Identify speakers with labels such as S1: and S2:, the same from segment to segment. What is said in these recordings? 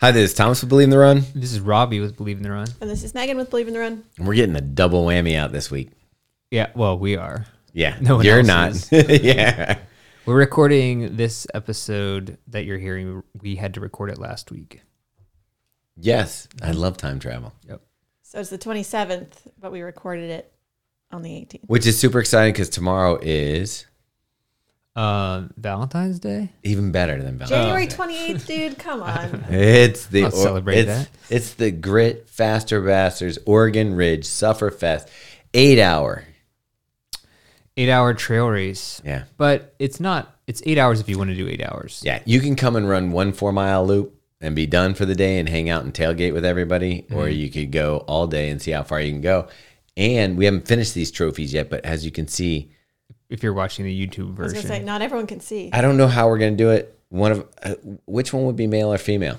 S1: Hi, this is Thomas with Believe in the Run.
S2: This is Robbie with Believe in the Run.
S3: And this is Megan with Believe in the Run.
S1: And we're getting a double whammy out this week.
S2: Yeah, well, we are.
S1: Yeah.
S2: No one
S1: You're
S2: else
S1: not.
S2: is.
S1: yeah.
S2: We're recording this episode that you're hearing. We had to record it last week.
S1: Yes. I love time travel,
S3: So it's the 27th, but we recorded it on the 18th.
S2: Oh,
S1: which is super exciting because tomorrow is
S2: Uh, Valentine's Day.
S1: even better than Valentine's
S3: January
S1: Day.
S3: 28th, dude, come on.
S1: Oh. It's the
S2: I'll celebrate
S1: it's, It's the Grit Faster Bastards Oregon Ridge Sufferfest, eight hour.
S2: Eight-hour trail race.
S1: Yeah,
S2: But it's not. It's eight hours if you want to do eight hours.
S1: yeah. You can come and run one four mile loop and be done for the day and hang out and tailgate with everybody, or you could go all day and see how far you can go. And we haven't finished these trophies yet, but as you can see,
S2: If you're watching the YouTube
S3: I was going
S2: version,
S3: to say, not everyone can see.
S1: I don't know how we're gonna do it. One of uh, which one would be male or female?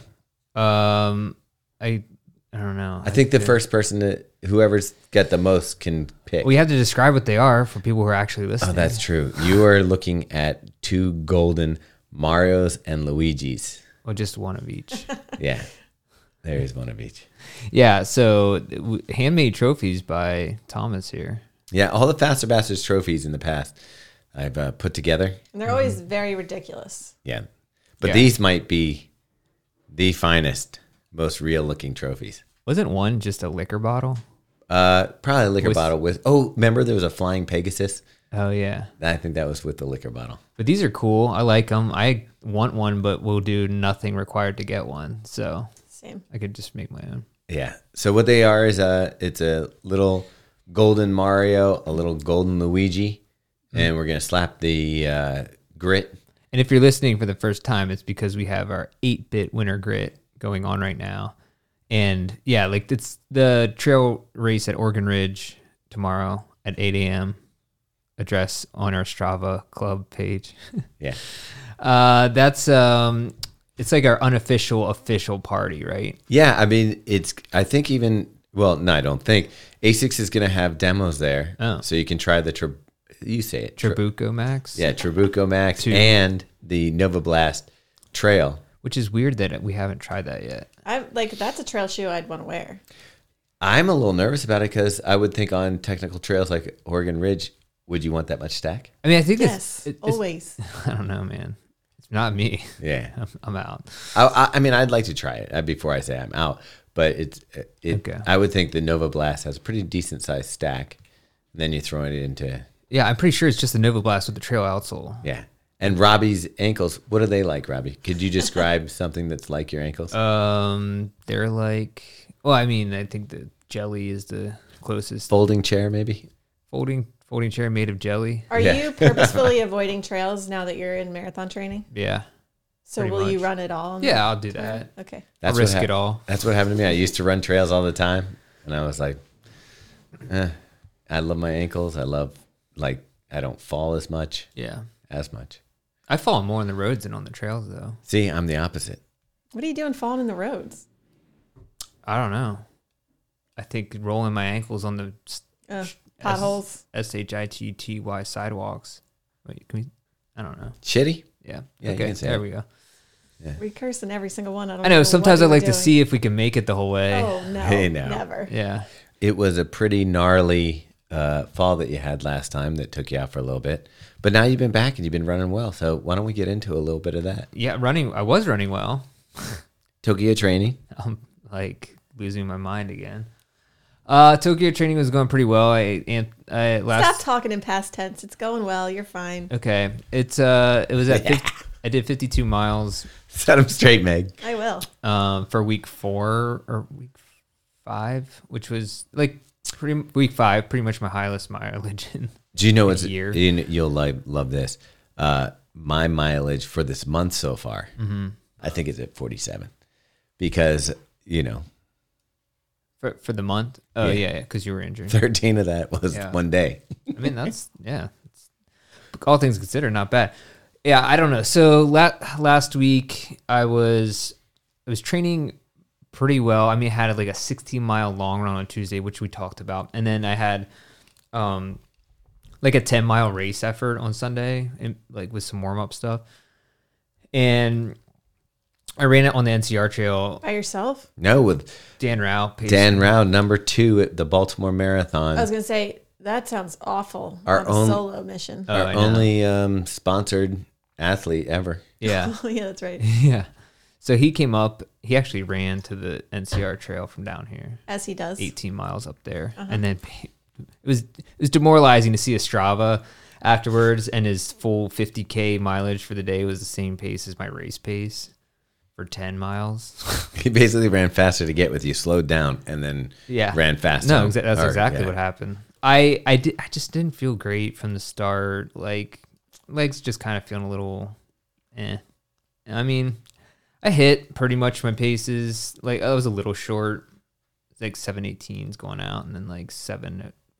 S2: um, I, I don't know.
S1: I think the first person to whoever's got the most can pick.
S2: we have to describe what they are for people who are actually listening.
S1: Oh, that's true. You are looking at two golden Mario's and Luigi's.
S2: Well, just one of each.
S1: Yeah. There is one of each.
S2: yeah. So, w- handmade trophies by Thomas here.
S1: Yeah, all the Faster Bastards trophies in the past I've uh, put together.
S3: And they're always very ridiculous.
S1: Yeah. But
S2: Yeah.
S1: these might be the finest, most real looking trophies.
S2: Wasn't one just a liquor bottle?
S1: Uh, probably a liquor
S2: With-
S1: bottle with. Oh, remember there was a flying Pegasus?
S2: Oh yeah.
S1: I think that was with the liquor bottle.
S2: But these are cool. I like them. I want one, but will do nothing required to get one. So
S3: Same.
S2: I could just make my own.
S1: Yeah. So what they are is a it's a little golden Mario, a little golden Luigi, and we're gonna slap the uh, grit.
S2: And if you're listening for the first time, it's because we have our 8 bit winter grit going on right now. And yeah, like it's the trail race at Oregon Ridge tomorrow at 8 a.m. Address on our Strava club page.
S1: Yeah.
S2: Uh, that's, um, it's like our unofficial official party, right?
S1: Yeah. I mean, it's I think even well, no, I don't think Asics is gonna have demos there,
S2: Oh.
S1: so you can try the tri- you say it Tri-
S2: Trabuco Max.
S1: yeah Trabuco Max
S2: Two.
S1: and the Nova Blast Trail.
S2: Which is weird that we haven't tried that yet.
S3: I'm like, that's a trail shoe I'd want to wear.
S1: I'm a little nervous about it because I would think on technical trails like Oregon Ridge, would you want that much stack?
S2: I mean, I think it's,
S3: Yes,
S2: it- it's
S3: always.
S2: I don't know, man. It's not me.
S1: Yeah.
S2: I'm, I'm out.
S1: I, I, I mean, I'd like to try it uh, before I say I'm out, but it's it.
S2: Okay.
S1: I would think the Nova Blast has a pretty decent sized stack. And then you throw it into
S2: Yeah, I'm pretty sure it's just the Nova Blast with the trail outsole.
S1: yeah. And Robbie's ankles, what are they like, Robbie? Could you describe something that's like your ankles?
S2: Um, they're like, well, I mean, I think the jelly is the closest
S1: Folding chair, maybe.
S2: folding folding chair made of jelly.
S3: Are
S1: Yeah.
S3: you purposefully avoiding trails now that you're in marathon training?
S2: Yeah,
S3: So
S2: Pretty
S3: will you
S2: much.
S3: run at all?
S2: yeah, I'll do that.
S3: Mm-hmm. Okay.
S1: That's
S2: I'll risk
S1: what hap-
S2: it all.
S1: That's what happened to me. I used to run trails all the time, and I was like, eh, I love my ankles. I love like I don't fall as much
S2: Yeah,
S1: as much.
S2: I fall more on the roads than on the trails, though.
S1: See, I'm the opposite.
S3: What are you doing falling in the roads?
S2: I don't know. I think rolling my ankles on the s-
S3: Uh, potholes.
S2: S H I T T Y sidewalks. Wait, can we? I don't know.
S1: Shitty.
S2: Yeah.
S1: Yeah, you
S2: okay.
S1: can say
S2: There
S1: it.
S2: we go.
S3: We're cursing every single one. I, don't
S2: I know.
S3: Oh, what
S2: Sometimes I
S3: you're
S2: like to
S3: doing.
S2: see if we can make it the whole way.
S3: Oh, no.
S1: Hey, now.
S3: Never.
S2: Yeah.
S1: it was a pretty gnarly uh, fall that you had last time that took you out for a little bit. But now you've been back and you've been running well. So why don't we get into a little bit of that?
S2: Yeah, running I was running well.
S1: Tokyo training.
S2: I'm like losing my mind again. Uh Tokyo training was going pretty well. I and I
S3: Stop
S2: last
S3: talking in past tense. It's going well. You're fine.
S2: Okay. It's uh it was at 50, I did 52 miles
S1: Set them straight, Meg.
S3: I will.
S2: um for week 4 or week 5, which was like pretty week 5, pretty much my highest mileage in
S1: Do you know what's
S2: year.
S1: you kn- You'll love, love this. Uh, my mileage for this month so far,
S2: Mm-hmm.
S1: I think is at 47 because, you know,
S2: for for the month. Oh
S1: Yeah.
S2: yeah, yeah, cuz you were injured.
S1: 13 of that was
S2: Yeah.
S1: one day.
S2: I mean, that's yeah. It's, all things considered, not bad. Yeah, I don't know. So la- last week I was I was training pretty well. I mean, I had like a 16 mile long run on Tuesday, which we talked about, and then I had um like a 10 mile race effort on Sunday, and like with some warm up stuff. And I ran it on the NCR trail.
S3: By yourself?
S1: No, with
S2: Dan Rao, paced-
S1: Dan Rao, number two at the Baltimore Marathon.
S3: I was going to say, that sounds awful.
S1: Our
S3: on
S1: own- Uh,
S3: a solo mission.
S2: Oh, I
S1: our
S2: know.
S1: only um, sponsored athlete ever.
S2: yeah,
S3: Oh, yeah, that's right.
S2: yeah. So he came up. He actually ran to the NCR trail from down here,
S3: As he does.
S2: 18 miles up there, and then pa- it was it was demoralizing to see Estrava afterwards, and his full 50k mileage for the day was the same pace as my race pace for 10 miles.
S1: He basically ran faster to get with you, slowed down, and then
S2: yeah,
S1: ran faster.
S2: No, exa- that's
S1: Or,
S2: exactly
S1: yeah.
S2: what happened. I I did I just didn't feel great from the start. Like legs just kind of feeling a little eh. I mean, I hit pretty much my paces. Like I was a little short. It's like 718s going out and then like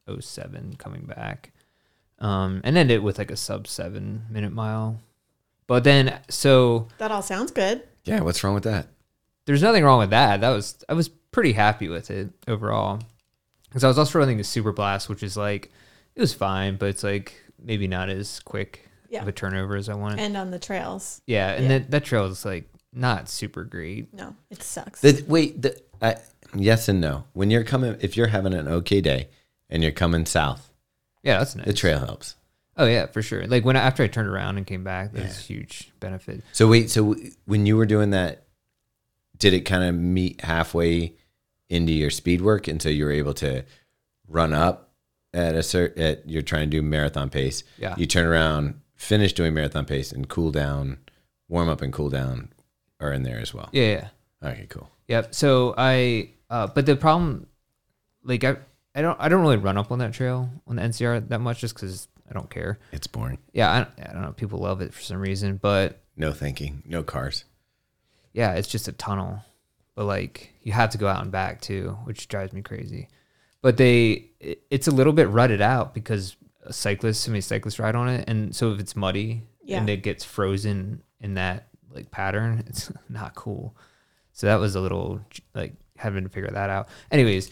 S2: 707 coming back. Um and ended with like a sub 7 minute mile. But then so
S3: That all sounds good.
S1: Yeah, what's wrong with that?
S2: there's nothing wrong with that. That was I was pretty happy with it overall. Because I was also running the Super Blast, which is like it was fine, but it's like maybe not as quick
S3: Yeah.
S2: of a turnover as I wanted.
S3: And on the trails.
S2: yeah, and
S3: yeah.
S2: That, that trail is like not super great.
S3: No, it sucks.
S1: The, wait, the, I, yes and no. When you're coming, if you're having an okay day and you're coming south,
S2: Yeah, that's nice.
S1: the trail helps.
S2: Oh yeah, for sure. Like when I, after I turned around and came back, that was a huge benefit.
S1: So wait, so w- when you were doing that, did it kind of meet halfway into your speed work, and so you were able to run up at a certain at you're trying to do marathon pace.
S2: Yeah.
S1: You turn around, finish doing marathon pace, and cool down, warm up and cool down are in there as well.
S2: Yeah, yeah.
S1: Okay, cool.
S2: Yep. So I, uh, but the problem, like I, I don't, I don't really run up on that trail on the NCR that much, just because I don't care.
S1: It's boring.
S2: yeah, I don't, I don't know. People love it for some reason, but
S1: No thinking. No cars.
S2: yeah, it's just a tunnel. But like, you have to go out and back too, which drives me crazy. But they, it- it's a little bit rutted out because cyclists, so many cyclists ride on it, and so if it's muddy
S3: Yeah.
S2: and it gets frozen in that like pattern, it's not cool. So that was a little like having to figure that out. Anyways,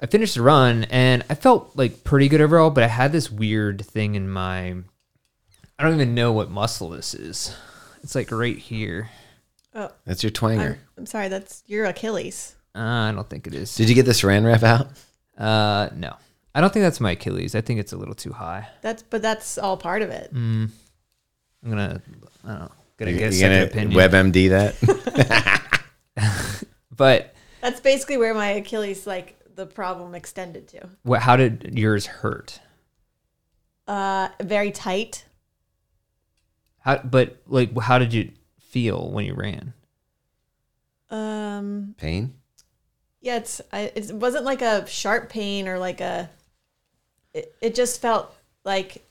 S2: I finished the run and I felt like pretty good overall, but I had this weird thing in my I don't even know what muscle this is. It's like right here.
S3: oh,
S1: That's your twanger.
S3: I'm, I'm sorry. That's your Achilles.
S2: Uh, I don't think it is.
S1: Did you get the saran wrap out?
S2: Uh, no. I don't think that's my Achilles. I think it's a little too high.
S3: That's but that's all part of
S1: Mm.
S3: it.
S2: I'm gonna, I don't know, gonna
S1: You,
S2: get a
S1: you
S2: second
S1: gonna
S2: opinion.
S1: WebMD that?
S2: but
S3: That's basically where my Achilles like the problem extended to.
S2: what? How did yours hurt?
S3: Uh, very tight.
S2: How? But like, how did you feel when you ran?
S3: Um,
S1: Pain.
S3: yeah, it's I, it wasn't like a sharp pain or like a. It, it just felt like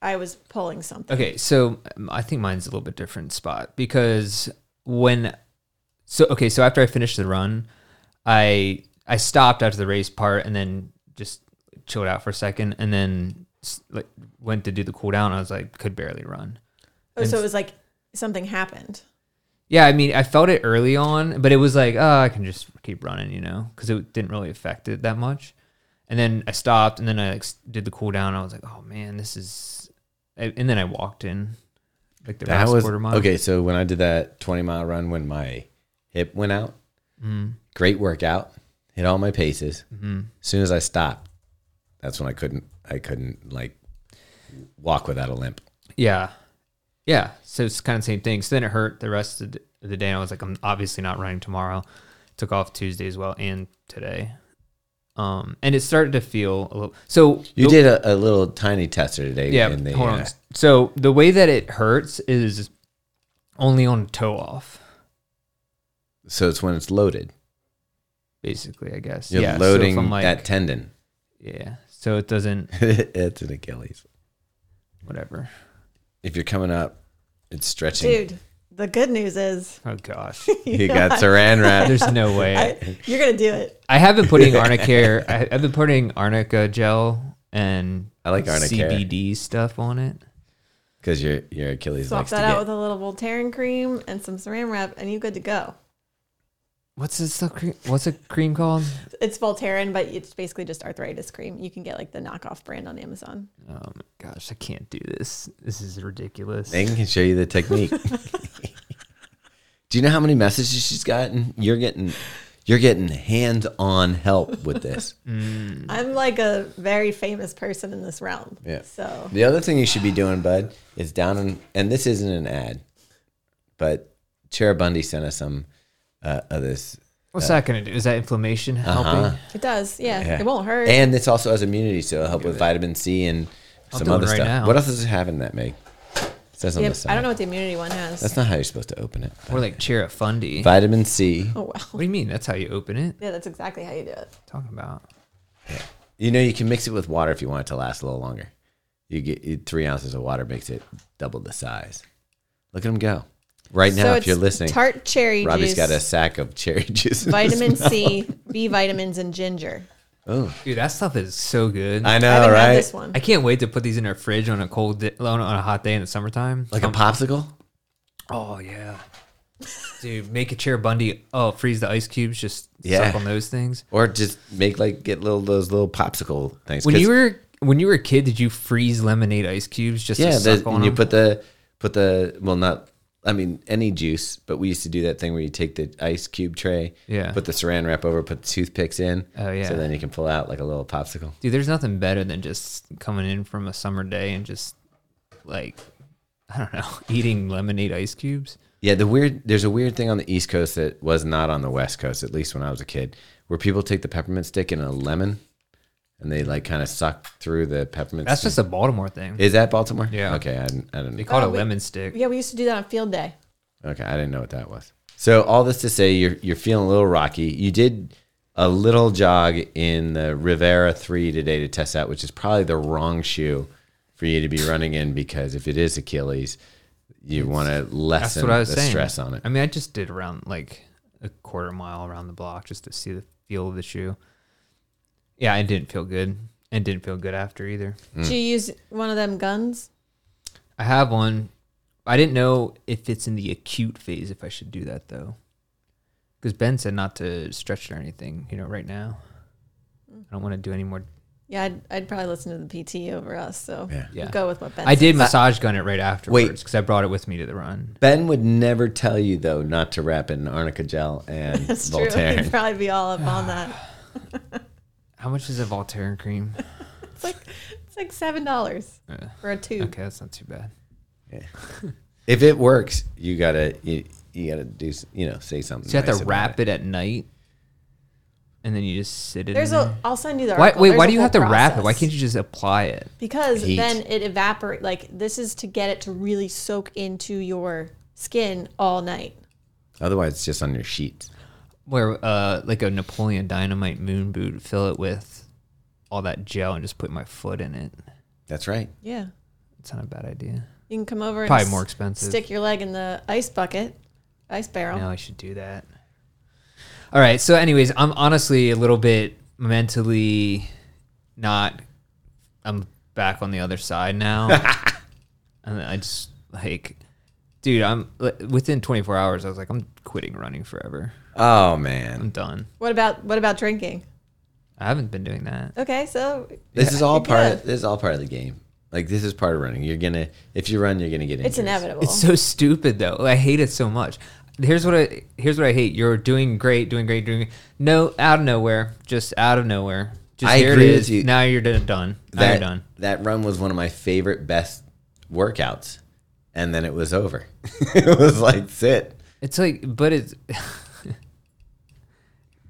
S3: I was pulling something.
S2: Okay, so um, I think mine's a little bit different spot because when so okay, so after I finished the run, I I stopped after the race part and then just chilled out for a second and then s- like went to do the cool down. I was like could barely run.
S3: Oh, so it was like something happened.
S2: Yeah, I mean, I felt it early on, but it was like, oh, I can just keep running, you know, because it didn't really affect it that much. And then I stopped, and then I like, s- did the cool down. I was like, oh man, this is. I- And then I walked in, like the
S1: That
S2: last
S1: was
S2: quarter mile.
S1: okay. So when I did that twenty mile run, when my hip went out,
S2: Mm-hmm.
S1: great workout, hit all my paces. As soon as I stopped, that's when I couldn't. I couldn't like walk without a limp.
S2: Yeah. Yeah. So it's kind of the same thing. So then it hurt the rest of the of the day. And I was like, I'm obviously not running tomorrow. Took off Tuesday as well and today. Um, and it started to feel a little. So
S1: You
S2: the-
S1: did a, a little tiny tester today.
S2: Yeah.
S1: in the,
S2: hold
S1: uh,
S2: on. So the way that it hurts is only on toe off,
S1: so it's when it's loaded.
S2: basically, I guess.
S1: You're
S2: yeah.
S1: loading
S2: so if I'm like,
S1: that tendon.
S2: yeah. So it doesn't,
S1: it's an Achilles.
S2: whatever.
S1: If you're coming up, it's stretching.
S3: Dude, the good news is
S2: Oh, gosh.
S1: You got saran wrap.
S2: There's no way. I,
S3: I, you're gonna do it.
S2: have been putting Arnicare, I, I've been putting Arnica gel and
S1: I like Arnicare
S2: CBD stuff on it.
S1: because your your Achilles
S3: Swap
S1: likes to
S3: that out
S1: get
S3: with a little Voltaren cream and some Saran wrap, and you good to go.
S2: What's this stuff? Cream? What's a cream called?
S3: It's Voltaren, but it's basically just arthritis cream. You can get like the knockoff brand on Amazon.
S2: Oh my gosh, I can't do this. This is ridiculous.
S1: Megan can show you the technique. Do you know how many messages she's gotten? You're getting you're getting hands-on help with this.
S3: I'm like a very famous person in this realm.
S1: Mm. Yeah.
S3: So
S1: The other thing you should be doing, bud, is down in, and this isn't an ad, but Cherubundi sent us some uh, of this.
S2: What's that going to do? Is that inflammation
S1: Uh-huh.
S2: helping?
S3: it does. Yeah.
S1: Yeah.
S3: It won't hurt.
S1: And this also has immunity, so it'll help with vitamin C and some
S2: do
S1: other
S2: it right
S1: stuff.
S2: now.
S1: What else does it have in that, Meg? It says on
S3: Yeah,
S1: the side.
S3: I don't know what the immunity one has.
S1: That's not how you're supposed to open it.
S2: Or like cheer a fundy. What
S1: Vitamin C.
S3: oh wow.
S2: do you mean? That's how you open it?
S3: Yeah, that's exactly how you do it.
S2: Talking about.
S1: You know, you can mix it with water if you want it to last a little longer. You get you- three ounces of water makes it double the size. Look at him go. Right now, if you're listening,
S3: tart cherry
S1: Robbie's
S3: juice,
S1: got a sack of cherry juice. in his
S3: vitamin C, B vitamins, and ginger.
S2: Dude, that stuff is so good. I,
S1: I
S3: I
S1: know,
S3: haven't
S1: right?
S3: had this one.
S2: can't wait to put these in our fridge on a cold, di- on a- on a hot day in the summertime.
S1: Like a popsicle?
S2: Oh yeah, dude, make a chair Bundy. Oh, freeze the ice cubes. Just
S1: Yeah.
S2: suck on those things.
S1: Or just make like get little those little popsicle things.
S2: When
S1: 'Cause-
S2: you were when you were a kid, did you freeze lemonade ice cubes just
S1: yeah,
S2: to
S1: the,
S2: suck on
S1: and you
S2: them?
S1: put the put the well not I mean any juice, but we used to do that thing where you take the ice cube tray,
S2: Yeah.
S1: put the saran wrap over, put the toothpicks in,
S2: Oh, yeah.
S1: so then you can pull out like a little popsicle.
S2: dude, there's nothing better than just coming in from a summer day and just like I don't know, eating lemonade ice cubes.
S1: Yeah, the weird there's a weird thing on the East Coast that was not on the West Coast, at least when I was a kid, where people take the peppermint stick and a lemon, and they like kind of suck through the peppermint.
S2: That's
S1: stick.
S2: just a Baltimore thing.
S1: is that Baltimore?
S2: Yeah.
S1: Okay, I didn't. I didn't
S2: they call it
S3: Oh,
S2: a
S3: we-
S2: lemon stick.
S3: Yeah, we used to do that on field day.
S1: Okay, I didn't know what that was. So all this to say, you're you're feeling a little rocky. You did a little jog in the Rivera three today to test out, which is probably the wrong shoe for you to be running in because if it is Achilles, you want to
S2: That's
S1: lessen
S2: what I was
S1: the
S2: saying.
S1: stress on it.
S2: I mean, I just did around like a quarter mile around the block just to see the feel of the shoe. Yeah, it didn't feel good, and didn't feel good after either.
S3: Did you use one of them guns?
S2: I have one. I didn't know if it's in the acute phase if I should do that though, because Ben said not to stretch it or anything. You know, right now,
S3: Mm.
S2: I don't want to do any more.
S3: Yeah, I'd, I'd probably listen to the PT over us. So
S1: Yeah.
S2: Yeah.
S3: go with what Ben.
S2: I
S3: said.
S2: did massage gun it right afterwards because I brought it with me to the run.
S1: Ben would never tell you though not to wrap in arnica gel and
S3: That's true.
S1: Voltaren.
S3: He'd probably be all up on that.
S2: How much is a Voltaren cream?
S3: It's like it's like seven dollars
S2: Uh,
S3: for a tube.
S2: okay, that's not too bad.
S1: If it works, you gotta you, you gotta do s- you know say something.
S2: So you have
S1: nice
S2: to
S1: about
S2: wrap
S1: it.
S2: it. at night, and then you just sit it.
S3: There's
S2: in
S3: a.
S2: there?
S3: I'll send you the.
S2: Why,
S3: article.
S2: wait,
S3: There's
S2: why
S3: a
S2: do you
S3: whole
S2: have to wrap it? Why
S3: process.
S2: can't you just apply it?
S3: Because
S1: Heat.
S3: then it evaporate. Like this is to get it to really soak into your skin all night.
S1: Otherwise, it's just on your sheets.
S2: Where uh, like a Napoleon Dynamite moon boot, fill it with all that gel and just put my foot in it.
S1: That's right.
S3: Yeah,
S2: It's not a bad idea.
S3: you can come over.
S2: Probably
S3: and
S2: more
S3: s-
S2: expensive.
S3: Stick your leg in the ice bucket, ice
S1: Oh.
S3: barrel.
S2: No, I should do that. All right. So, anyways, I'm honestly a little bit mentally not. I'm back on the other side now, and I just like, dude. I'm like, within 24 hours. I was like, I'm quitting running forever.
S1: Oh man.
S2: I'm done.
S3: What about what about drinking?
S2: I haven't been doing that.
S3: Okay, so
S1: This is all
S3: Yeah.
S1: part. Of, this is all part of the game. Like this is part of running. You're gonna if you run, you're gonna get injured.
S3: it's inevitable.
S2: It's so stupid though. I hate it so much. Here's what I here's what I hate. You're doing great, doing great, doing great. no out of nowhere, just out of nowhere. Just
S1: I
S2: here
S1: agree
S2: it
S1: with
S2: is.
S1: you.
S2: Now you're done. done. Now
S1: That
S2: you're done.
S1: that run was one of my favorite best workouts, and then it was over. it was like sit.
S2: It's like, but it's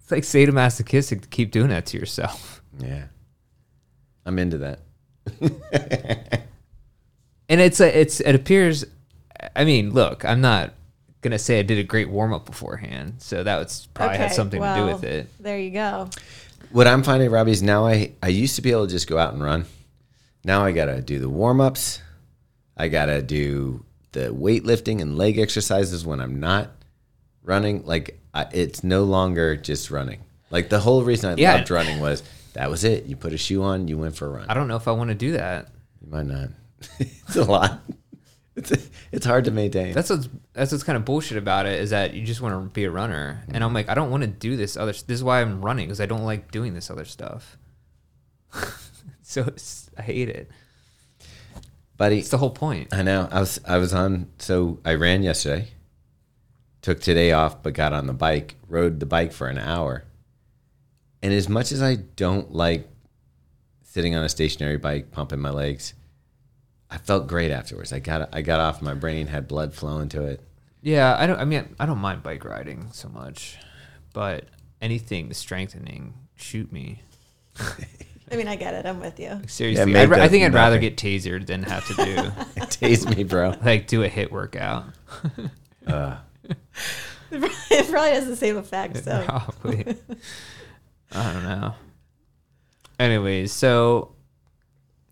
S2: it's like sadomasochistic to keep doing that to yourself.
S1: Yeah, I'm into that.
S2: And it's a, it's it appears. I mean, look, I'm not gonna say I did a great warm up beforehand, so that was probably had
S3: Okay,
S2: something to do
S3: well,
S2: with it.
S3: There you go.
S1: What I'm finding, Robbie, is now I I used to be able to just go out and run. Now I gotta do the warm ups. I gotta do the weightlifting and leg exercises when I'm not running. Like I, it's no longer just running. Like the whole reason I
S2: Yeah.
S1: loved running was that was it. You put a shoe on, you went for a run.
S2: I don't know if I want to do that.
S1: You might not. it's a lot. It's it's hard to maintain.
S2: That's what's that's what's kind of bullshit about it is that you just want to be a runner, and I'm like, I don't want to do this other. s- This is why I'm running because I don't like doing this other stuff. so it's, I hate it.
S1: Buddy,
S2: It's the whole point.
S1: I know. I was I was on so I ran yesterday. Took today off, but got on the bike, rode the bike for an hour. And as much as I don't like sitting on a stationary bike, pumping my legs, I felt great afterwards. I got I got off my brain, had blood flowing to it.
S2: Yeah, I don't. I mean, I don't mind bike riding so much, but anything strengthening, shoot me.
S3: I mean, I get it. I'm with you.
S2: Seriously,
S1: make
S2: I'd ra- I
S1: that
S2: think I'd rather
S1: nothing.
S2: get tasered than have to do
S1: Taste me, bro.
S2: like do a hit workout.
S3: it probably has the same effect. So
S2: Oh, Probably. I don't know. Anyways, so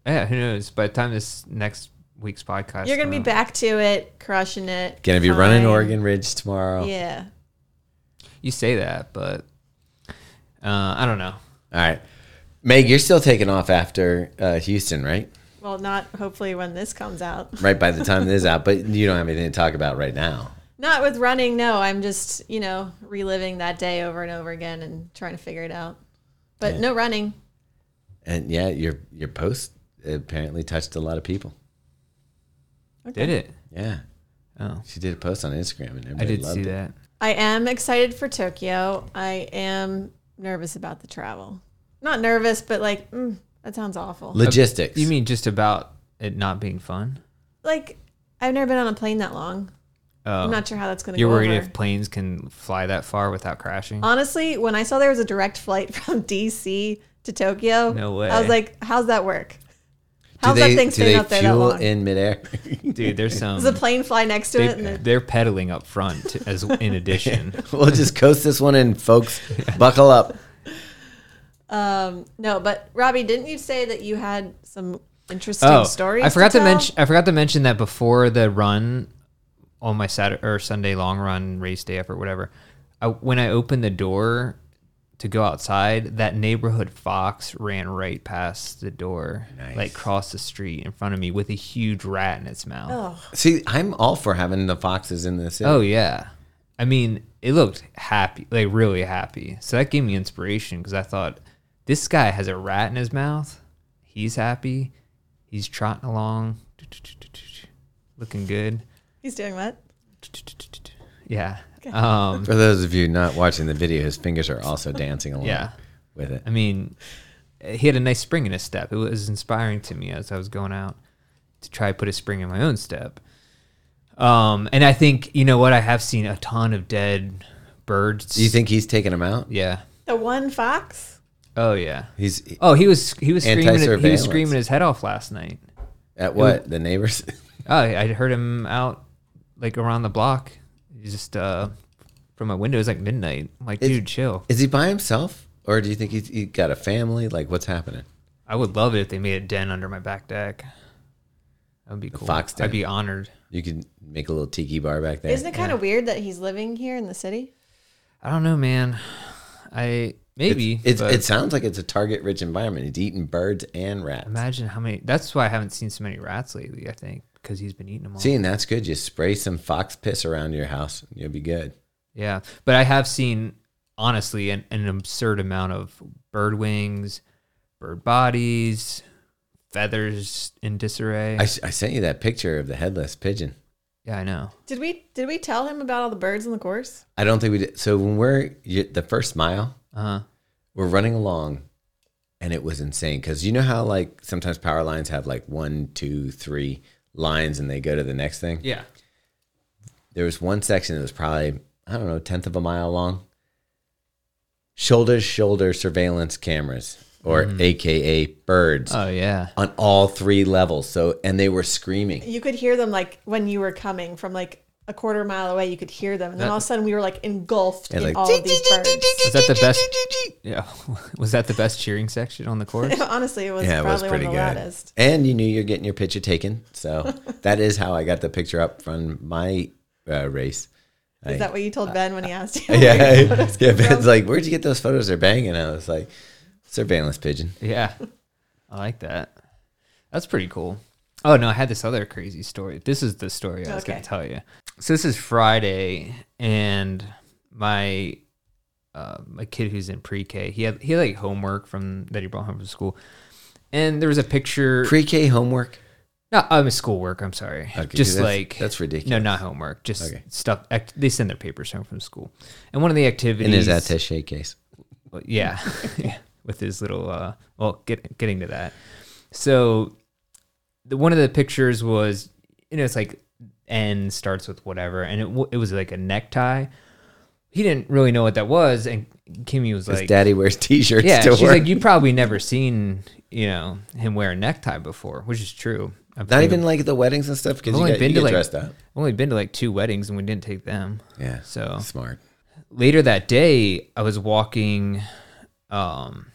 S2: yeah, who knows? By the time this next week's podcast,
S3: you're gonna be
S2: comes out-
S3: back to it, crushing it.
S1: Gonna be running
S3: Fine.
S1: Oregon Ridge
S2: Oh.
S1: tomorrow.
S3: Yeah.
S2: You say that, but uh, I don't know.
S1: All right. Meg, you're still taking off after uh, Houston, right?
S3: Well, not hopefully when this comes out.
S1: Right by the time this is out, but you don't have anything to talk about right now.
S3: Not with running. No, I'm just you know reliving that day over and over again and trying to figure it out. But no running.
S1: And yeah, your your post apparently touched a lot of people.
S2: Did it?
S1: Yeah,
S2: Oh,
S1: she did a post on Instagram, and
S2: I
S1: everybody
S2: did
S1: loved
S2: see
S1: it.
S2: that.
S3: I am excited for Tokyo. I am nervous about the travel. Not nervous, but like mm, that sounds awful.
S1: Logistics.
S2: You mean just about it not being fun?
S3: like I've never been on a plane that long.
S2: Oh,
S3: I'm not sure how that's going to.
S2: you're
S3: go
S2: worried
S3: over. Uh,
S2: if planes can fly that far without crashing?
S3: Honestly, when I saw there was a direct flight from DC to Tokyo,
S2: No
S3: I
S2: way.
S3: was like, "How's that work?
S1: do
S3: How's
S1: they,
S3: that thing
S1: do they
S3: staying out there that
S1: fuel
S3: long?
S1: in midair?
S2: Dude, there's some.
S3: Does the plane fly next to it?" And
S2: They,
S3: it-
S2: they're pedaling up front as in addition.
S1: we'll just coast this one in, folks. Buckle up.
S3: um, no, but Robbie, didn't you say that you had some interesting
S2: oh,
S3: stories?
S2: I forgot to,
S3: tell?
S2: mention. I forgot to mention that before the run on my Saturday or Sunday long run race day effort, whatever. I, when I opened the door to go outside, that neighborhood fox ran right past the door, like crossed the street in front of me with a huge rat in its mouth.
S3: Oh,
S1: See, I'm all for having the foxes in the city.
S2: Oh yeah, I mean, it looked happy, like really happy. So that gave me inspiration because I thought this guy has a rat in his mouth. He's happy. He's trotting along, looking good.
S3: he's doing what?
S2: Yeah. Um,
S1: For those of you not watching the video, his fingers are also dancing along
S2: Yeah.
S1: with it.
S2: I mean, he had a nice spring in his step. It was inspiring to me as I was going out to try to put a spring in my own step. Um, and I think you know what I have seen a ton of dead birds.
S1: Do you think he's taking them out?
S2: Yeah.
S3: The one fox?
S2: Oh yeah.
S1: He's
S2: Oh, he was he was screaming he was
S1: Anti-surveillance.
S2: screaming his head off last night.
S1: at what? The neighbors?
S2: Oh, I heard him out like around the block. He's just uh from my window. It's like midnight. I'm like, dude, chill.
S1: Is he by himself? Or do you think he's he got a family? Like, what's happening?
S2: I would love it if they made a den under my back deck. That would be cool.
S1: fox den.
S2: I'd be honored.
S1: You can make a little tiki bar back there.
S3: Isn't it kind of weird that he's living here in the city?
S2: I don't know, man. I maybe
S1: It's,
S2: but
S1: it sounds like it's a target rich environment. He's eating birds and rats.
S2: imagine how many. That's why I haven't seen so many rats lately. I think because he's been eating them all.
S1: See, and that's good. Just spray some fox piss around your house and you'll be good.
S2: Yeah, but I have seen honestly an, an absurd amount of bird wings, bird bodies, feathers in disarray.
S1: I, s- I sent you that picture of the headless pigeon.
S2: yeah, I know.
S3: Did we did we tell him about all the birds in the course?
S1: I don't think we did. So when we're you, the first mile,
S2: Uh,
S1: we're running along and it was insane because you know how like sometimes power lines have like one, two, three lines and they go to the next thing?
S2: yeah.
S1: there was one section that was probably I don't know tenth of a mile long. Shoulder to shoulder surveillance cameras, or
S2: Mm.
S1: AKA birds,
S2: Oh yeah.
S1: on all three levels. So and they were screaming.
S3: You could hear them like when you were coming from like a quarter mile away. You could hear them, and then all of a sudden we were like engulfed
S1: And
S3: in
S1: Uh, like,
S3: all of these birds.
S2: Was that the best? Yeah. Was that the best cheering section on the course?
S3: Honestly, it was
S1: Yeah, it was
S3: probably
S1: pretty
S3: one
S1: good.
S3: of the loudest.
S1: And you knew you're getting your picture taken, so that is how I got the picture up from my uh, race.
S3: Is that what you told Ben when he asked you?
S1: uh, Yeah, yeah. Ben's like, "Where'd you get those photos? They're banging." I was like, "Surveillance pigeon."
S2: yeah. I like that. That's pretty cool. Oh no, I had this other crazy story. This is the story I was going
S3: Okay.
S2: to tell you. So this is Friday, and my uh, my kid who's in pre-K, he had he had like homework from that he brought home from school, and there was a picture.
S1: Pre-K homework.
S2: No, I'm mean, schoolwork. I'm sorry.
S1: Okay,
S2: just
S1: that's-
S2: like
S1: that's
S2: No,
S1: ridiculous.
S2: not homework. Just
S1: Okay.
S2: stuff. Act, they send their papers home from school, and one of the activities
S1: in his attaché case.
S2: Well, yeah, yeah, with his little. Uh, well, get, getting to that. So, the one of the pictures was, you know, it's like N starts with whatever, and it w- it was like a necktie. He didn't really know what that was, and Kimmy was
S1: His
S2: like,
S1: daddy wears T-shirts
S2: "Yeah."
S1: to
S2: She's
S1: work.
S2: like, "You probably never seen, you know, him wear a necktie before," which is true. I've
S1: Not
S2: been-
S1: even like the weddings and stuff because
S2: I've
S1: you,
S2: only
S1: get,
S2: been
S1: you
S2: to
S1: get
S2: like
S1: dressed up.
S2: I've only been to like two weddings, and we didn't take them.
S1: Yeah,
S2: So
S1: smart.
S2: later that day, I was walking um,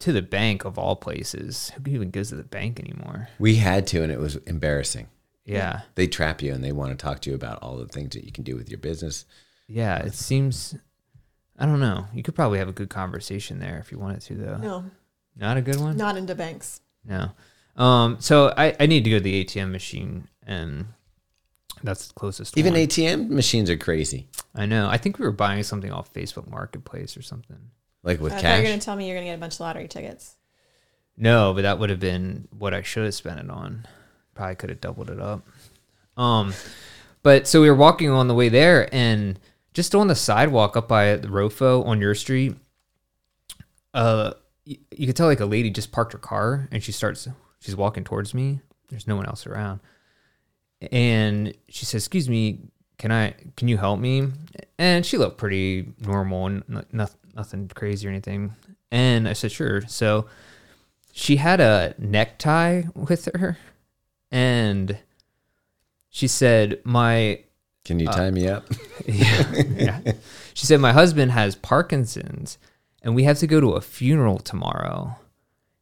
S2: to the bank of all places. Who even goes to the bank anymore?
S1: We had to, and it was embarrassing.
S2: Yeah,
S1: They trap you, and they want to talk to you about all the things that you can do with your business.
S2: yeah. It seems. I don't know. You could probably have a good conversation there if you wanted to, though.
S3: No,
S2: Not a good one.
S3: not into banks.
S2: No. Um. So I I need to go to the ATM machine, and that's the closest.
S1: Even
S2: one.
S1: ATM machines are crazy,
S2: I know. I think we were buying something off Facebook Marketplace or something.
S1: like with
S3: I thought you
S1: cash.
S3: were gonna tell me Uh, you're gonna get a bunch of lottery tickets.
S2: No, but that would have been what I should have spent it on. Probably could have doubled it up. Um, but so we were walking on the way there, and just on the sidewalk up by the Rofo on your street, uh, you, you could tell like a lady just parked her car, and she starts she's walking towards me. There's no one else around, and she says, "Excuse me, can I can you help me?" And she looked pretty normal and no- noth- nothing crazy or anything. And I said, "Sure." So she had a necktie with her and she said my
S1: Can you tie me up?
S2: yeah, yeah. she said my husband has parkinson's and we have to go to a funeral tomorrow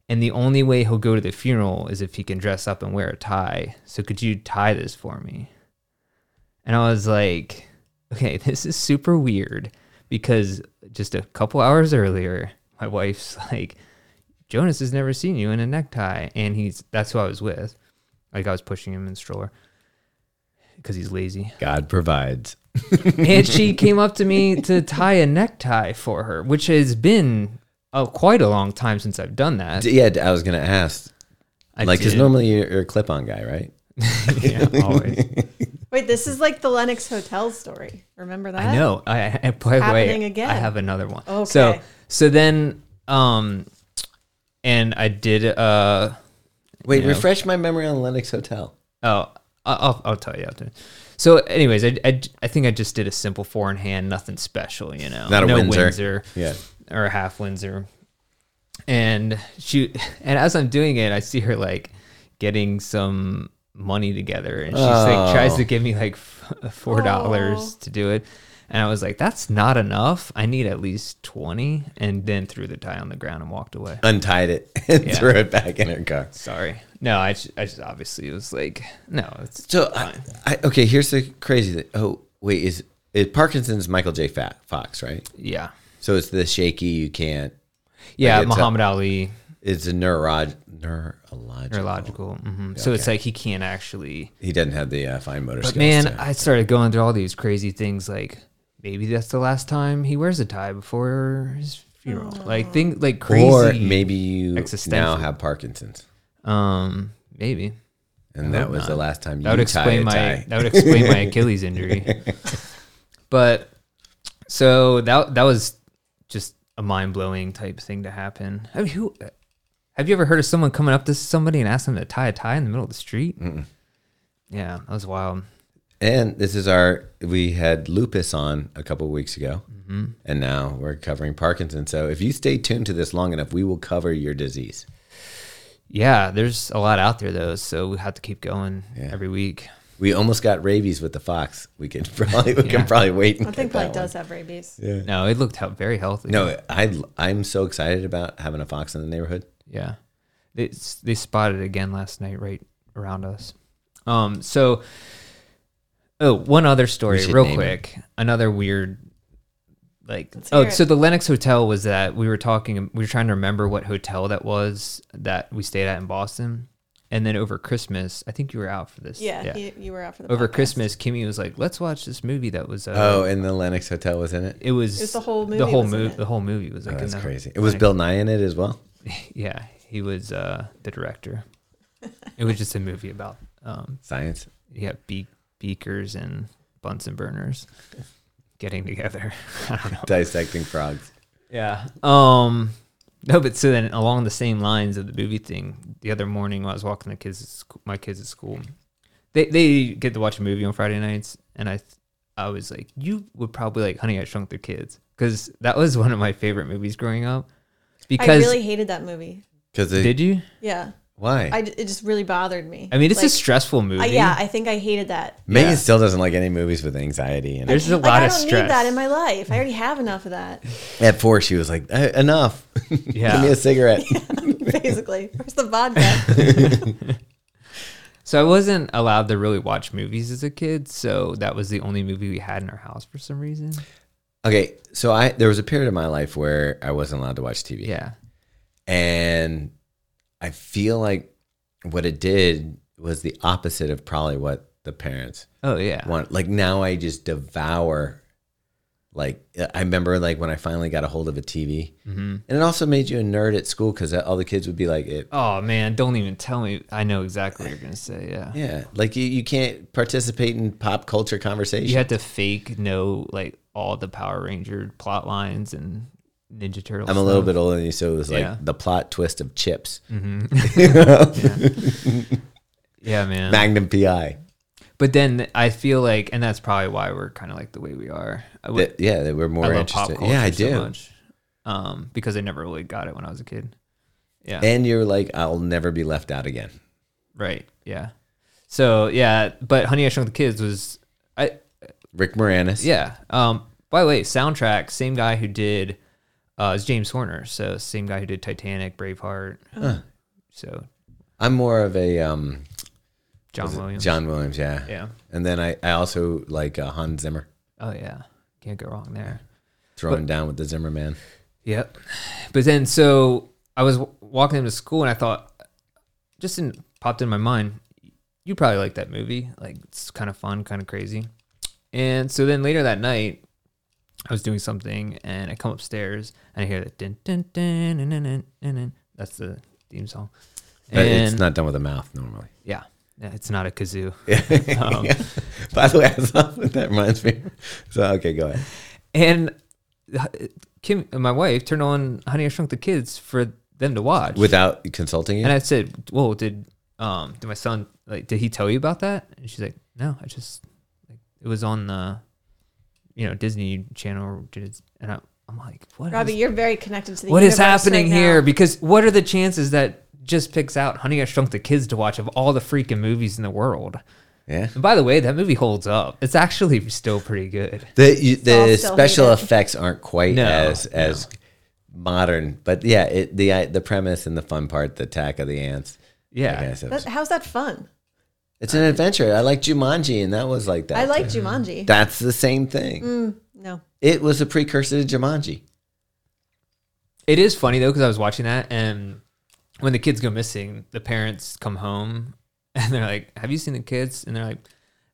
S2: and the only way he'll go to the funeral is if he can dress up and wear a tie so could you tie this for me and i was like okay this is super weird because just a couple hours earlier my wife's like Jonas has never seen you in a necktie, and he's that's who I was with. Like I was pushing him in the stroller because he's lazy.
S1: God provides.
S2: and she came up to me to tie a necktie for her, which has been uh, quite a long time since I've done that.
S1: D- Yeah, I was gonna ask.
S2: I
S1: like, because
S2: did.
S1: normally you're, you're a clip-on guy, right?
S2: yeah, always.
S3: Wait, this is like the Lennox Hotel story. Remember that?
S2: I know. I, I by the way,
S3: happening again.
S2: I have another one. So
S3: Okay.
S2: so then um, and I did uh.
S1: Wait,
S2: Yeah.
S1: refresh my memory on Lennox Hotel.
S2: Oh, I- I'll, I'll tell you after. So, anyways, I, I, I think I just did a simple four in hand, nothing special, you know.
S1: Not a
S2: no
S1: Windsor. Yeah.
S2: Windsor or a half Windsor. And she, and as I'm doing it, I see her like getting some money together, and she's like tries
S1: Oh.
S2: to give me like f- four dollars to do it, and I was like, "That's not enough. I need at least 20 And then threw the tie on the ground and walked away.
S1: Untied it and
S2: Yeah.
S1: threw it back in her car.
S2: Sorry. No, I just, I just obviously was like, no, it's
S1: So, I, I, okay, here's the crazy thing. Oh, wait, is, is Parkinson's Michael J. Fa- Fox, right?
S2: yeah.
S1: So it's the shaky, you can't.
S2: Yeah,
S1: Like, it's a-
S2: Muhammad Ali,
S1: It's a neurolog, neurological.
S2: neurological. hmm So it's like he can't actually.
S1: He doesn't have the uh, fine motor
S2: But
S1: skills.
S2: man,
S1: to-
S2: I started going through all these crazy things. Like maybe that's the last time he wears a tie before his funeral. Like thing, like crazy.
S1: or maybe you
S2: existential.
S1: now have Parkinson's,
S2: Um, maybe
S1: and that was the last time you
S2: that would
S1: tie
S2: explain my
S1: a tie.
S2: that would explain my Achilles injury. but so that that was just a mind blowing type thing to happen. I mean, who? Have you ever heard of someone coming up to somebody and asking them to tie a tie in the middle of the street? Yeah, that was wild.
S1: And this is our we had lupus on a couple of weeks ago,
S2: Mm-hmm.
S1: and now we're covering Parkinson's. So if you stay tuned to this long enough, we will cover your disease.
S2: Yeah, there's a lot out there though, so we have to keep going
S1: Yeah.
S2: every week.
S1: We almost got rabies with the fox. We could probably we
S2: Yeah.
S1: can probably wait. And
S3: I think
S1: get
S3: probably
S1: that one.
S3: does have rabies.
S2: No, it looked out very healthy.
S1: No, I I'm so excited about having a fox in the neighborhood.
S2: Yeah. They s- they spotted it again last night right around us. Um so oh, one other story
S1: We should
S2: real
S1: name it.
S2: quick. Another weird like
S3: Let's
S2: oh,
S3: hear it.
S2: so the Lennox Hotel was that we were talking we were trying to remember what hotel that was that we stayed at in Boston. And then over Christmas, I think you were out for this.
S3: Yeah, You, you were out for the
S2: over
S3: podcast.
S2: Christmas, Kimmy was like, "Let's watch this movie that was uh,
S1: Oh, and the Lennox Hotel was in it.
S2: It was,
S3: It was the whole movie
S2: The whole
S3: was in
S2: movie.
S3: it.
S2: The whole movie was like
S1: Oh,
S2: in
S1: that's
S2: the-
S1: crazy. It was Bill Nye in it as well.
S2: Yeah, he was uh, the director. It was just a movie about um,
S1: Science.
S2: yeah be- beakers and Bunsen burners getting together. I don't know.
S1: Dissecting frogs.
S2: Yeah. Um no, but so then along the same lines of the movie thing, the other morning when I was walking the kids at school, my kids at school, they they get to watch a movie on Friday nights, and I th- I was like, you would probably like Honey I Shrunk the Kids because that was one of my favorite movies growing up. Because
S3: I really hated that movie.
S1: Because they
S2: did you?
S3: Yeah,
S1: why?
S3: I, it just really bothered me.
S2: I mean, it's a
S3: Like,
S2: stressful movie.
S3: I- yeah, I think I hated that.
S1: Megan
S2: yeah.
S1: still doesn't like any movies with anxiety in it.
S2: there's a lot
S3: Like, I
S2: of
S3: don't
S2: stress.
S3: need that in my life. I already have enough of that.
S1: At four, she was like, "Eh, "Enough, give
S2: yeah.
S1: me a cigarette."
S3: Basically, where's the vodka?
S2: So I wasn't allowed to really watch movies as a kid, so that was the only movie we had in our house for some reason.
S1: Okay, so I there was a period of my life where I wasn't allowed to watch TV.
S2: Yeah.
S1: and I feel like what it did was the opposite of probably what the parents
S2: Oh yeah.
S1: want. Like now, I just devour. Like I remember, like when I finally got a hold of a TV,
S2: Mm-hmm.
S1: and it also made you a nerd at school because all the kids would be like, it,
S2: Oh man, don't even tell me. I know exactly what you're gonna say. Yeah,
S1: "Yeah, like you, you can't participate in pop culture conversation."
S2: you had to fake know like all the Power Ranger plot lines and Ninja Turtles.
S1: I'm a little bit older than you, so it was like
S2: Yeah. Mm-hmm.
S1: the plot twist of Chips,
S2: yeah, man.
S1: Magnum PI.
S2: but then I feel like, and that's probably why we're kind of like the way we are. I, would,
S1: That, yeah, they were more
S2: I love pop
S1: interested.
S2: culture
S1: Yeah, I
S2: so
S1: do.
S2: much, um, because I never really got it when I was a kid. Yeah,
S1: And you're like, I'll never be left out again.
S2: right. Yeah. So yeah, but Honey I Shrunk the Kids was I
S1: Rick Moranis.
S2: Yeah. Um. By the way, soundtrack same guy who did uh is James Horner, so same guy who did Titanic, Braveheart. So
S1: I'm more of a um,
S2: John Williams.
S1: John Williams. Yeah.
S2: Yeah.
S1: And then I, I also like uh, Hans Zimmer
S2: Oh yeah. Can't go wrong there.
S1: throwing down with the Zimmerman.
S2: Yep. But then so I was w- walking into school and I thought just in, popped in my mind, you probably like that movie. Like it's kind of fun, kind of crazy. And so then later that night, I was doing something and I come upstairs and I hear that dun dun dun dun dun dun dun. dun. That's the theme song.
S1: But
S2: and
S1: it's not done with a mouth normally.
S2: yeah, yeah, it's not a kazoo. Um,
S1: Yeah. By the way, I saw that reminds me. So okay, go ahead.
S2: And uh, Kim, my wife, turned on Honey I Shrunk the Kids for them to watch.
S1: Without consulting you,
S2: And I said, "Whoa, did um did my son like did he tell you about that?" And she's like, "No, I just like it was on the you know Disney Channel." or Dis- And I, I'm like, "What?
S3: Robbie,
S2: is-
S3: you're very connected to the.
S2: what is
S3: universe right
S2: happening
S3: now.
S2: here?" Because what are the chances that just picks out Honey I Shrunk the Kids to watch of all the freaking movies in the world?
S1: yeah.
S2: And by the way, that movie holds up. It's actually still pretty good.
S1: The you, the
S3: still
S1: special
S3: hate it.
S1: effects aren't quite
S2: No,
S1: as as modern, but yeah, it, the uh, the premise and the fun part, the attack of the ants.
S2: Yeah.
S1: I guess it
S3: That,
S1: was-
S3: how's that fun?
S1: it's an adventure. I like Jumanji, and that was like that.
S3: I like Mm. Jumanji.
S1: That's the same thing.
S3: no,
S1: It was a precursor to Jumanji.
S2: It is funny though because I was watching that, and when the kids go missing, the parents come home and they're like, "Have you seen the kids?" And they're like,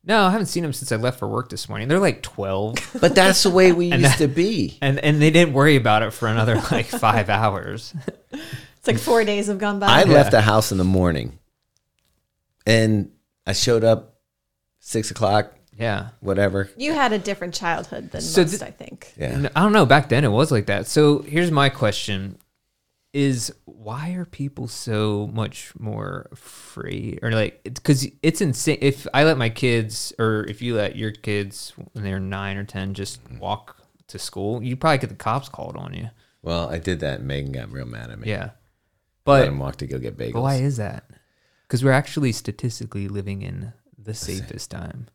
S2: "No, I haven't seen them since I left for work this morning." They're like twelve,
S1: But that's the way we
S2: And
S1: used to
S2: that-
S1: be.
S2: and and they didn't worry about it for another like five hours.
S3: it's like four days have gone by.
S1: I left the house in the morning, and I showed up six o'clock,
S2: Yeah,
S1: whatever.
S3: you had a different childhood than
S2: So
S3: most,
S2: thi-
S3: I think.
S1: Yeah.
S2: And I don't know. Back then, it was like that. So here's my question: Is why are people so much more free, or like because it's insane? If I let my kids, or if you let your kids when they're nine or ten, just
S1: Mm.
S2: walk to school, you probably get the cops called on you.
S1: Well, I did that, and Megan got real mad at me.
S2: Yeah,
S1: Let
S2: but
S1: him walk to go get bagels.
S2: but why is that? Because we're actually statistically living in the safest time.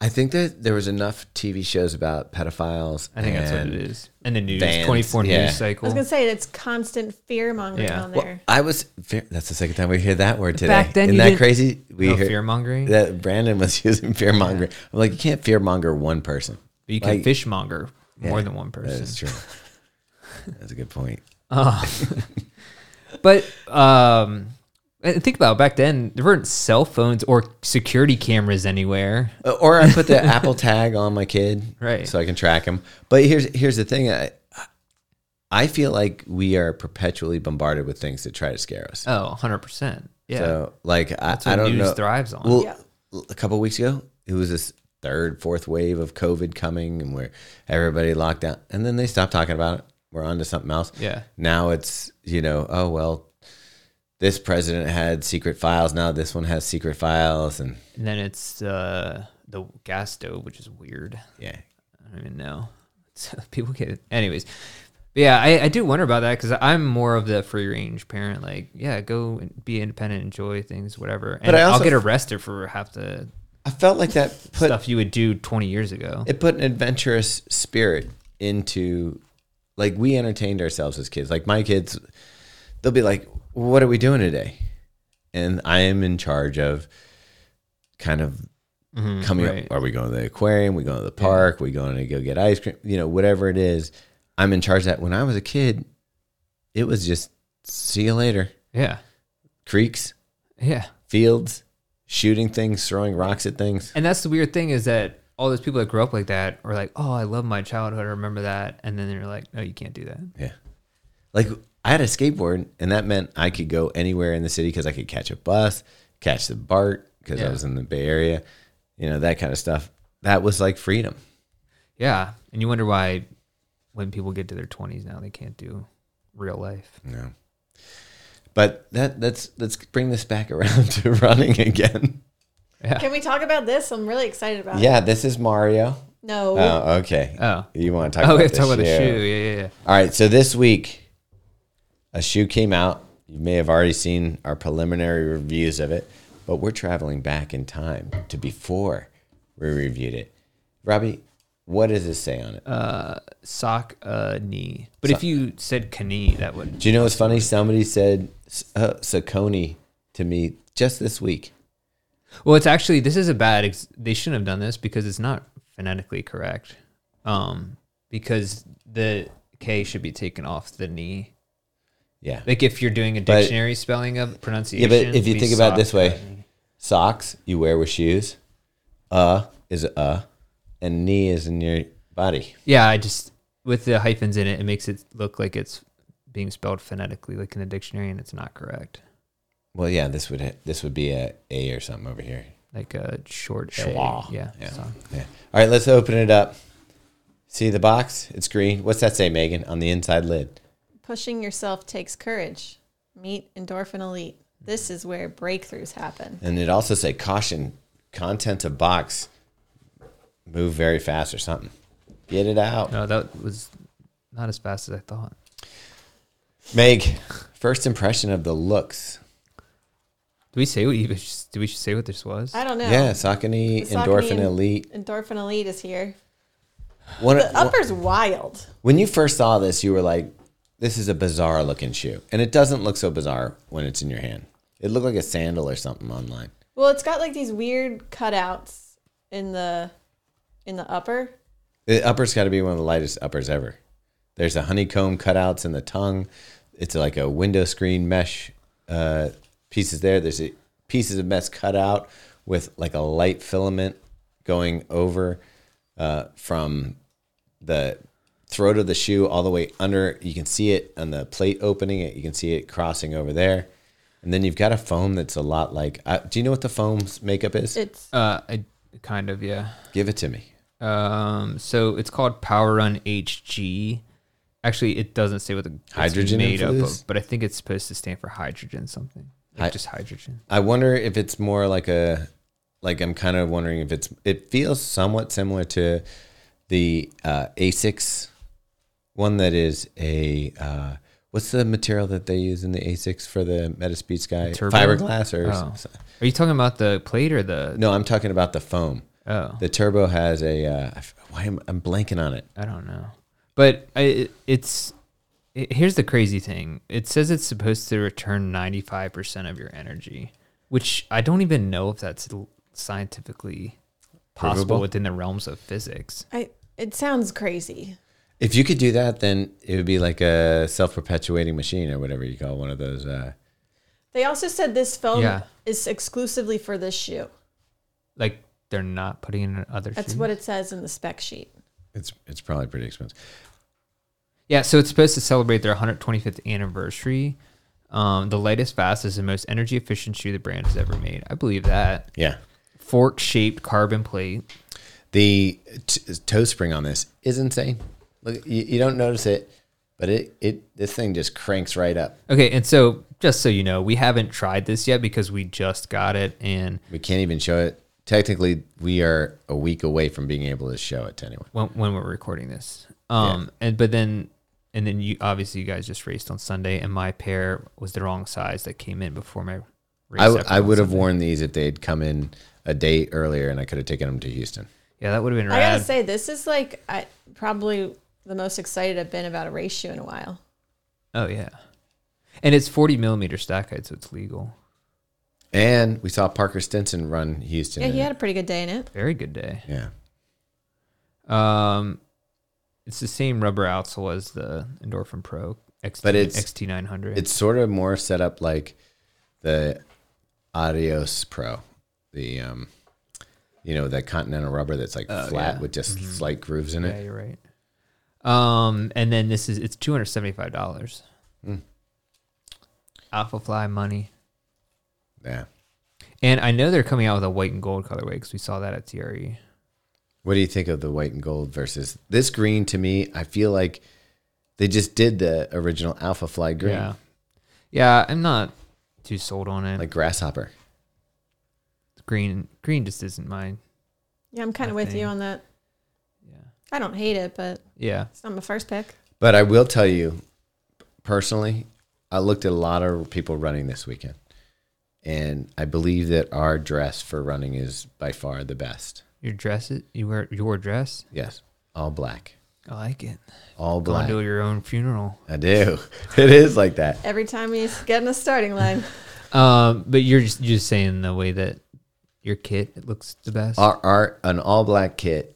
S1: I think that there was enough TV shows about pedophiles.
S2: I think that's what
S1: and-
S2: it is. And the news,
S1: vans,
S2: twenty four
S1: yeah.
S2: news
S3: I was
S2: cycle.
S3: gonna say it's constant fear mongering
S2: Yeah.
S3: on
S1: Well,
S3: there.
S1: I was. Fear, that's the second time we hear that word today.
S2: Back then,
S1: Isn't
S2: you
S1: that
S2: didn't-
S1: crazy? We
S2: no
S1: heard
S2: fear mongering.
S1: that Brandon was using fear mongering. I'm like, you can't fear monger one person.
S2: But you can
S1: Like-
S2: fishmonger more
S1: Yeah,
S2: than one person.
S1: That is true. that's a good point.
S2: Uh, but um, and think about it, back then there weren't cell phones or security cameras anywhere.
S1: Uh, or I put the Apple tag on my kid,
S2: Right.
S1: so I can track him. But here's here's the thing. I I feel like we are perpetually bombarded with things that try to scare us.
S2: Oh, 100 percent. Yeah.
S1: So like I,
S2: That's what
S1: I don't
S2: news
S1: know.
S2: thrives on.
S1: Well,
S3: Yeah.
S1: l- a couple weeks ago, it was this third, fourth wave of COVID coming, and where everybody locked down, and then they stopped talking about it. We're on to something else.
S2: yeah.
S1: Now it's you know, oh well, this president had secret files. Now this one has secret files, and
S2: And then it's uh, the gas stove, which is weird.
S1: yeah,
S2: I don't even know. So people get it. Anyways, but yeah, I, I do wonder about that because I'm more of the free range parent. Like, yeah, go and be independent, enjoy things, whatever. And
S1: But I
S2: I'll
S1: also-
S2: get arrested for half the
S1: I felt like that put
S2: stuff you would do 20 years ago.
S1: it put an adventurous spirit into like we entertained ourselves as kids like my kids they'll be like what are we doing today and i am in charge of kind of
S2: Mhm,
S1: coming
S2: right.
S1: up are we going to the aquarium we going to the park we going to go get ice cream you know whatever it is i'm in charge of that when i was a kid it was just see you later
S2: Yeah.
S1: creeks
S2: Yeah.
S1: fields shooting things throwing rocks at things
S2: And that's the weird thing is that all those people that grew up like that are like, oh, I love my childhood. I remember that. And then they're like, no, you can't do that.
S1: Yeah. Like I had a skateboard, and that meant I could go anywhere in the city because I could catch a bus, catch the BART because
S2: Yeah.
S1: I was in the Bay Area, you know, that kind of stuff. That was like freedom.
S2: Yeah. And you wonder why when people get to their 20s now, they can't do real life.
S1: No. But that that's let's bring this back around to running again.
S3: Can we talk about this? I'm really excited about it.
S1: Yeah, this is Mario.
S3: No.
S1: Oh, okay.
S2: Oh.
S1: You want to talk
S2: Oh,
S1: about
S2: we
S1: the
S2: have to talk about the
S1: shoe.
S2: shoe. Yeah, yeah, yeah.
S1: All right, so this week a shoe came out. You may have already seen our preliminary reviews of it, but we're traveling back in time to before we reviewed it. Robbie, what does this say on it?
S2: sock uh, knee. But if you said knee, that would.
S1: Do you know what's funny? Somebody said uh, Saucony to me just this week.
S2: Well, it's actually this is a bad. Ex- they shouldn't have done this because it's not phonetically correct. Um, because the K should be taken off the knee.
S1: Yeah.
S2: Like if you're doing a
S1: But-
S2: dictionary spelling of
S1: Yeah,
S2: pronunciation.
S1: but if you
S2: it'd be
S1: think about it this
S2: sock,
S1: way,
S2: uh, knee.
S1: socks you wear with shoes, uh is uh, and knee is in your body.
S2: yeah, I just with the hyphens in it, it makes it look like it's being spelled phonetically, like in the dictionary, and it's not correct.
S1: Well, yeah, this would this would be a A or something over here.
S2: Like a short shade.
S1: Schwa.
S2: Yeah.
S1: Yeah.
S2: sock.
S1: Yeah. All right, let's open it up. See the box? It's green. What's that say, Megan, on the inside lid?
S3: Pushing yourself takes courage. Meet Endorphin Elite. This is where breakthroughs happen.
S1: And it also say caution, contents of box move very fast or something. Get it out.
S2: No, that was not as fast as I thought.
S1: Meg, first impression of the looks.
S2: Do we say what you do? We should say what this was.
S3: I don't know.
S1: Yeah, Saucony,
S3: Saucony
S1: Endorphin
S3: and-
S1: Elite.
S3: Endorphin Elite is here.
S1: One,
S3: The upper's wild.
S1: when you first saw this, you were like, this is a bizarre looking shoe. And it doesn't look so bizarre when it's in your hand. It looked like a sandal or something online.
S3: Well, it's got like these weird cutouts in the in the upper.
S1: The upper's got to be one of the lightest uppers ever. There's a honeycomb cutouts in the tongue. It's like a window screen mesh uh, pieces there. There's a, pieces of mesh cut out with like a light filament going over uh, from the throat of the shoe all the way under. You can see it on the plate opening. It you can see it crossing over there, and then you've got a foam that's a lot like. Uh, do you know what the foam's makeup is?
S3: It's
S2: Uh, I kind of yeah.
S1: Give it to me.
S2: Um, so it's called Power Run HG. Actually, it doesn't say what the it's
S1: Hydrogen
S2: made up
S1: influence?
S2: of, but I think it's supposed to stand for hydrogen something, like
S1: Hy-
S2: just hydrogen.
S1: I wonder if it's more like a like I'm kind of wondering if it's it feels somewhat similar to the uh, Asics one that is a uh, what's the material that they use in the Asics for the Metaspeed Sky
S2: Turbo?
S1: fiberglass or
S2: Oh.
S1: s-
S2: Are you talking about the plate or the?
S1: no I'm talking about the foam.
S2: Oh,
S1: The turbo has a uh, I f- why am I'm blanking on it.
S2: I don't know. But I, it- it's it, here's the crazy thing. It says it's supposed to return ninety five percent of your energy, which I don't even know if that's l- scientifically possible
S1: Provable?
S2: within the realms of physics.
S3: I it sounds crazy.
S1: If you could do that, then it would be like a self perpetuating machine or whatever you call one of those. Uh,
S3: They also said this foam
S2: Yeah.
S3: is exclusively for this shoe.
S2: Like they're not putting in other.
S3: That's
S2: shoes?
S3: what it says in the spec sheet.
S1: it's it's probably pretty expensive.
S2: Yeah, so it's supposed to celebrate their 125th anniversary. Um, the lightest, fastest, and most energy efficient shoe the brand has ever made. I believe that.
S1: Yeah.
S2: Fork shaped carbon plate.
S1: The t- toe spring on this is insane. Look, you, you don't notice it, but it, it this thing just cranks right up.
S2: Okay, and so just so you know, we haven't tried this yet because we just got it and
S1: We can't even show it. Technically, we are a week away from being able to show it to anyone.
S2: when, when we're recording this. Um, and but then and then you obviously you guys just raced on Sunday, and my pair was the wrong size that came in before my race.
S1: I, w-
S2: effort
S1: I
S2: on
S1: would have
S2: Sunday.
S1: worn these if they'd come in a day earlier and I could have taken them to Houston.
S2: Yeah, that would have been
S3: I gotta
S2: rad.
S3: say, this is like I probably the most excited I've been about a race shoe in a while.
S2: oh yeah, and it's forty millimeter stack height, so it's legal.
S1: And we saw Parker Stinson run Houston.
S3: Yeah,
S1: in
S3: he
S1: it.
S3: had a pretty good day in it.
S2: Very good day.
S1: yeah.
S2: Um, it's the same rubber outsole as the Endorphin Pro XT,
S1: But it's-
S2: XT nine hundred.
S1: It's sort of more set up like the Adios Pro, the um, you know, that continental rubber that's like flat
S2: Oh, yeah. Mm-hmm.
S1: with just slight grooves in
S2: yeah,
S1: it.
S2: you're right. Um, and then this is it's two hundred seventy five dollars.
S1: Hmm.
S2: Alpha Fly money.
S1: Yeah.
S2: And I know they're coming out with a white and gold colorway because we saw that at E. TRE.
S1: What do you think of the white and gold versus this green? To me, I feel like they just did the original Alpha Fly green,
S2: Yeah, yeah, I'm not too sold on it. Like
S1: like grasshopper.
S2: green, green just isn't mine.
S3: Yeah, I'm kind
S2: I
S3: of with
S2: think.
S3: you on that.
S2: Yeah,
S3: I don't hate it, but
S2: yeah.
S3: it's not my first pick.
S1: But I will tell you, personally, I looked at a lot of people running this weekend, and I believe that our dress for running is by far the best.
S2: Your dress, it you wear your dress.
S1: Yes, all black,
S2: I like it.
S1: all
S2: Going
S1: black.
S2: to your own funeral.
S1: I do. It is like that.
S3: Every time he's getting a starting line,
S2: Um, but you're just you're just saying the way that your kit it looks the best.
S1: Our, our an all black kit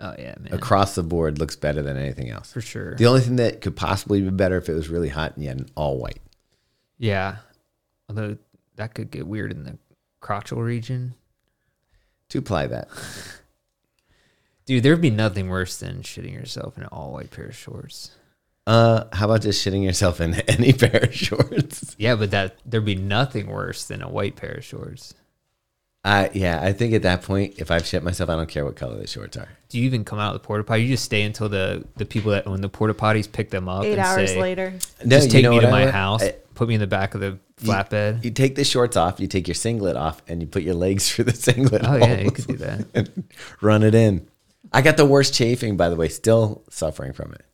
S2: oh yeah, man,
S1: across the board looks better than anything else.
S2: for sure.
S1: The only thing that could possibly be better if it was really hot and you had an all white.
S2: Yeah. Although that could get weird in the crotchal region.
S1: Two ply that.
S2: Dude, there'd be nothing worse than shitting yourself in an all white pair of shorts.
S1: Uh, how about just shitting yourself in any pair of shorts?
S2: Yeah, but that there'd be nothing worse than a white pair of shorts.
S1: Uh, yeah, I think at that point, if I've shit myself, I don't care what color the shorts are.
S2: Do you even come out of the porta potty? You just stay until the, the people that own the porta potties pick them up
S3: eight
S2: and
S3: hours
S2: say,
S3: later,
S1: No,
S2: just
S1: you
S2: take
S1: know
S2: me
S1: what
S2: to
S1: I
S2: my
S1: would-
S2: house,
S1: I-
S2: put me in the back of the
S1: you-
S2: flatbed.
S1: You take the shorts off, you take your singlet off, and you put your legs through the singlet.
S2: oh yeah, you
S1: holes
S2: could do that.
S1: and run it in. I got the worst chafing, by the way. Still suffering from it.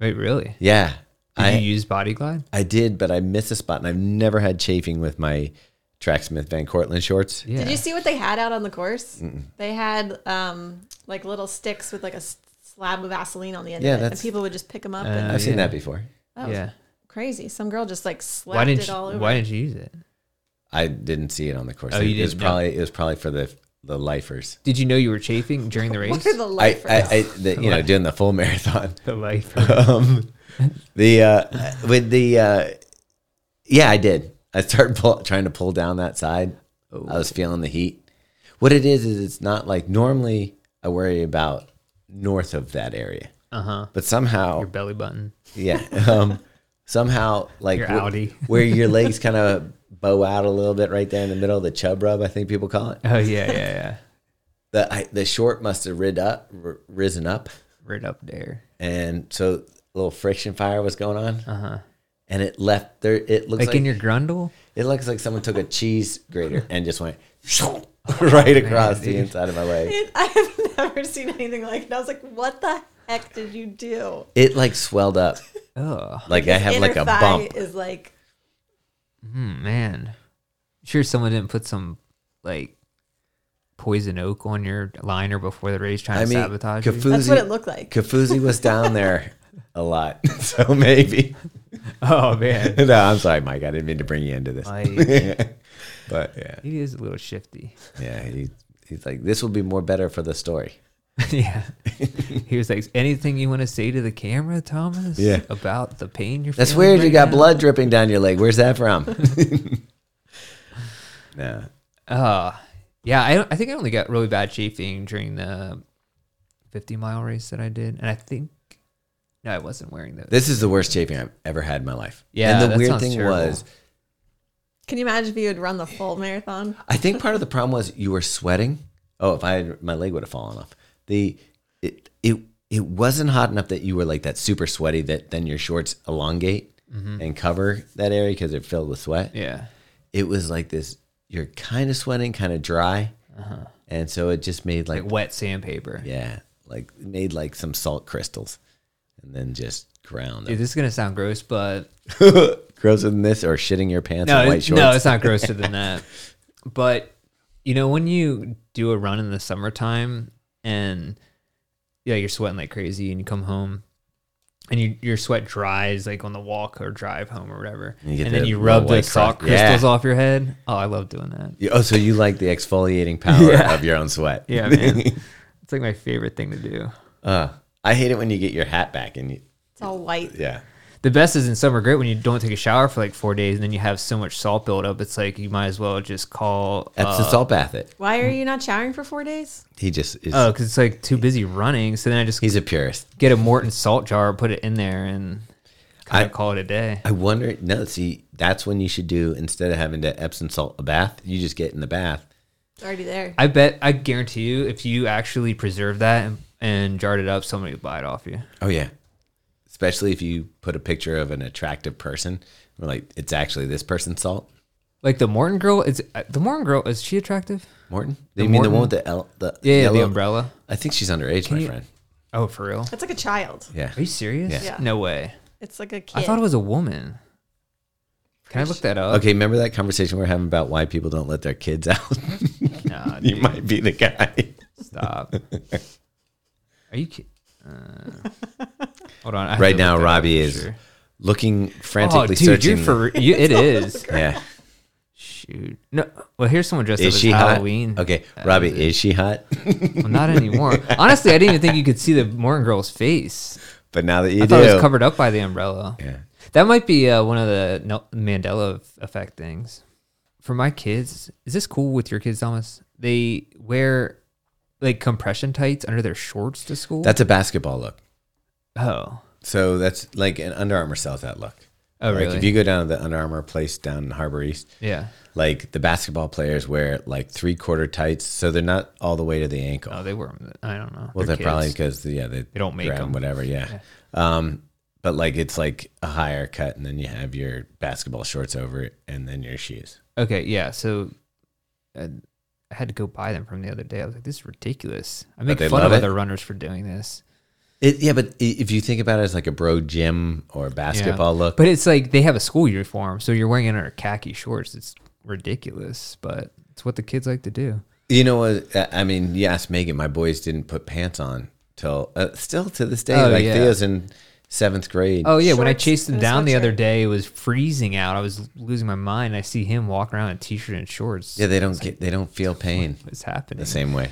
S2: Wait, really?
S1: Yeah,
S2: Did
S1: I
S2: you use body glide?
S1: I did, but I missed a spot, and I've never had chafing with my Tracksmith Van Cortlandt shorts.
S2: Yeah.
S3: did you see what they had out on the course? They had um, like little sticks with like a s- slab of Vaseline on the end
S1: Yeah,
S3: of it, and
S1: that's-
S3: people would just pick them up.
S2: Uh,
S3: and
S1: I've seen
S2: yeah.
S1: that before.
S3: that was
S2: yeah.
S3: crazy. Some girl just like slapped
S2: Why didn't
S3: it
S2: you,
S3: all over.
S2: why didn't you use it?
S1: I didn't see it on the course.
S2: Oh,
S1: it,
S2: you
S1: it was
S2: didn't know.
S1: probably it was probably for the the lifers.
S2: Did you know you were chafing during the race?
S3: what are the
S1: I,
S3: lifers?
S1: I, I the, you know, doing the full marathon.
S2: the life.
S1: um, the uh, with the uh, yeah, I did. I started pull, trying to pull down that side.
S2: Oh.
S1: I was feeling the heat. What it is is it's not like normally I worry about north of that area,
S2: Uh huh.
S1: but somehow
S2: Your belly button.
S1: yeah, um, somehow like
S2: Your
S1: wh-
S2: Audi.
S1: where your legs kind of bow out a little bit right there in the middle, the chub rub I think people call it.
S2: Oh yeah, yeah, yeah.
S1: The I, the short must have rid up, r- risen up,
S2: Right up there.
S1: and so a little friction fire was going on.
S2: Uh huh.
S1: and it left there. It looks
S2: Like,
S1: like,
S2: in your grundle.
S1: it looks like someone took a cheese grater and just went right across the
S2: dude.
S1: inside of my leg.
S3: It- I have never seen anything like it. I was like, what the heck did you do?
S1: It like swelled up,
S2: Oh
S1: like I have
S3: Inner
S1: like a
S3: thigh
S1: bump.
S3: is like
S2: hmm, man. Sure, someone didn't put some like poison oak on your liner before the race trying
S1: I
S2: to
S1: mean,
S2: sabotage you.
S3: that's what it
S1: Kafuzi,
S3: looked like.
S1: Kafuzi was down there a lot, so maybe.
S2: Oh man,
S1: No, I'm sorry, Mike. I didn't mean to bring you into this,
S2: Mike.
S1: but yeah,
S2: he is a little shifty.
S1: yeah. He, he's like, this will be more better for the story.
S2: yeah, he was like, "Anything you want to say to the camera, Thomas?
S1: Yeah.
S2: about the pain you're
S1: That's
S2: feeling
S1: weird. you
S2: right
S1: got
S2: now?"
S1: blood dripping down your leg. Where's that from? no.
S2: Uh, yeah, I, don't- I think I only got really bad chafing during the 50 mile race that I did. And I think No, I wasn't wearing those.
S1: This is the worst shaping I've ever had in my life.
S2: Yeah,
S1: And the
S2: that
S1: weird
S2: sounds
S1: thing
S2: terrible.
S1: was,
S3: Can you imagine if you had run the full marathon?
S1: I think part of the problem was you were sweating. Oh, if I had, my leg would have fallen off. The it it it wasn't hot enough that you were like that super sweaty that then your shorts elongate
S2: Mm-hmm.
S1: and cover that area because they're filled with sweat.
S2: Yeah.
S1: It was like this. You're kind of sweating, kind of dry, and so it just made like,
S2: Uh-huh. Like wet sandpaper.
S1: yeah, like it made like some salt crystals, and then just ground
S2: Dude,
S1: them.
S2: this is gonna sound gross, but
S1: Grosser than this, or shitting your pants
S2: no,
S1: in white
S2: it's,
S1: shorts.
S2: no, it's not grosser than that. But you know, when you do a run in the summertime and yeah, you're sweating like crazy, and you come home and you, your sweat dries like on the walk or drive home or whatever,
S1: You get
S2: and then
S1: the
S2: you rub
S1: little
S2: the
S1: white
S2: salt
S1: crust- yeah.
S2: crystals off your head. Oh, I love doing that.
S1: You- Oh, so you like the exfoliating power of your own sweat?
S2: Yeah, man, it's like my favorite thing to do.
S1: Uh, I hate it when you get your hat back and you,
S3: It's all white.
S1: yeah.
S2: The best is in summer great when you don't take a shower for like four days and then you have so much salt buildup. It's like you might as well just call. Uh,
S1: Epsom salt bath it.
S3: Why are you not showering for four days?
S1: He just is,
S2: oh, because it's like too busy running. So then I just
S1: he's a purist.
S2: get a Morton salt jar, put it in there, and kind
S1: I-
S2: of call it a day.
S1: I wonder, no, see, that's when you should do, instead of having to Epsom salt a bath, you just get in the bath.
S3: It's already there.
S2: I bet, I guarantee you, if you actually preserve that and, and jarred it up, somebody would buy it off you.
S1: Oh, yeah. Especially if you put a picture of an attractive person. We're like, it's actually this person's salt.
S2: Like the Morton girl, is uh, the Morton girl? Is she attractive?
S1: Morton? you mean the
S2: Morton?
S1: one with the, el- the
S2: Yeah, yeah, the
S1: yellow-
S2: umbrella.
S1: I think she's underage, my
S2: you-
S1: friend.
S2: Oh, for real?
S3: It's like a child.
S1: Yeah.
S2: Are you serious?
S1: Yeah.
S3: Yeah.
S2: No way.
S3: It's like a kid.
S2: I thought it was a woman. Can I look that up?
S1: Okay, remember that conversation we were having about why people don't let their kids out?
S2: Nah,
S1: you
S2: dude,
S1: might be the guy.
S2: stop. Are you kidding? Uh, hold on. I have
S1: Right
S2: to
S1: now,
S2: look that up
S1: Robbie
S2: for
S1: is
S2: sure.
S1: looking
S2: Oh,
S1: frantically
S2: dude,
S1: searching.
S2: you're for you, it is.
S1: yeah.
S2: Shoot. No. Well, here's someone dressed up
S1: Is
S2: as
S1: she
S2: Halloween. Uh,
S1: hot? Okay, Robbie, is she hot?
S2: Well, not anymore. Honestly, I didn't even think you could see the Morton girl's face.
S1: but now that you
S2: I
S1: do,
S2: thought it was covered up by the umbrella.
S1: yeah.
S2: That might be uh, one of the Nel- Mandela effect things. For my kids, is this cool with your kids, Thomas? They wear like compression tights under their shorts to school.
S1: that's a basketball look.
S2: oh,
S1: So that's like an Under Armour sells that look.
S2: oh,
S1: Like
S2: really?
S1: if you go down to the Under Armour place down in Harbor East,
S2: yeah.
S1: like the basketball players wear like three quarter tights, so they're not all the way to the ankle.
S2: Oh, they wear them. I don't know.
S1: well, they're,
S2: kids.
S1: probably because yeah they,
S2: They don't make
S1: grab
S2: 'em.
S1: whatever yeah. Um, but like it's like a higher cut, and then you have your basketball shorts over it, and then your shoes.
S2: okay. Yeah. So uh, I had to go buy them from the other day. I was like, this is ridiculous. I make
S1: they
S2: fun of
S1: love it?
S2: other runners for doing this.
S1: It, yeah, but i- if you think about it as like a bro gym or basketball look,
S2: But it's like they have a school uniform, so you're wearing it under khaki shorts. It's ridiculous, but it's what the kids like to do.
S1: You know what? I- I mean, you asked Megan. My boys didn't put pants on till uh, still to this day.
S2: Oh,
S1: like
S2: yeah.
S1: Theo's in seventh grade.
S2: Oh yeah, when I
S3: Shorts
S2: chased him
S3: and a
S2: down the other
S3: sweatshirt.
S2: day, it was freezing out. I was losing my mind. I see him walking around in a t-shirt and shorts.
S1: yeah, they don't get. They don't feel pain
S2: what's happening?
S1: the same way.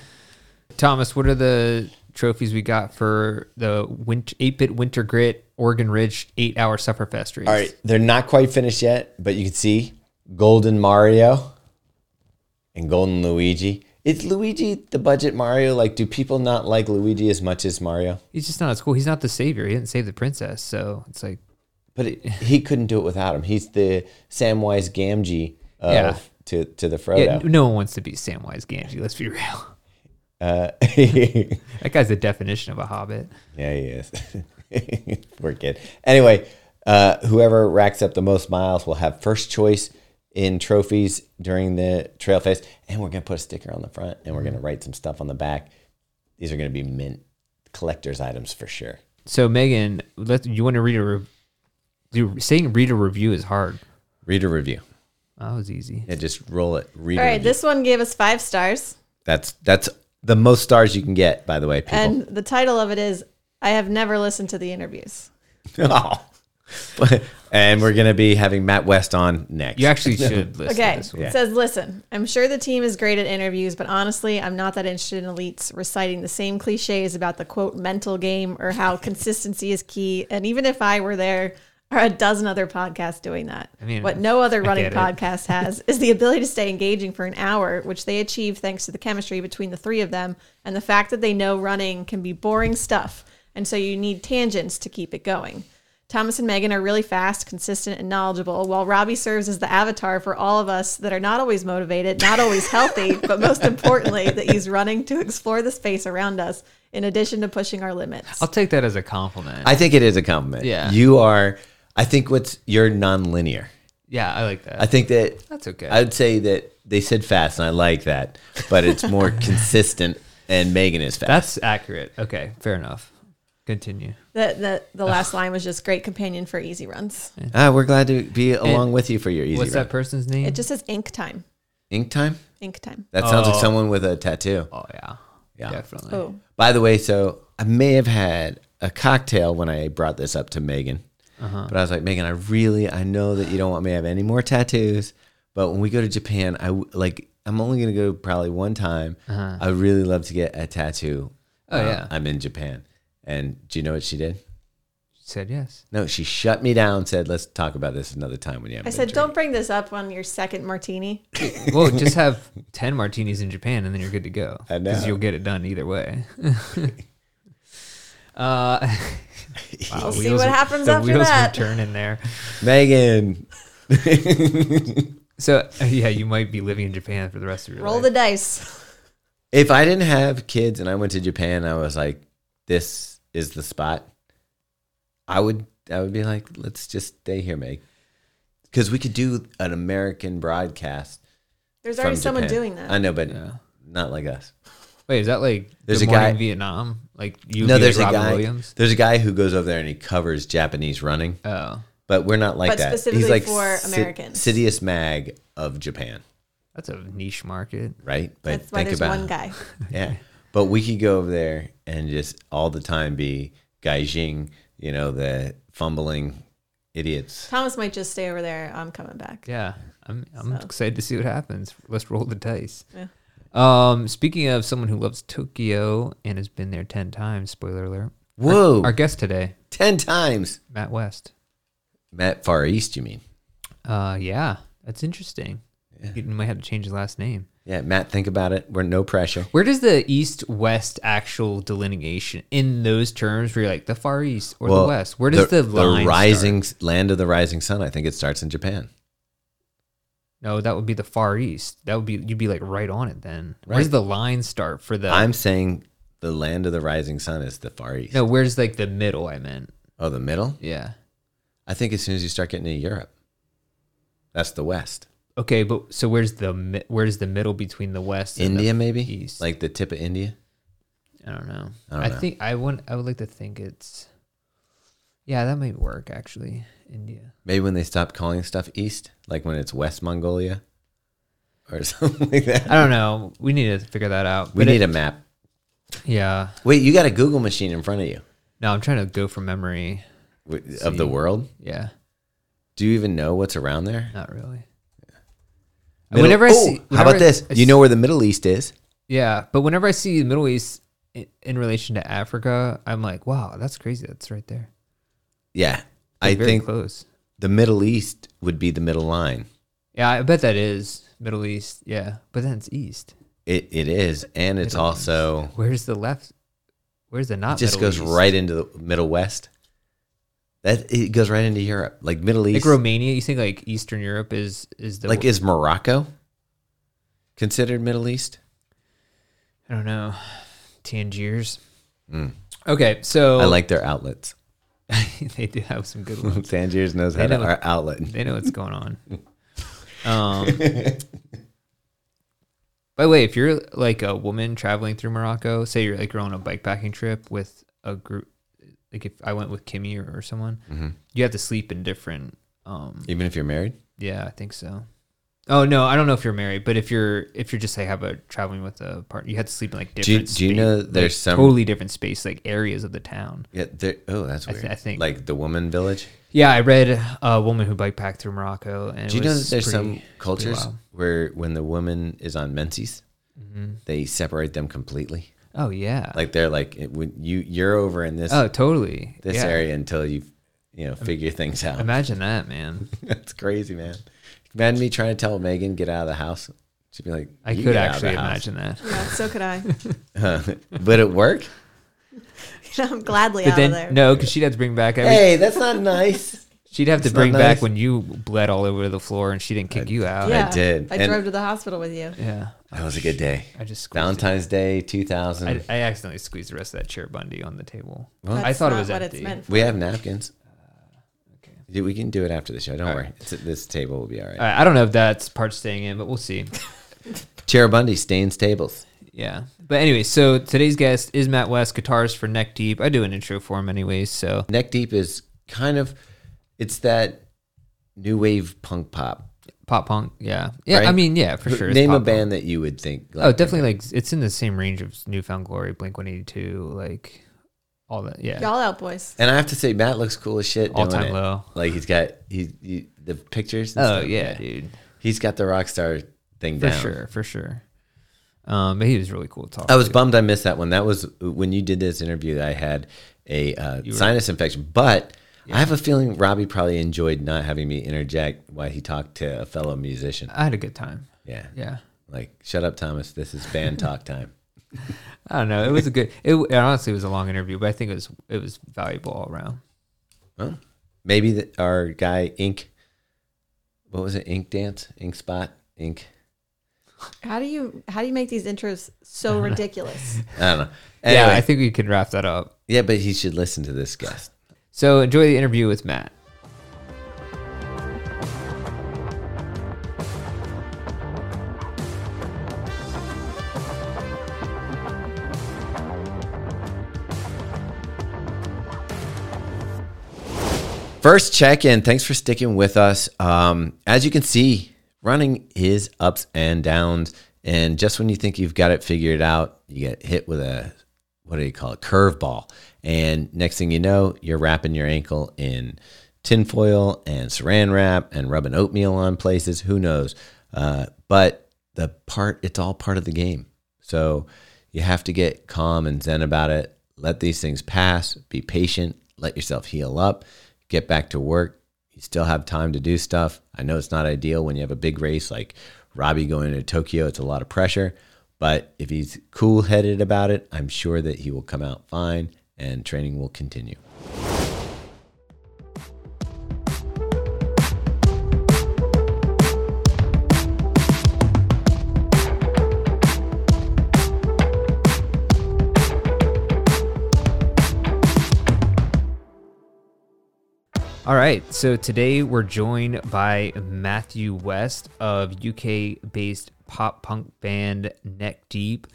S2: Thomas, what are the trophies we got for the winter, 8-bit Winter Grit Oregon Ridge 8-hour Sufferfest race?
S1: All right, they're not quite finished yet, but you can see Golden Mario and Golden Luigi. Is Luigi the budget Mario? Like, do people not like Luigi as much as Mario?
S2: He's just not at school. He's not the savior. He didn't save the princess. So it's like,
S1: But it, he couldn't do it without him. He's the Samwise Gamgee of
S2: Yeah.
S1: to to the
S2: yeah,
S1: Frodo.
S2: no one wants to be Samwise Gamgee. Let's be real.
S1: Uh,
S2: That guy's the definition of a hobbit.
S1: Yeah, he is. Poor kid. Anyway, uh, whoever racks up the most miles will have first choice in trophies during the trail fest. And we're going to put a sticker on the front and we're
S3: Mm-hmm.
S1: going to write some stuff on the back. These are going to be mint collector's items for sure.
S2: So Megan, let you want to read a re- dude, saying read a review is hard.
S1: Read a review.
S2: That was easy.
S1: Yeah, just roll it. Read
S3: All
S1: a
S3: right,
S1: review.
S3: this one gave us five stars,
S1: that's, that's the most stars you can get, by the way, people.
S3: and the title of it is "I have never listened to the interviews."
S1: oh. and we're going to be having Matt West on next.
S2: You actually should listen
S3: Okay,
S2: to this one.
S1: Yeah.
S3: it says, "Listen, I'm sure the team is great at interviews, but honestly, I'm not that interested in elites reciting the same cliches about the quote mental game or how consistency is key. And even if I were there." Are a dozen other podcasts doing that.
S2: mean,
S3: what no other running
S2: get it.
S3: podcast has is the ability to stay engaging for an hour, which they achieve thanks to the chemistry between the three of them and the fact that they know running can be boring stuff and so you need tangents to keep it going. Thomas and Megan are really fast, consistent, and knowledgeable, while Robbie serves as the avatar for all of us that are not always motivated, not always healthy, but most importantly, that he's running to explore the space around us in addition to pushing our limits.
S2: I'll take that as a compliment.
S1: I think it is a compliment.
S2: Yeah.
S1: You are, I think what's, you're nonlinear.
S2: yeah, I like that.
S1: I think that
S2: That's okay.
S1: I would say that they said fast, and I like that, but it's more consistent. And Megan is fast.
S2: That's accurate. Okay, fair enough. Continue.
S3: The, the, the last line was just great companion for easy runs.
S1: ah, we're glad to be along with you for your easy
S2: What's
S1: run.
S2: that person's name?
S3: It just says ink time.
S1: Ink time.
S3: Ink time.
S1: That sounds like
S2: Oh.
S1: someone with a tattoo.
S2: oh yeah,
S1: Yeah.
S2: definitely.
S3: Oh,
S1: By the way, so I may have had a cocktail when I brought this up to Megan,
S2: Uh-huh.
S1: but I was like, Megan, I really, I know that you don't want me to have any more tattoos, but when we go to Japan, I w- like, I'm only gonna go probably one time. I would really love to get a tattoo.
S2: Uh-huh. Oh,
S1: while
S2: yeah.
S1: I'm in Japan. And do you know what she did?
S2: She said yes.
S1: No, she shut me down. Said, "Let's talk about this another time when you have."
S3: I said, don't bring this up on your second martini.
S2: Well, just have ten martinis in Japan, and then you're good to go.
S1: I know.
S2: because you'll get it done either way. uh, wow,
S3: We'll see
S2: wheels
S3: what
S2: were-
S3: happens
S2: the
S3: after
S2: wheels
S3: that.
S2: Were turning there.
S1: Megan.
S2: So uh, yeah, you might be living in Japan for the rest of your
S3: Roll
S2: life.
S3: the dice.
S1: If I didn't have kids and I went to Japan, I was like, "This is the spot." I would. I would be like, "Let's just stay here, Meg," because we could do an American broadcast.
S3: There's
S1: from
S3: already someone
S1: Japan.
S3: doing that.
S1: I know, but
S2: Yeah.
S1: not like us.
S2: Wait, is that like
S1: There's
S2: Good
S1: a
S2: Morning
S1: guy-
S2: Vietnam? Like you?
S1: no,
S2: be
S1: there's a
S2: Robin
S1: guy.
S2: Williams.
S1: There's a guy who goes over there and he covers Japanese running,
S2: Oh,
S1: but we're not like
S3: But
S1: that.
S3: specifically
S1: He's like
S3: for
S1: Sid-
S3: Americans.
S1: Sidious Mag of Japan,
S2: that's a niche market.
S1: right? But
S3: That's why there's one guy.
S1: Yeah. But we could go over there and just all the time be Gaijing, you know, the fumbling idiots.
S3: Thomas might just stay over there. I'm coming back.
S2: Yeah, I'm I'm
S3: So.
S2: excited to see what happens. Let's roll the dice.
S3: Yeah.
S2: Um, speaking of someone who loves Tokyo and has been there ten times, spoiler alert.
S1: Whoa.
S2: Our guest today,
S1: 10 times.
S2: Matt West.
S1: Matt Far East, you mean?
S2: Uh, yeah, that's interesting. You might have to change his last name.
S1: Yeah, Matt, think about it. We're no pressure.
S2: Where does the East West actual delineation in those terms? Where you're like the Far East or the West? Where does the, line start?
S1: rising land of the rising sun? I think it starts in Japan.
S2: No, that would be the Far East. That would be you'd be like right on it then. Where does
S1: Right.
S2: the line start for the?
S1: I'm saying the land of the rising sun is the Far East.
S2: no, where's like the middle? I meant.
S1: Oh, the middle?
S2: Yeah.
S1: I think as soon as you start getting to Europe, that's the West.
S2: Okay, but so where's the mi- where's the middle between the West and the-
S1: India, maybe?
S2: East.
S1: Like the tip of India?
S2: I don't know. I,
S1: I don't know.
S2: think I want. I would like to think it's. Yeah, that might work actually. India.
S1: Maybe when they stop calling stuff East, like when it's West Mongolia or something like that.
S2: I don't know. We need to figure that out.
S1: We
S2: But
S1: need
S2: it-
S1: a map.
S2: Yeah.
S1: Wait, you got a Google machine in front of you
S2: No, I'm trying to go from memory.
S1: w- of the world.
S2: Yeah,
S1: Do you even know what's around there?
S2: not really.
S1: Middle-
S2: whenever I
S1: Oh,
S2: see,
S1: how
S2: whenever
S1: about this?
S2: I
S1: You
S2: s-
S1: know where the Middle East is.
S2: Yeah, but whenever I see the Middle East in, in relation to Africa, I'm like, wow, that's crazy. That's right there.
S1: Yeah,
S2: They're
S1: I
S2: very
S1: think
S2: close.
S1: the Middle East would be the middle line.
S2: Yeah, I bet that is Middle East. Yeah, but then it's East.
S1: It it is, and it's
S2: Middle
S1: also
S2: Where's the left? Where's the not?
S1: it just
S2: Middle
S1: goes
S2: East?
S1: right into the Middle West. That it goes right into Europe, like Middle
S2: Like
S1: East.
S2: Romania, you think like Eastern Europe is is the
S1: Like is Morocco considered Middle East?
S2: I don't know Tangiers.
S1: Mm.
S2: Okay, so
S1: I like their outlets.
S2: they do have some good ones.
S1: Tangiers knows
S2: They
S1: how to
S2: know.
S1: our outlet.
S2: they know what's going on. Um, by the way, if you're like a woman traveling through Morocco, say you're like you're on a bikepacking trip with a group, like if I went with Kimmy or, or someone,
S1: Mm-hmm.
S2: you have to sleep in different. Um,
S1: Even if you're married,
S2: yeah, I think so. Oh no, I don't know if you're married, but if you're if you're just like have a traveling with a partner, you have to sleep in like
S1: do you,
S2: different.
S1: do you
S2: spa-
S1: know
S2: like,
S1: there's some?
S2: totally different space, like areas of the town.
S1: Yeah, there, oh, that's
S2: I
S1: weird.
S2: th- I think-
S1: like the woman village.
S2: Yeah, I read a woman who bikepacked through Morocco, and
S1: Do you
S2: it
S1: know
S2: was
S1: that there's
S2: pretty-
S1: some cultures
S2: wild. Mm-hmm.
S1: where when the woman is on menses, they separate them completely.
S2: Oh yeah,
S1: Like they're like it, when you you're over in this
S2: Oh, totally.
S1: this
S2: Yeah.
S1: area until you you know figure things out.
S2: Imagine that, man.
S1: that's crazy, man. Imagine me trying to tell Megan get out of the house. She'd be like,
S2: I
S1: "You
S2: could
S1: get out of
S2: actually
S1: the house."
S2: imagine that.
S3: Yeah, so could I.
S1: Would it work?
S3: I'm gladly
S2: But
S3: out
S2: then
S3: of there.
S2: no, because she'd have to bring back every.
S1: Hey, that's not nice.
S2: she'd have to
S1: it's not
S2: bring back
S1: nice.
S2: when you bled all over the floor and she didn't kick you out.
S1: Yeah. I did.
S3: I
S1: And-
S3: drove to the hospital with you.
S2: Yeah.
S1: That was a good day.
S2: I just squeezed it.
S1: Valentine's Day 2000.
S2: I, I accidentally squeezed the rest of that chair Bundy on the table.
S1: Well,
S2: I thought it
S3: not
S2: was
S3: what
S2: empty.
S3: it's meant for.
S1: we have napkins.
S2: Uh, okay.
S1: Dude, we can do it after the show. Don't worry. It's at this table will be all right.
S2: All right, I don't know if that's part staying in, but we'll see.
S1: Cherubundi stains tables.
S2: Yeah. But anyway, so today's guest is Matt West, guitarist for Neck Deep. I do an intro for him anyways, so
S1: Neck Deep is kind of, it's that new wave punk pop.
S2: pop punk. Yeah. Yeah. I
S1: Right.
S2: mean, yeah, for sure. it's
S1: Name a
S2: pop punk.
S1: band that you would think.
S2: Oh, definitely like it's in the same range of Newfound Glory, Blink 182, like all that. Yeah.
S3: Y'all out, boys.
S1: And I have to say, Matt looks cool as shit.
S2: All
S1: doing
S2: time
S1: it.
S2: low.
S1: Like he's got he, he the pictures. And
S2: Oh,
S1: stuff,
S2: yeah, dude.
S1: He's got the rock star thing
S2: For
S1: down.
S2: sure. For sure. Um, but he was really cool to talk
S1: I was
S2: to.
S1: bummed I missed that one. That was when you did this interview. I had a uh, sinus infection, but I have a feeling Robbie probably enjoyed not having me interject while he talked to a fellow musician.
S2: I had a good time.
S1: Yeah,
S2: Yeah.
S1: like shut up, Thomas. This is band talk time.
S2: I don't know. It was a good. It, it honestly was a long interview, but I think it was it was valuable all around.
S1: Well, maybe the, our guy Ink. What was it? Ink dance, Ink spot, Ink.
S3: How do you how do you make these intros so ridiculous?
S1: I don't know.
S2: Yeah, I
S1: Anyway,
S2: think we can wrap that up.
S1: yeah, but he should listen to this guest.
S2: So enjoy the interview with Matt.
S1: First check in. Thanks for sticking with us. Um, as you can see, running is ups and downs. And just when you think you've got it figured out, you get hit with a, what do you call it, curveball. And next thing you know, you're wrapping your ankle in tinfoil and saran wrap and rubbing oatmeal on places. Who knows? Uh, but the part, it's all part of the game. So you have to get calm and zen about it. Let these things pass. Be patient. Let yourself heal up. Get back to work. You still have time to do stuff. I know it's not ideal when you have a big race like Robbie going to Tokyo. It's a lot of pressure. But if he's cool headed about it, I'm sure that he will come out fine and training will continue.
S2: All right, so today we're joined by Matthew West of UK-based pop punk band Neck Deep.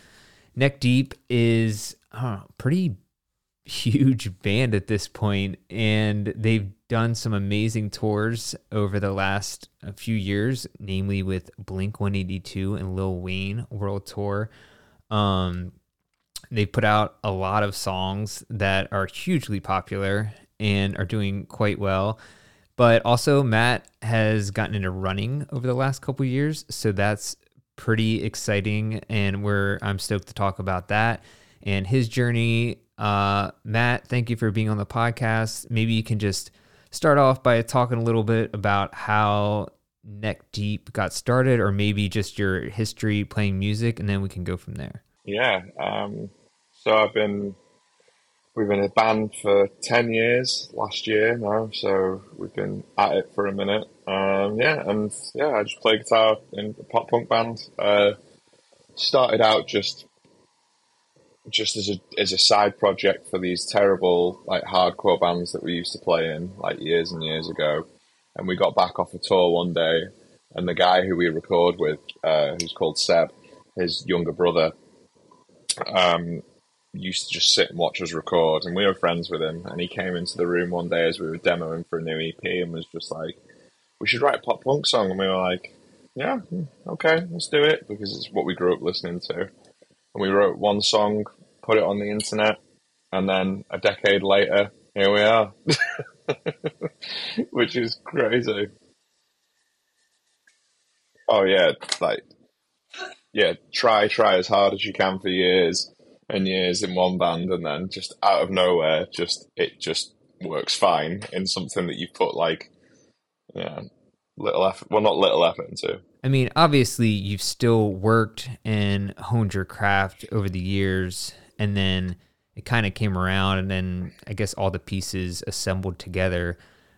S2: Neck Deep is uh, pretty huge band at this point and they've done some amazing tours over the last uh, few years namely with blink 182 and lil wayne world tour um they put out a lot of songs that are hugely popular and are doing quite well but also matt has gotten into running over the last couple years so that's pretty exciting and we're i'm stoked to talk about that and his journey uh, matt thank you for being on the podcast maybe you can just start off by talking a little bit about how neck deep got started or maybe just your history playing music and then we can go from there
S4: Yeah. Um, so I've been, we've been a band for 10 years last year now. So we've been at it for a minute. Um, yeah. And yeah, I just play guitar in a pop punk band. Uh, started out just, just as a, as a side project for these terrible, like hardcore bands that we used to play in like years and years ago. And we got back off a tour one day and the guy who we record with, uh, who's called Seb, his younger brother, um, used to just sit and watch us record, and we were friends with him. And he came into the room one day as we were demoing for a new EP, and was just like, "We should write a pop punk song." And we were like, "Yeah, hmm, okay, let's do it," because it's what we grew up listening to. And we wrote one song, put it on the internet, and then a decade later, here we are, which is crazy. Oh yeah, like yeah, try, try as hard as you can for years and years in one band, and then just out of nowhere, just it just works fine in something that you put like, yeah, little effort. Well, not little effort into.
S2: I mean, obviously, you've still worked and honed your craft over the years, and then it kind of came around, and then I guess all the pieces assembled together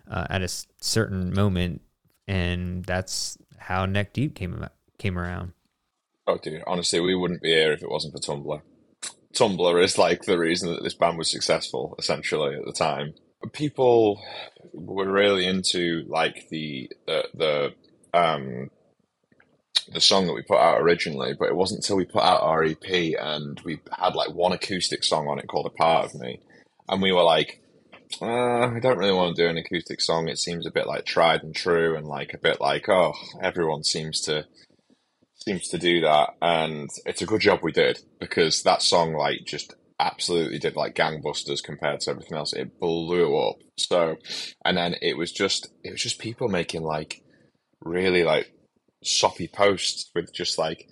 S2: uh, at a s- certain moment, and that's how Neck Deep came about, came around.
S4: Oh, dude, honestly, we wouldn't be here if it wasn't for Tumblr. Tumblr is like the reason that this band was successful, essentially, at the time. People were really into like the the the um the song that we put out originally, but it wasn't until we put out our EP and we had like one acoustic song on it called "A Part of Me," and we were like, uh, I don't really want to do an acoustic song. It seems a bit like tried and true, and like a bit like oh, everyone seems to seems to do that, and it's a good job we did because that song like just absolutely did like gangbusters compared to everything else. It blew up. So, and then it was just it was just people making like really like soppy posts with just like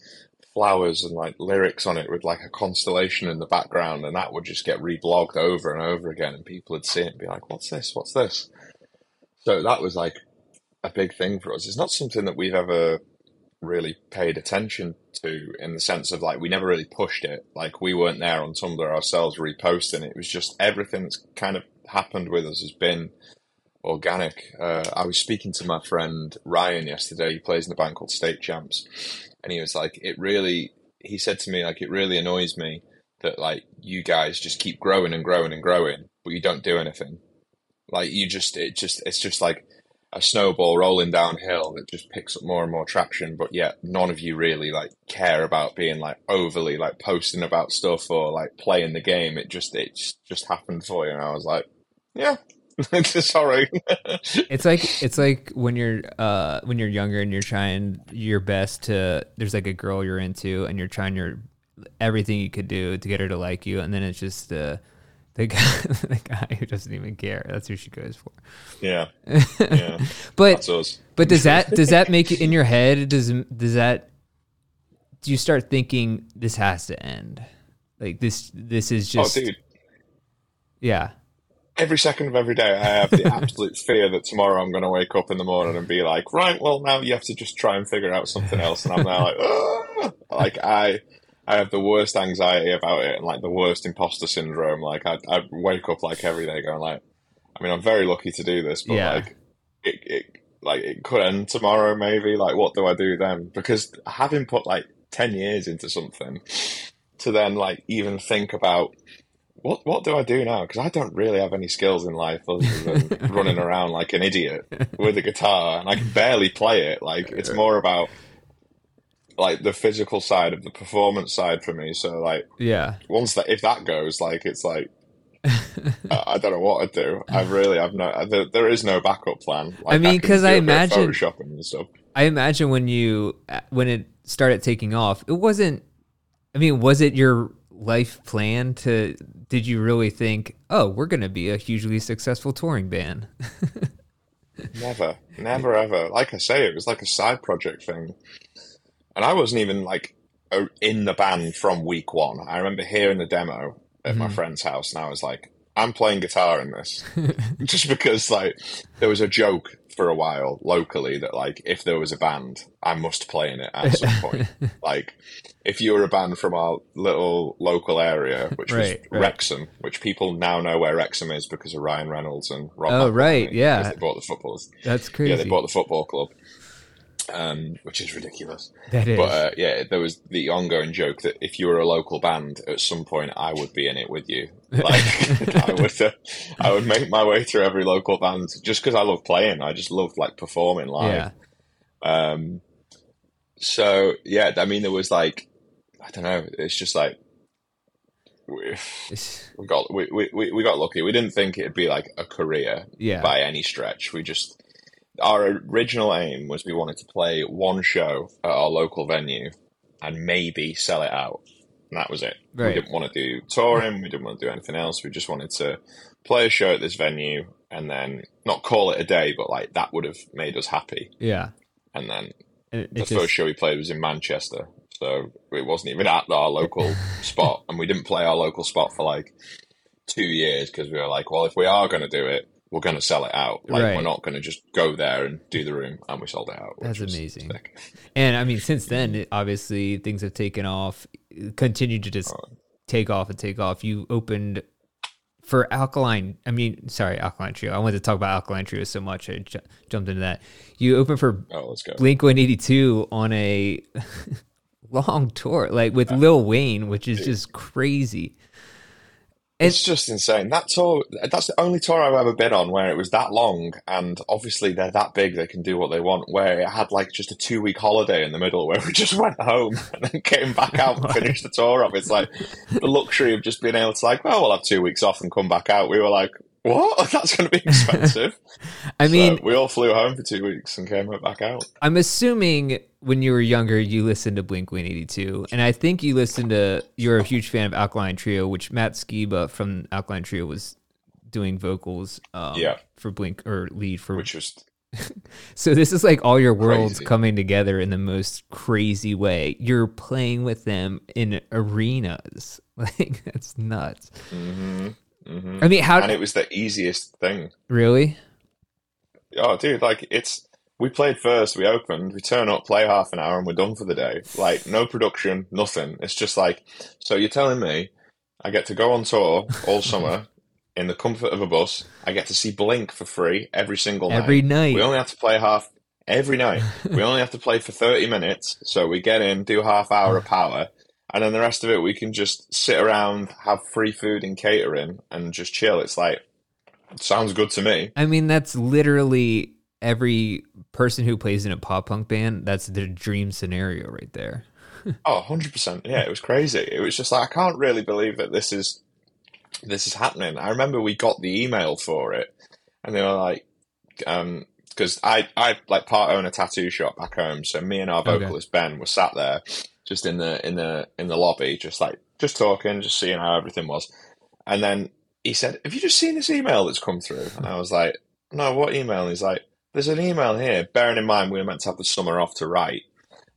S4: flowers and like lyrics on it with like a constellation in the background, and that would just get reblogged over and over again, and people would see it and be like, "What's this? What's this?" So that was like a big thing for us. It's not something that we've ever really paid attention to in the sense of like we never really pushed it. Like we weren't there on Tumblr ourselves reposting. It was just everything that's kind of happened with us has been organic. Uh, I was speaking to my friend Ryan yesterday. He plays in the band called State Champs, and he was like, "It really." He said to me, "Like it really annoys me that like you guys just keep growing and growing and growing, but you don't do anything. Like you just it just it's just like." a snowball rolling downhill that just picks up more and more traction, but yet none of you really like care about being like overly like posting about stuff or like playing the game. It just it just- just happened for you, and I was like, yeah, sorry.
S2: It's like it's like when you're uh when you're younger and you're trying your best to there's like a girl you're into and you're trying your everything you could do to get her to like you and then it's just the the guy the guy who doesn't even care. That's who she goes for.
S4: yeah, yeah,
S2: But
S4: that's us.
S2: but does that does that make it in your head? Does does that do you start thinking this has to end? Like this this is just
S4: oh, dude.
S2: yeah.
S4: Every second of every day, I have the absolute fear that tomorrow I'm going to wake up in the morning and be like, right, well, now you have to just try and figure out something else. And I'm now like, "Ugh." like I, I have the worst anxiety about it and like the worst imposter syndrome. Like I, I wake up like every day going like, I mean, I'm very lucky to do this, but
S2: Yeah.
S4: like, it, it, like it could end tomorrow maybe. Like, what do I do then? Because having put like ten years into something, to then like even think about what what do I do now? Because I don't really have any skills in life other than running around like an idiot with a guitar, and I can barely play it. Like it's more about like the physical side of the performance side for me. So like
S2: Yeah.
S4: once that if that goes, like it's like I, I don't know what I'd do. I really have no. There, there is no backup plan. Like,
S2: I mean,
S4: can
S2: 'cause
S4: do
S2: I
S4: a bit of
S2: imagine-
S4: photoshopping and stuff.
S2: I imagine when you uh, when it started taking off, it wasn't. I mean, was it your life plan to? Did you really think, oh, we're going to be a hugely successful touring band?
S4: Never, never, ever. Like I say, it was like a side project thing, and I wasn't even like o- in the band from week one. I remember hearing the demo at my
S2: Mm-hmm.
S4: friend's house, and I was like, "I'm playing guitar in this," just because like there was a joke for a while locally that like if there was a band, I must play in it at some point. like if you were a band from our little local area, which
S2: Right,
S4: was
S2: right.
S4: Wrexham, which people now know where Wrexham is because of Ryan Reynolds and Rob.
S2: Oh,
S4: McElhenney,
S2: right,
S4: because
S2: yeah.
S4: they bought the footballers.
S2: That's crazy.
S4: Yeah, they bought the football club, um, which is ridiculous.
S2: that is.
S4: But uh, yeah, there was the ongoing joke that if you were a local band, at some point I would be in it with you. Like I would, uh, I would make my way through every local band just because I love playing. I just love like performing live.
S2: yeah.
S4: Um, so yeah, I mean, there was like, I don't know. It's just like. We,
S2: It's-
S4: we got we, we- we, we got lucky. We didn't think it'd be like a career
S2: Yeah.
S4: by any stretch. We just our original aim was we wanted to play one show at our local venue and maybe sell it out. And that was it.
S2: Right.
S4: We didn't want to do touring, we didn't want to do anything else. We just wanted to play a show at this venue and then not call it a day, but like that would have made us happy.
S2: Yeah.
S4: And then
S2: And it-
S4: the
S2: it's
S4: first
S2: just,
S4: show we played was in Manchester, so it wasn't even at our local spot, and we didn't play our local spot for like two years because we were like, well, if we are going to do it, we're going to sell it out. Like
S2: Right.
S4: we're not going to just go there and do the room, and we sold it out. which
S2: That's
S4: was
S2: amazing.
S4: sick.
S2: and I mean, since then, it- obviously, things have taken off, continued to just take off and take off. You opened for Alkaline. I mean, sorry, Alkaline Trio. I wanted to talk about Alkaline Trio so much, I ju- jumped into that. You opened for
S4: Oh, let's go.
S2: Blink One Eighty Two on a long tour, like with Lil Wayne, which is just crazy.
S4: It's just insane. That tour, that's the only tour I've ever been on where it was that long, and obviously they're that big, they can do what they want. Where it had like just a two week holiday in the middle where we just went home and then came back out and finished the tour off. It's like the luxury of just being able to, like, well, we'll have two weeks off and come back out. We were like, what? That's going to be expensive.
S2: I mean,
S4: so we all flew home for two weeks and came back out.
S2: I'm assuming when you were younger, you listened to Blink 182, and I think you listened to. You're a huge fan of Alkaline Trio, which Matt Skiba from Alkaline Trio was doing vocals. Um,
S4: Yeah.
S2: For Blink or lead for.
S4: Which was
S2: so this is like all your worlds
S4: Crazy.
S2: coming together in the most crazy way. You're playing with them in arenas, like that's nuts.
S4: Mm-hmm.
S2: I mean, how
S4: and it was the easiest thing.
S2: really?
S4: oh dude like it's we played first we opened we turn up play half an hour and we're done for the day like no production nothing it's just like so you're telling me i get to go on tour all summer in the comfort of a bus i get to see blink for free every single night
S2: Every night.
S4: we only have to play half every night we only have to play for 30 minutes so we get in do half hour of power and then the rest of it we can just sit around have free food and catering and just chill it's like sounds good to me
S2: I mean, that's literally every person who plays in a pop punk band. That's their dream scenario right there.
S4: Oh, 100%. Yeah, it was crazy. It was just like I can't really believe that this is this is happening. I remember we got the email for it and they were like um because I I like part own a tattoo shop back home, so me and our
S2: Okay.
S4: vocalist Ben were sat there just in the in the in the lobby just like just talking, just seeing how everything was. And then he said, "Have you just seen this email that's come through?" And I was like, "No, what email?" And he's like, "There's an email here. Bearing in mind we were meant to have the summer off to write."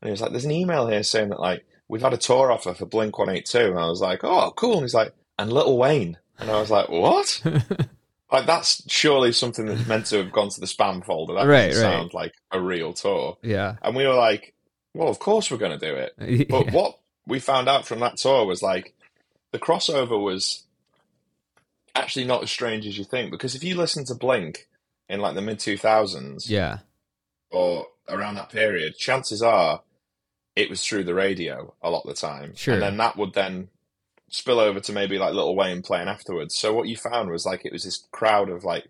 S4: And he was like, "There's an email here saying that like we've had a tour offer for Blink One Eight Two. And I was like, "Oh, cool." And he's like, "And Little Wayne." And I was like, "What?" like that's surely something that's meant to have gone to the spam folder. That
S2: Right,
S4: doesn't
S2: right.
S4: sound like a real tour.
S2: Yeah.
S4: And we were like, "Well, of course we're going to do it." But what we found out from that tour was like the crossover was actually not as strange as you think because if you listen to Blink in like the mid 2000s
S2: yeah.
S4: or around that period, chances are it was through the radio a lot of the time.
S2: Sure.
S4: And then that would then spill over to maybe like Little Wayne playing afterwards. So what you found was like it was this crowd of like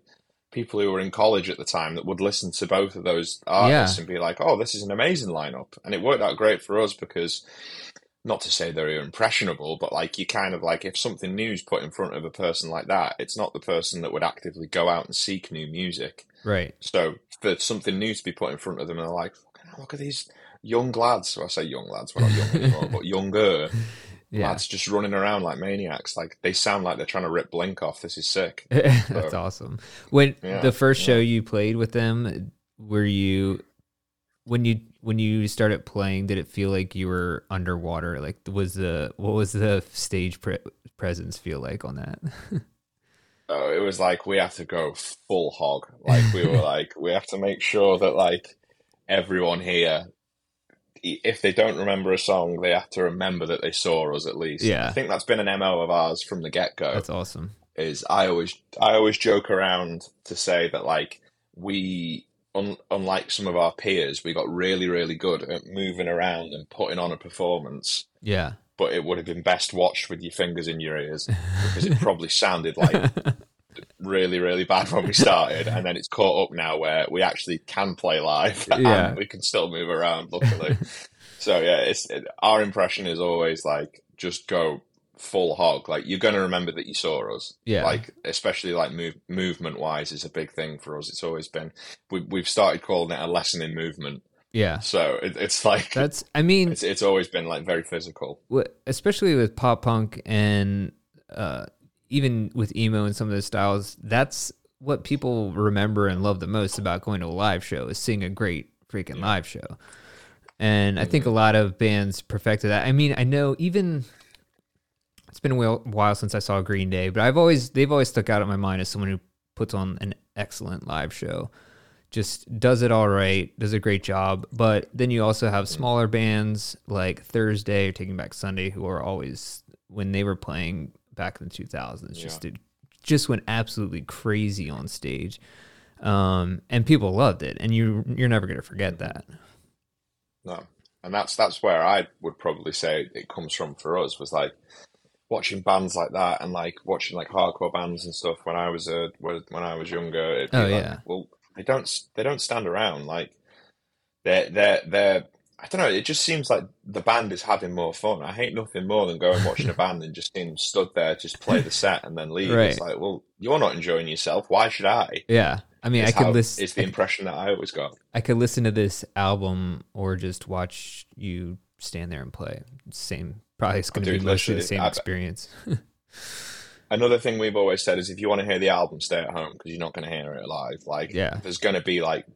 S4: people who were in college at the time that would listen to both of those artists
S2: Yeah.
S4: and be like, "Oh, this is an amazing lineup." And it worked out great for us because not to say they're impressionable, but like you kind of like if something new's put in front of a person like that, it's not the person that would actively go out and seek new music.
S2: Right.
S4: So for something new to be put in front of them, and they're like, "Fucking hell, look at these young lads. Well, I say young lads, we're not young anymore, but younger
S2: Yeah.
S4: lads just running around like maniacs. Like they sound like they're trying to rip Blink off. This is sick.
S2: That's awesome. When
S4: Yeah,
S2: the first show you played with them, were you when you when you started playing, did it feel like you were underwater? Like was the what was the stage pre- presence feel like on that?
S4: Uh, Oh, it was like we have to go full hog. Like we were like, we have to make sure that like everyone here, i- if they don't remember a song, they have to remember that they saw us at least.
S2: Yeah.
S4: I think that's been an mo of ours from the get go.
S2: That's awesome.
S4: is I always I always joke around to say that like we un, unlike some of our peers we got really really good at moving around and putting on a performance
S2: Yeah.
S4: but it would have been best watched with your fingers in your ears because it probably sounded like really really bad when we started and then it's caught up now where we actually can play live
S2: Yeah.
S4: and we can still move around luckily so yeah it's it, our impression is always like just go full hog like you're going to remember that you saw us
S2: Yeah.
S4: like especially like move, movement wise is a big thing for us it's always been we, we've started calling it a lesson in movement
S2: Yeah.
S4: so it, it's like
S2: That's I mean
S4: it's, it's always been like very physical
S2: wh- especially with pop punk and uh, even with emo and some of those styles, that's what people remember and love the most about going to a live show is seeing a great freaking live show. And I think a lot of bands perfected that. I mean, I know even it's been a while, while since I saw Green Day, but I've always they've always stuck out in my mind as someone who puts on an excellent live show. Just does it all right, does a great job. But then you also have smaller bands like Thursday or Taking Back Sunday who are always when they were playing back in the 2000s just
S4: Yeah.
S2: did just went absolutely crazy on stage um and people loved it and you you're never going to forget that
S4: No, and that's that's where I would probably say it comes from for us was like watching bands like that and like watching like hardcore bands and stuff when I was a when when I was younger. It'd be
S2: Oh,
S4: like,
S2: yeah.
S4: well, they don't s- they don't stand around like they're they're they're. I don't know. It just seems like the band is having more fun. I hate nothing more than going watching a band and just seeing them stood there, just play the set and then leave. It's
S2: Right.
S4: like, well, you're not enjoying yourself. Why should I?
S2: yeah i mean
S4: It's
S2: i could
S4: how-
S2: listen
S4: It's the impression that I always got.
S2: I could listen to this album or just watch you stand there and play. Same, probably it's going to
S4: Dude,
S2: be mostly the
S4: literally,
S2: same
S4: I-
S2: experience.
S4: another thing we've always said is if you want to hear the album, stay at home because you're not going to hear it live. Like,
S2: Yeah.
S4: there's going to be like,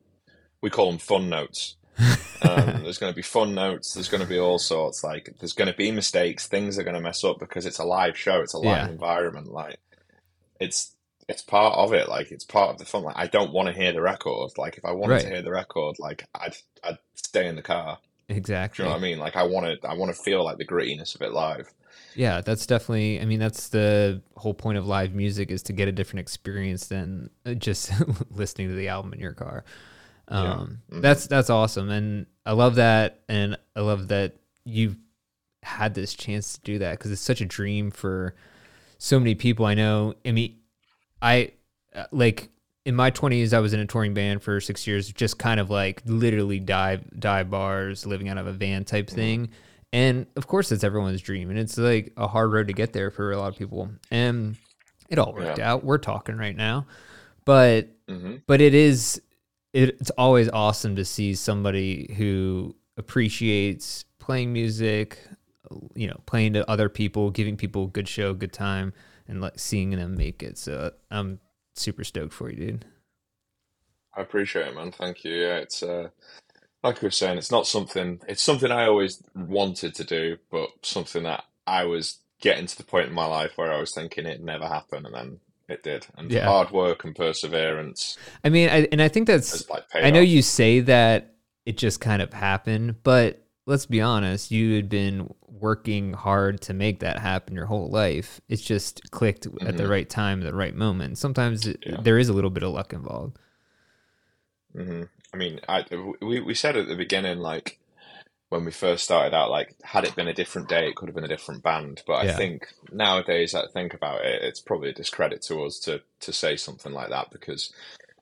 S4: we call them fun notes. um, there's going to be fun notes. There's going to be all sorts. Like, there's going to be mistakes. Things are going to mess up because it's a live show. It's a live
S2: Yeah.
S4: environment. Like, it's it's part of it. Like, it's part of the fun. Like, I don't want to hear the record. Like, if I wanted to
S2: Right.
S4: hear the record, like, I'd I'd stay in the car. Do
S2: exactly.
S4: you know what I mean? Like, I want to I want to feel like the grittiness of it live.
S2: Yeah, that's definitely. I mean, that's the whole point of live music is to get a different experience than uh, just listening to the album in your car. Um,
S4: Mm-hmm.
S2: That's that's awesome, and I love that, and I love that you've had this chance to do that because it's such a dream for so many people. I know. I mean, I uh, like in my 20s i was in a touring band for six years just kind of like literally dive dive bars living out of a van type thing and of course it's everyone's dream and it's like a hard road to get there for a lot of people and it all worked out we're talking right now but
S4: hmm
S2: but it is it, it's always awesome to see somebody who appreciates playing music you know playing to other people giving people a good show good time and like seeing them make it so i'm super stoked for you dude
S4: I appreciate it, man. Thank you. Yeah, it's uh, like I was saying, it's not something. It's something I always wanted to do, but something that I was getting to the point in my life where I was thinking it never happened, and then it did. And
S2: Yeah.
S4: hard work and perseverance
S2: i mean I, and i think that's
S4: has like paid
S2: i know
S4: off.
S2: you say that it just kind of happened but let's be honest you had been working hard to make that happen your whole life it's just clicked at the
S4: Mhm.
S2: right time the right moment sometimes it,
S4: Yeah.
S2: there is a little bit of luck involved
S4: hmm I mean, I we we said at the beginning, like when we first started out, like had it been a different day, it could have been a different band. But
S2: Yeah.
S4: I think nowadays, I think about it, it's probably a discredit to us to to say something like that because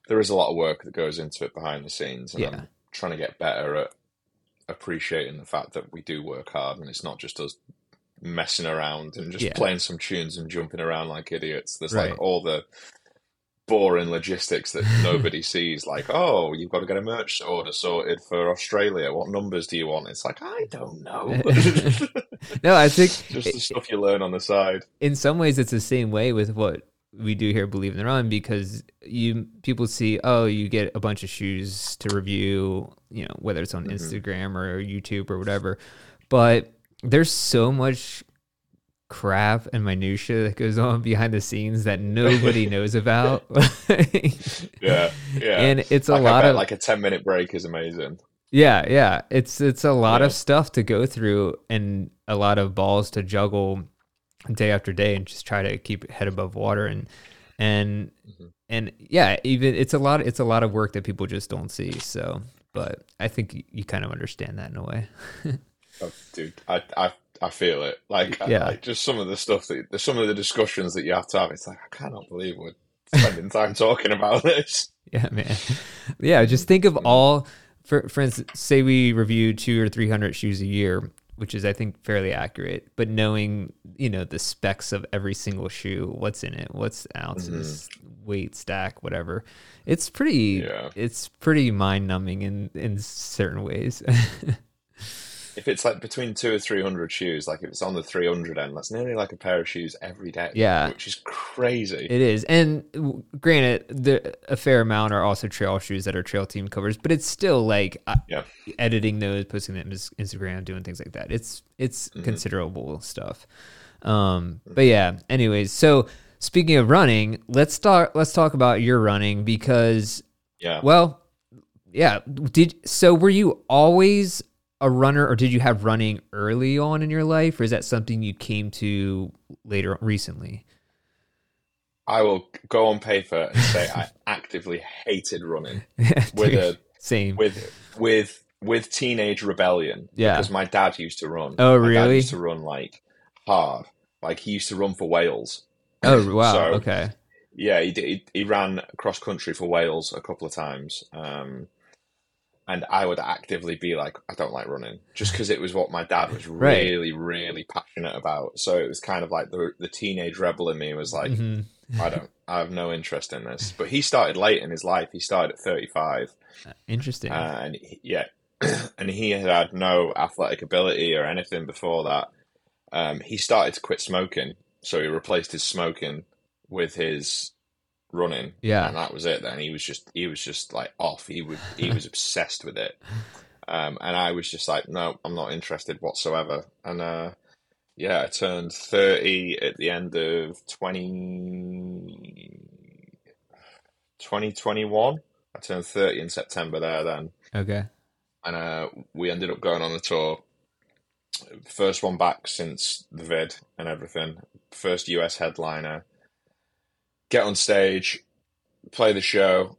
S4: there is a lot of work that goes into it behind the scenes, and
S2: Yeah.
S4: I'm trying to get better at appreciating the fact that we do work hard, and it's not just us messing around and just
S2: Yeah.
S4: playing some tunes and jumping around like idiots. There's
S2: Right.
S4: like all the boring logistics that nobody sees. Like, oh, you've got to get a merch order sorted for Australia. What numbers do you want? It's like, I don't know.
S2: no i think
S4: Just the stuff you learn on the side.
S2: in some ways it's the same way with what we do here at believe in the run because you people see oh you get a bunch of shoes to review you know whether it's on
S4: Mm-hmm.
S2: instagram or youtube or whatever but there's so much crap and minutia that goes on behind the scenes that nobody knows about
S4: Yeah, yeah.
S2: and it's a
S4: Like, I
S2: lot
S4: bet,
S2: of
S4: like a ten minute break is amazing.
S2: yeah, yeah. It's it's a lot of
S4: Yeah.
S2: stuff to go through and a lot of balls to juggle day after day and just try to keep head above water and and and yeah, even it's a lot it's a lot of work that people just don't see. So, but I think you, you kind of understand that in a way.
S4: Oh, dude, I, I I feel it. Like, I-
S2: Yeah.
S4: like, just some of the stuff that some of the discussions that you have to have. It's like I cannot believe we're spending time talking about this.
S2: Yeah, man. Yeah, just think of all for for instance, say we review two or three hundred shoes a year, which is I think fairly accurate, but knowing, you know, the specs of every single shoe, what's in it, what's ounces, weight, stack, whatever. It's pretty
S4: Yeah.
S2: it's pretty mind numbing in in certain ways.
S4: If it's like between two or three hundred shoes, like if it's on the three hundred end, that's nearly like a pair of shoes every day.
S2: Yeah.
S4: which is crazy.
S2: It is, and w- granted, the, a fair amount are also trail shoes that are trail team covers, but it's still like I-
S4: Yeah.
S2: editing those, posting them as Instagram, doing things like that. It's it's
S4: Mm-hmm.
S2: considerable stuff. Um, but yeah. Anyways, so speaking of running, let's start. Let's talk about your running because,
S4: yeah.
S2: well, yeah. Did so? Were you always a runner, or did you have running early on in your life, or is that something you came to later recently?
S4: I will go on paper and say I actively hated running with a
S2: Same.
S4: with with with teenage rebellion.
S2: Yeah.
S4: because my dad used to run.
S2: Oh,
S4: My dad
S2: really?
S4: used to run like hard. Like he used to run for Wales.
S2: oh wow.
S4: so-
S2: okay.
S4: Yeah, he did, he, he ran cross country for Wales a couple of times. Um, and I would actively be like, I don't like running, just because it was what my dad was
S2: Right.
S4: really, really passionate about. So it was kind of like the the teenage rebel in me was like,
S2: Mhm.
S4: I don't, I have no interest in this. But he started late in his life. He started at thirty five,
S2: Interesting.
S4: uh, and he- yeah, and he had had no athletic ability or anything before that. Um, he started to quit smoking, so he replaced his smoking with his running,
S2: yeah.
S4: and that was it. Then he was just he was just like off. He would he was obsessed with it, um, and I was just like, no, I'm not interested whatsoever. And uh, yeah, I turned thirty at the end of 20, 2021. I turned thirty in September there then,
S2: Okay.
S4: and uh, we ended up going on the tour. First one back since the vid and everything. First US headliner. Get on stage, play the show,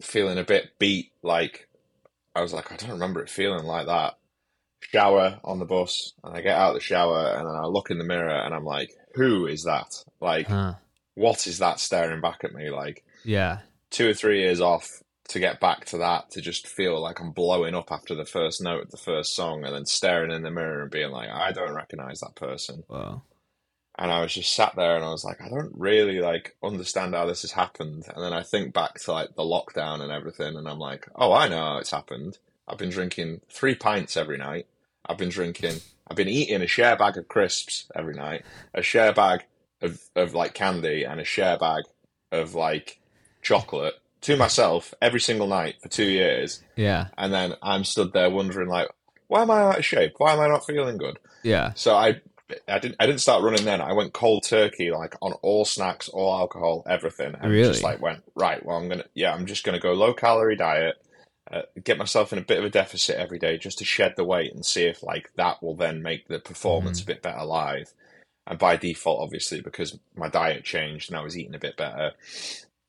S4: feeling a bit beat. Like, I was like, I don't remember it feeling like that. Shower on the bus, and I get out of the shower, and then I look in the mirror, and I'm like, who is that? Like,
S2: Huh.
S4: what is that staring back at me? Like,
S2: Yeah.
S4: two or three years off to get back to that to just feel like I'm blowing up after the first note of the first song and then staring in the mirror and being like, I don't recognize that person.
S2: Wow.
S4: And I was just sat there and I was like, I don't really like understand how this has happened. And then I think back to like the lockdown and everything and I'm like, oh, I know how it's happened. I've been drinking three pints every night. I've been drinking, I've been eating a share bag of crisps every night, a share bag of, of like candy and a share bag of like chocolate to myself every single night for two years.
S2: Yeah.
S4: And then I'm stood there wondering like, why am I out of shape? Why am I not feeling good?
S2: Yeah.
S4: So I, I didn't, I didn't start running then. I went cold turkey, like on all snacks, all alcohol, everything. And
S2: Really?
S4: just like went right. Well, I'm gonna, yeah, I'm just gonna go low calorie diet, uh, get myself in a bit of a deficit every day just to shed the weight and see if like that will then make the performance
S2: Mm-hmm.
S4: a bit better live. And by default, obviously, because my diet changed and I was eating a bit better,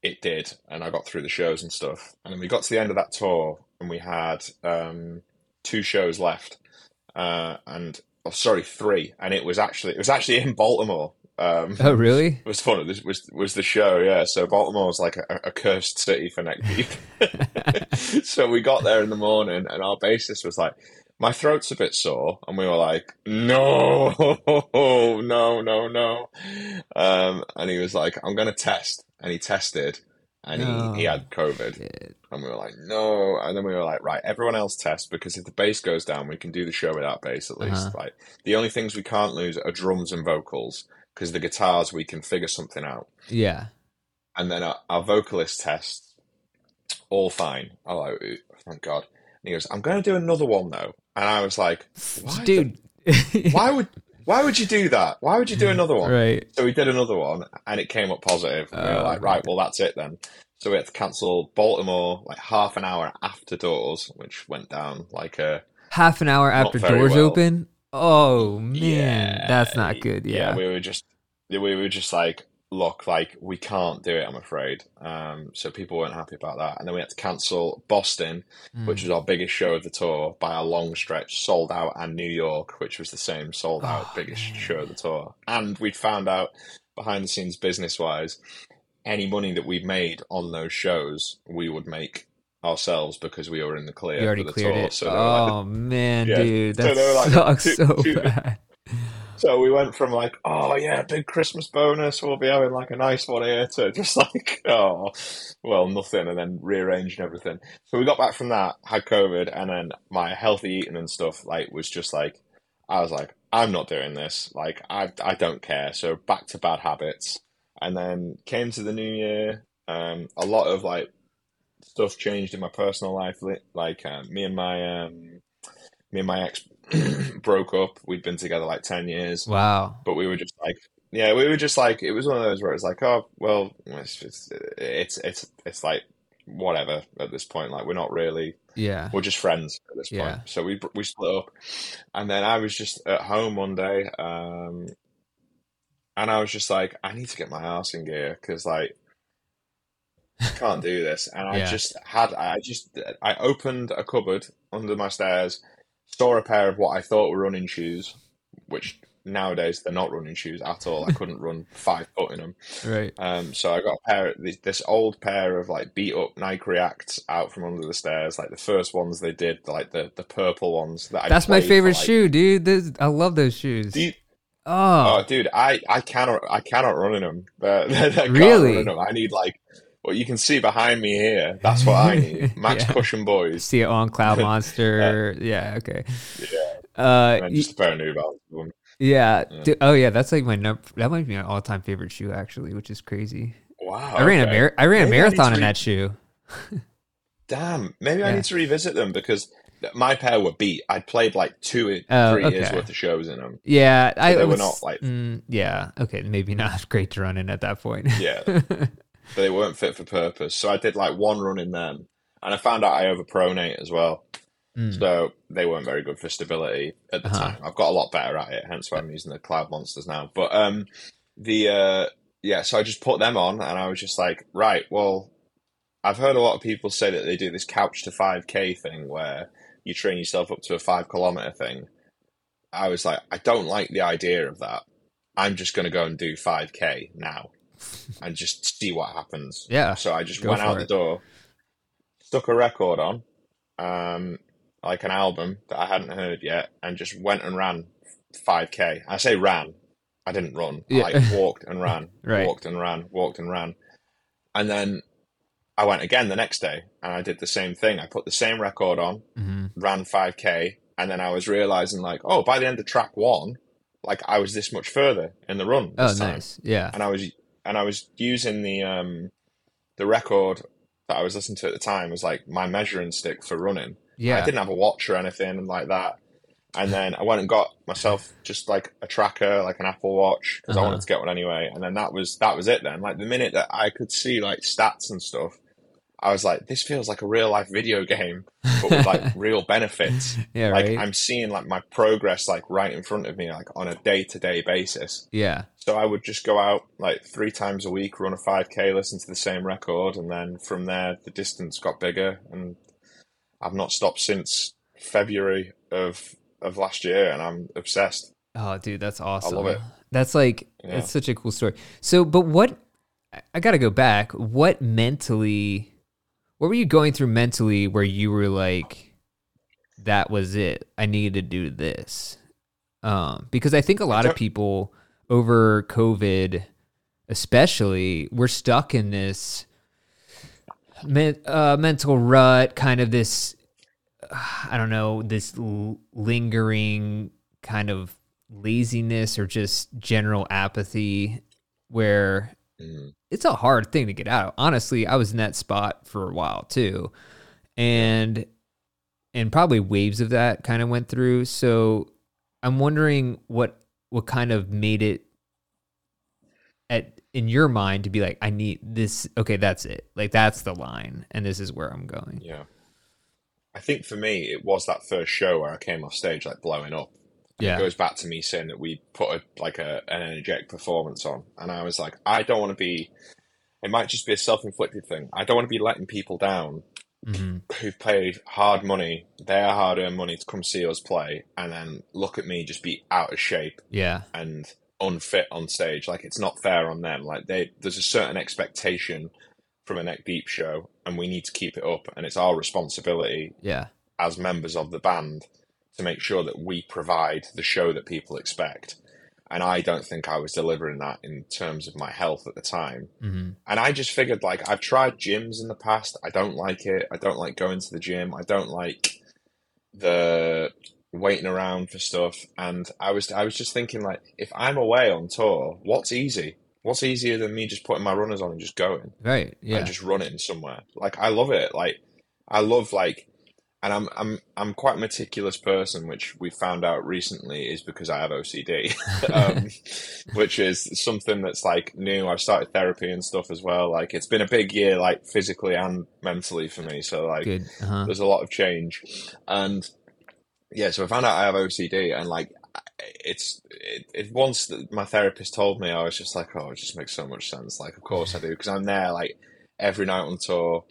S4: it did, and I got through the shows and stuff. And then we got to the end of that tour, and we had um, two shows left, uh, and oh, sorry, three. And it was actually it was actually in Baltimore. Um,
S2: Oh really?
S4: it was fun. This was was the show, yeah. So Baltimore's like a, a cursed city for neck deep. so we got there in the morning, and our bassist was like, "My throat's a bit sore," and we were like, "No, no, no, no." Um, and he was like, "I'm going to test," and he tested, and
S2: No.
S4: he, he had COVID. And we were like, no. And then we were like, right, everyone else test because if the bass goes down, we can do the show without bass at least.
S2: Uh-huh.
S4: Like, the only things we can't lose are drums and vocals because the guitars we can figure something out.
S2: Yeah.
S4: And then our, our vocalist test, all fine. Oh, like, "Ooh, thank God. And he goes, I'm going to do another one though. And I was like, why, the-
S2: Dude.
S4: why would why would you do that? Why would you do another one?
S2: right.
S4: So we did another one, and it came up positive. And we were
S2: Oh,
S4: like, right, well, that's it then. So we had to cancel Baltimore like half an hour after doors, which went down like a
S2: Half an hour after
S4: very
S2: doors
S4: well.
S2: open. Oh man,
S4: Yeah.
S2: that's not good. Yeah.
S4: We were just we were just like, look, like we can't do it. I'm afraid. Um, so people weren't happy about that, and then we had to cancel Boston,
S2: Mm.
S4: which was our biggest show of the tour by a long stretch, sold out, and New York, which was the same sold out
S2: Oh,
S4: biggest
S2: man.
S4: show of the tour. And we'd found out behind the scenes business wise, any money that we made on those shows, we would make ourselves because we were in the clear
S2: you already
S4: for the
S2: cleared
S4: tour.
S2: it.
S4: So they were like the
S2: oh man,
S4: Yeah.
S2: dude,
S4: So
S2: that
S4: they were like,
S2: sucks
S4: "Two-
S2: so
S4: two-
S2: bad.
S4: So we went from like, oh yeah, big Christmas bonus, we'll be having like a nice one here, to just like, oh, well, nothing, and then rearranging everything. So we got back from that, had COVID, and then my healthy eating and stuff like was just like, I was like, I'm not doing this. Like, I I don't care. So back to bad habits, and then came to the new year. Um, a lot of like stuff changed in my personal life. li- Like uh, me and my um, me and my ex broke up. We'd been together like ten years
S2: Wow.
S4: but we were just like yeah we were just like it was one of those where it's like oh well it's just, it's it's it's like whatever at this point. Like we're not really
S2: Yeah.
S4: we're just friends at this
S2: Yeah.
S4: point. So we we split up, and then I was just at home one day, um, and I was just like, I need to get my house in gear because like I can't do this. And I
S2: Yeah.
S4: just had I just I opened a cupboard under my stairs, saw a pair of what I thought were running shoes, which nowadays they're not running shoes at all. I couldn't run five foot in them.
S2: Right.
S4: Um, so I got a pair, this, this old pair of like beat up Nike Reacts out from under the stairs, like the first ones they did, like the, the purple ones. That I
S2: That's my
S4: played for,
S2: favorite
S4: like-
S2: shoe, dude. This, I love those shoes.
S4: Do you-
S2: oh,
S4: oh, dude, I, I cannot I cannot run in them. They're, they're, they're
S2: Really?
S4: really? I need like what you can see behind me here. That's what I need. Max
S2: Yeah.
S4: Cushion boys
S2: see it on Cloud Monster. yeah. Okay. Yeah. Uh,
S4: and then
S2: y-
S4: just a pair of New Balance. Um,
S2: yeah.
S4: Yeah.
S2: Du- oh, yeah. That's like my number. That might be my all-time favorite shoe, actually, which is crazy.
S4: Wow,
S2: I ran a
S4: Oh, okay.
S2: mar- I ran a
S4: Maybe I need
S2: marathon
S4: to
S2: in
S4: re-
S2: that shoe.
S4: Damn, maybe I
S2: Yeah.
S4: need to revisit them because my pair were beat. I played like two, three
S2: Oh,
S4: years
S2: okay.
S4: worth of shows in them.
S2: Yeah, I
S4: they were
S2: was-
S4: not, like-
S2: mm, yeah, okay, maybe not great to run in at that point.
S4: Yeah. but they weren't fit for purpose. So I did like one run in them, and I found out I overpronate as well.
S2: Mm.
S4: So they weren't very good for stability at the
S2: Uh-huh.
S4: time. I've got a lot better at it, hence why I'm using the cloud monsters now. But um, the uh, yeah, so I just put them on, and I was just like, right, well, I've heard a lot of people say that they do this couch to five k thing where you train yourself up to a five kilometer thing. I was like, I don't like the idea of that. I'm just going to go and do 5k now and just see what happens.
S2: Yeah,
S4: So I just
S2: go
S4: went
S2: for
S4: out the
S2: it.
S4: door, stuck a record on, um, like an album that I hadn't heard yet, and just went and ran 5k. I say ran, I didn't run.
S2: Yeah.
S4: I like, walked and ran,
S2: Right.
S4: walked and ran, walked and ran. And then I went again the next day and I did the same thing. I put the same record on,
S2: Mhm.
S4: ran 5k and then i was realizing like oh by the end of track one like i was this much further in the run
S2: Oh,
S4: this time.
S2: nice. Yeah,
S4: and i was and i was using the um the record that i was listening to at the time was like my measuring stick for running
S2: yeah.
S4: i didn't have a watch or anything like that and then i went and got myself just like a tracker like an apple watch because i
S2: Uh-huh.
S4: wanted to get one anyway and then that was that was it then like the minute that i could see like stats and stuff i was like this feels like a real life video game but with like real benefits
S2: yeah,
S4: like
S2: right.
S4: i'm seeing like my progress like right in front of me like on a day-to-day basis
S2: yeah,
S4: so i would just go out like three times a week run a 5k listen to the same record and then from there the distance got bigger and i've not stopped since february of of last year and i'm obsessed
S2: Oh, dude, that's awesome.
S4: it.
S2: That's like
S4: Yeah.
S2: that's such a cool story. So, but what I- I got to go back. What mentally? What were you going through mentally where you were like, "That was it. I needed to do this," um, because I think a lot of
S4: don't-
S2: people over COVID, especially, were stuck in this men, uh, mental rut, kind of this I don't know, this l- lingering kind of laziness or just general apathy where
S4: Mm.
S2: it's a hard thing to get out. of. Honestly, I was in that spot for a while too. And and probably waves of that kind of went through. So I'm wondering what what kind of made it at in your mind to be like I need this okay, that's it. Like that's the line and this is where I'm going.
S4: yeah i think for me it was that first show where i came off stage like blowing up it
S2: Yeah.
S4: goes back to me saying that we put a, like a, an energetic performance on and i was like i don't want to be it might just be a self-inflicted thing i don't want to be letting people down
S2: hmm
S4: who've paid hard money their hard-earned money to come see us play and then look at me just be out of shape
S2: Yeah.
S4: and unfit on stage like it's not fair on them like they there's a certain expectation from a neck deep show and we need to keep it up and it's our responsibility
S2: Yeah.
S4: as members of the band to make sure that we provide the show that people expect. And I don't think I was delivering that in terms of my health at the time.
S2: hmm
S4: And I just figured, like, I've tried gyms in the past. I don't like it. I don't like going to the gym. I don't like the waiting around for stuff. And I was, I was just thinking, like, if I'm away on tour, what's easy? What's easier than me just putting my runners on and just going?
S2: Right. Yeah.
S4: and just running somewhere. Like I love it. Like I love like and I'm I'm I'm quite a meticulous person, which we found out recently is because I have OCD, um, which is something that's like new. I've started therapy and stuff as well. Like it's been a big year, like physically and mentally for me. So like
S2: Good. Uh-huh.
S4: there's a lot of change, and yeah, so I found out I have OCD, and like I- it's it, it once that my therapist told me, I was just like, oh, it just makes so much sense. Like of course I do, because I'm there like every night on tour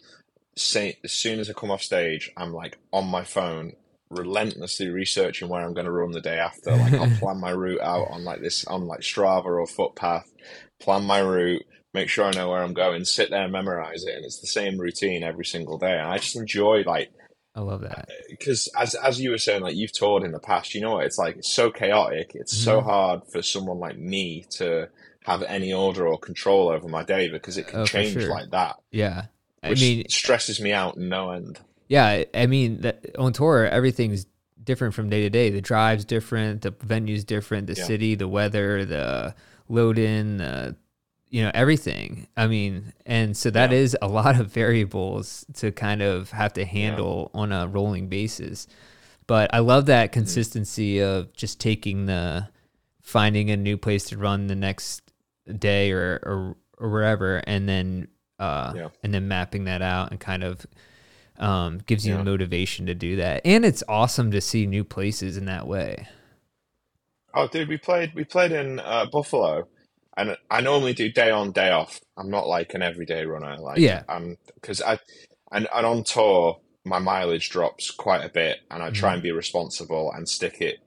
S4: say, as soon as I come off stage, I'm like on my phone, relentlessly researching where I'm going to run the day after. Like I'll plan my route out on like this on like Strava or Footpath, plan my route, make sure I know where I'm going, sit there and memorize it, and it's the same routine every single day. And I just enjoy like
S2: I love that.
S4: because as as you were saying, like you've toured in the past, you know what it's like. It's so chaotic. It's so
S2: Mhm.
S4: hard for someone like me to have any order or control over my day because it can
S2: Oh, for
S4: change
S2: sure.
S4: like that.
S2: Yeah. I
S4: Which
S2: mean,
S4: stresses me out no end.
S2: yeah. I- I mean, that, on tour, everything's different from day to day. The drive's different, the venue's different, the
S4: Yeah.
S2: city, the weather, the load in, the you know everything. I mean, and so that
S4: Yeah.
S2: is a lot of variables to kind of have to handle on a rolling basis. But I love
S4: Mm-hmm.
S2: that consistency of just taking the finding a new place to run the next day or or, or wherever, and then uh,
S4: Yeah.
S2: and then mapping that out and kind of um, gives you
S4: Yeah.
S2: the motivation to do that. And it's awesome to see new places in that way.
S4: Oh, dude, we played we played in uh, Buffalo, and I normally do day on, day off. I'm not like an everyday runner, like
S2: Yeah.
S4: um, because I and and on tour my mileage drops quite a bit, and I
S2: Mm-hmm.
S4: try and be responsible and stick it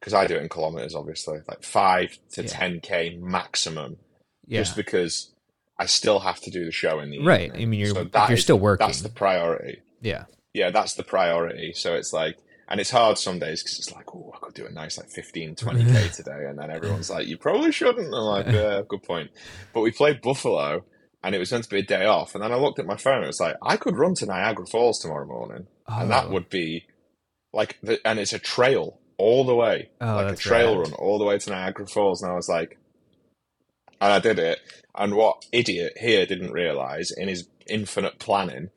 S4: because I do it in kilometers, obviously, like five to
S2: Yeah.
S4: ten k maximum,
S2: Yeah.
S4: just because I still have to do the show in the
S2: Right.
S4: evening.
S2: I mean, you're-
S4: So
S2: if
S4: that
S2: you're
S4: is-
S2: still working.
S4: That's the priority
S2: yeah.
S4: yeah, that's the priority. So it's like, and it's hard some days because it's like, oh, I could do a nice like 15, 20K today. And then everyone's like, you probably shouldn't. And I'm like, yeah, good point. But we played Buffalo and it was meant to be a day off. And then I looked at my phone and it was like, I could run to Niagara Falls tomorrow morning. And that
S2: Oh.
S4: would be like, the, and it's a trail all the way,
S2: Oh,
S4: like a
S2: that's
S4: trail
S2: rad.
S4: run all the way to Niagara Falls. And I was like, and I did it. And what idiot here didn't realize in his infinite planning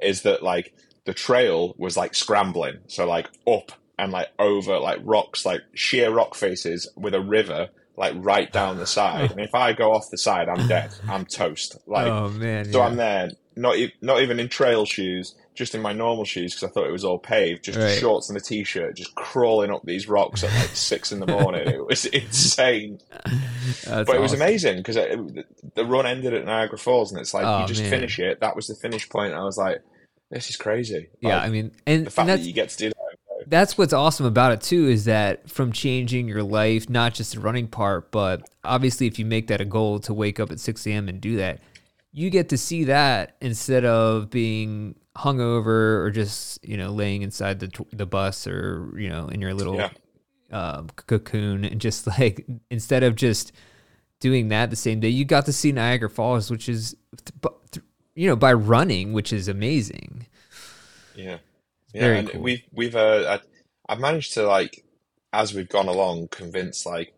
S4: is that like the trail was like scrambling, so like up and like over like rocks, like sheer rock faces with a river like right down the side. and if I go off the side, I'm dead. I'm toast. Like
S2: oh man.
S4: so,
S2: yeah.
S4: I'm there, not e- not even in trail shoes, just in my normal shoes because I thought it was all paved, just
S2: Right.
S4: shorts and a t-shirt, just crawling up these rocks at like six in the morning. It was insane
S2: That's
S4: but it was
S2: awesome.
S4: amazing because the run ended at Niagara Falls, and it's like
S2: Oh,
S4: you just
S2: man.
S4: finish it. That was the finish point. And I was like, this is crazy.
S2: Yeah.
S4: Like,
S2: I mean, and, and
S4: the fact that
S2: that's,
S4: you get to do that.
S2: that's what's awesome about it too is that from changing your life, not just the running part, but obviously if you make that a goal to wake up at 6 a.m. and do that, you get to see that instead of being hungover or just you know laying inside the t- the bus or you know in your little
S4: Yeah.
S2: um, c- cocoon and just like instead of just doing that the same day, you got to see Niagara Falls, which is th- bu- th- you know by running, which is amazing.
S4: Yeah, yeah.
S2: very
S4: and
S2: cool.
S4: we've we've uh, I, I've managed to like as we've gone along convince like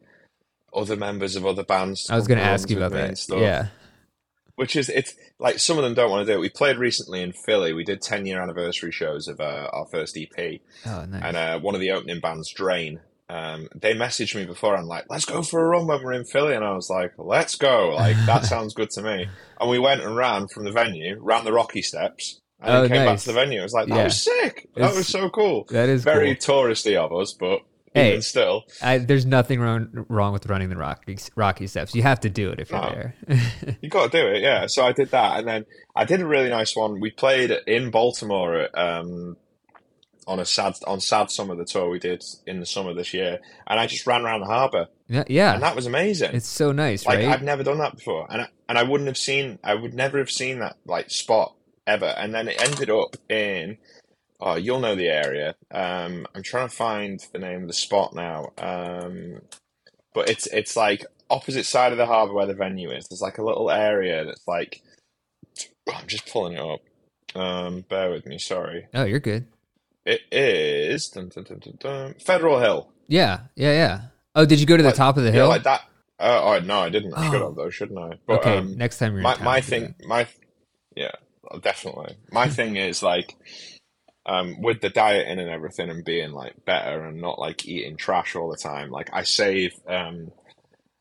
S4: other members of other bands. To
S2: I was
S4: come
S2: going to
S4: runs
S2: ask you
S4: with
S2: about
S4: me and
S2: that.
S4: stuff.
S2: Yeah.
S4: which is it's like some of them don't want to do it. We played recently in Philly. We did ten year anniversary shows of uh, our first EP.
S2: Oh, nice.
S4: and uh, one of the opening bands, Drain. Um, they messaged me before and like, let's go for a run when we're in Philly, and I was like, let's go, like that sounds good to me. And we went and ran from the venue, ran the Rocky Steps, and
S2: Oh,
S4: then came back
S2: nice.
S4: to the venue. It was like that
S2: Yeah.
S4: was sick, that
S2: It's-
S4: was so cool.
S2: That is
S4: Very
S2: cool.
S4: touristy of us, but
S2: Hey.
S4: even still,
S2: I, there's nothing wrong, wrong with running the Rocky, Rocky steps. You have to do it if you're
S4: No.
S2: there.
S4: you got to do it, yeah. So I did that, and then I did a really nice one. We played in Baltimore at, um, on a sad on sad summer the tour we did in the summer this year, and I just ran around the harbour,
S2: yeah, yeah.
S4: and that was amazing.
S2: it's so nice,
S4: Like
S2: right?
S4: I've never done that before, and I, and I wouldn't have seen, I would never have seen that like spot ever. And then it ended up in, oh, you'll know the area. Um, I'm trying to find the name of the spot now. Um, but it's it's like opposite side of the harbour where the venue is. There's like a little area that's like, oh, I'm just pulling it up. Um, bear with me, sorry.
S2: oh, you're good.
S4: It is dun, dun, dun, dun, dun, Federal Hill.
S2: Yeah, yeah, yeah. Oh, did you go to the
S4: Like-
S2: top of the
S4: Yeah,
S2: hill?
S4: like that. Uh, oh no, I didn't. I should
S2: Oh.
S4: have though, shouldn't I? But
S2: okay,
S4: um,
S2: next time you're in
S4: my oh,
S2: town,
S4: my
S2: do
S4: thing
S2: that.
S4: my yeah definitely my thing is like um, with the dieting and everything and being like better and not like eating trash all the time, like I save, um,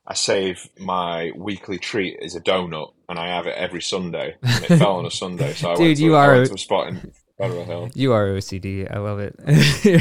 S4: I save my weekly treat is a donut and I have it every Sunday. And it fell on a Sunday, so I
S2: Dude,
S4: went to,
S2: you
S4: a- I
S2: are-
S4: went to a spot in Federal Hill.
S2: You are OCD. I love it.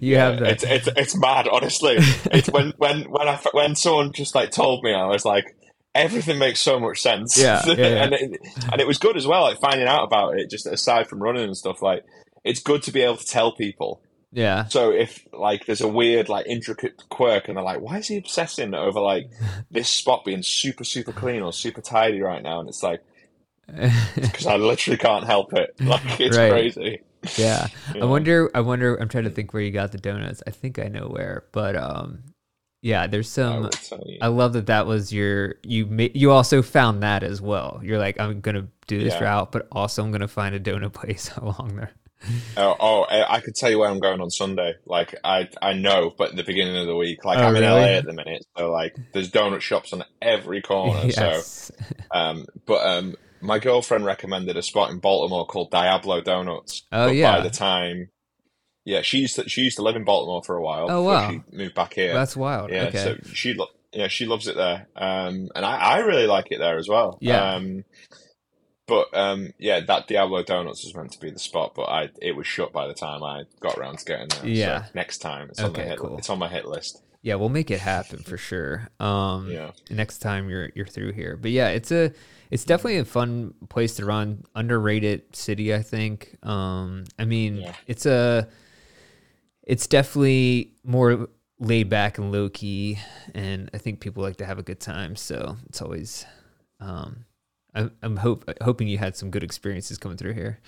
S2: you have that.
S4: It's, it's it's mad, honestly. It's when when when I f- when someone just like told me, I was like, everything makes so much sense.
S2: Yeah, yeah, yeah.
S4: and it, and it was good as well. Like finding out about it, just aside from running and stuff, like it's good to be able to tell people.
S2: yeah.
S4: So if like there's a weird like intricate quirk, and they're like, why is he obsessing over like this spot being super super clean or super tidy right now? And it's like because I literally can't help it. Like it's
S2: Right.
S4: crazy.
S2: yeah. I
S4: Yeah.
S2: wonder I wonder I'm trying to think where you got the donuts. I think I know where, but um yeah, there's
S4: I
S2: some
S4: would tell you.
S2: um, I love that that was your you ma- you also found that as well. You're like I'm going to do this
S4: Yeah.
S2: route, but also I'm going to find a donut place along there.
S4: Oh, oh, I I could tell you where I'm going on Sunday. Like I, I know, but at the beginning of the week, like
S2: Oh,
S4: I'm in
S2: really?
S4: LA at the minute, so like there's donut shops on every corner. Oh, So,
S2: yes.
S4: um, but um, my girlfriend recommended a spot in Baltimore called Diablo Donuts.
S2: Oh,
S4: but
S2: yeah.
S4: By the time, yeah, she used to, she used to live in Baltimore for a while.
S2: Oh,
S4: before
S2: wow.
S4: She moved back here.
S2: That's wild.
S4: yeah,
S2: Oh, okay.
S4: so she lo- yeah she loves it there. Um, and I, I really like it there as well.
S2: Yeah.
S4: Um, but um, yeah, that Diablo Donuts was meant to be the spot, but I it was shut by the time I got around to getting there.
S2: Yeah.
S4: So next time it's on the
S2: Okay,
S4: hit,
S2: cool.
S4: it's on my hit list.
S2: yeah, we'll make it happen for sure. Um
S4: Yeah.
S2: next time you're you're through here. But yeah, it's a it's definitely a fun place to run. Underrated city, I think. Um, I mean,
S4: Yeah.
S2: it's a it's definitely more laid back and low key, and I think people like to have a good time. So it's always, um, I'm, I'm hope hoping you had some good experiences coming through here.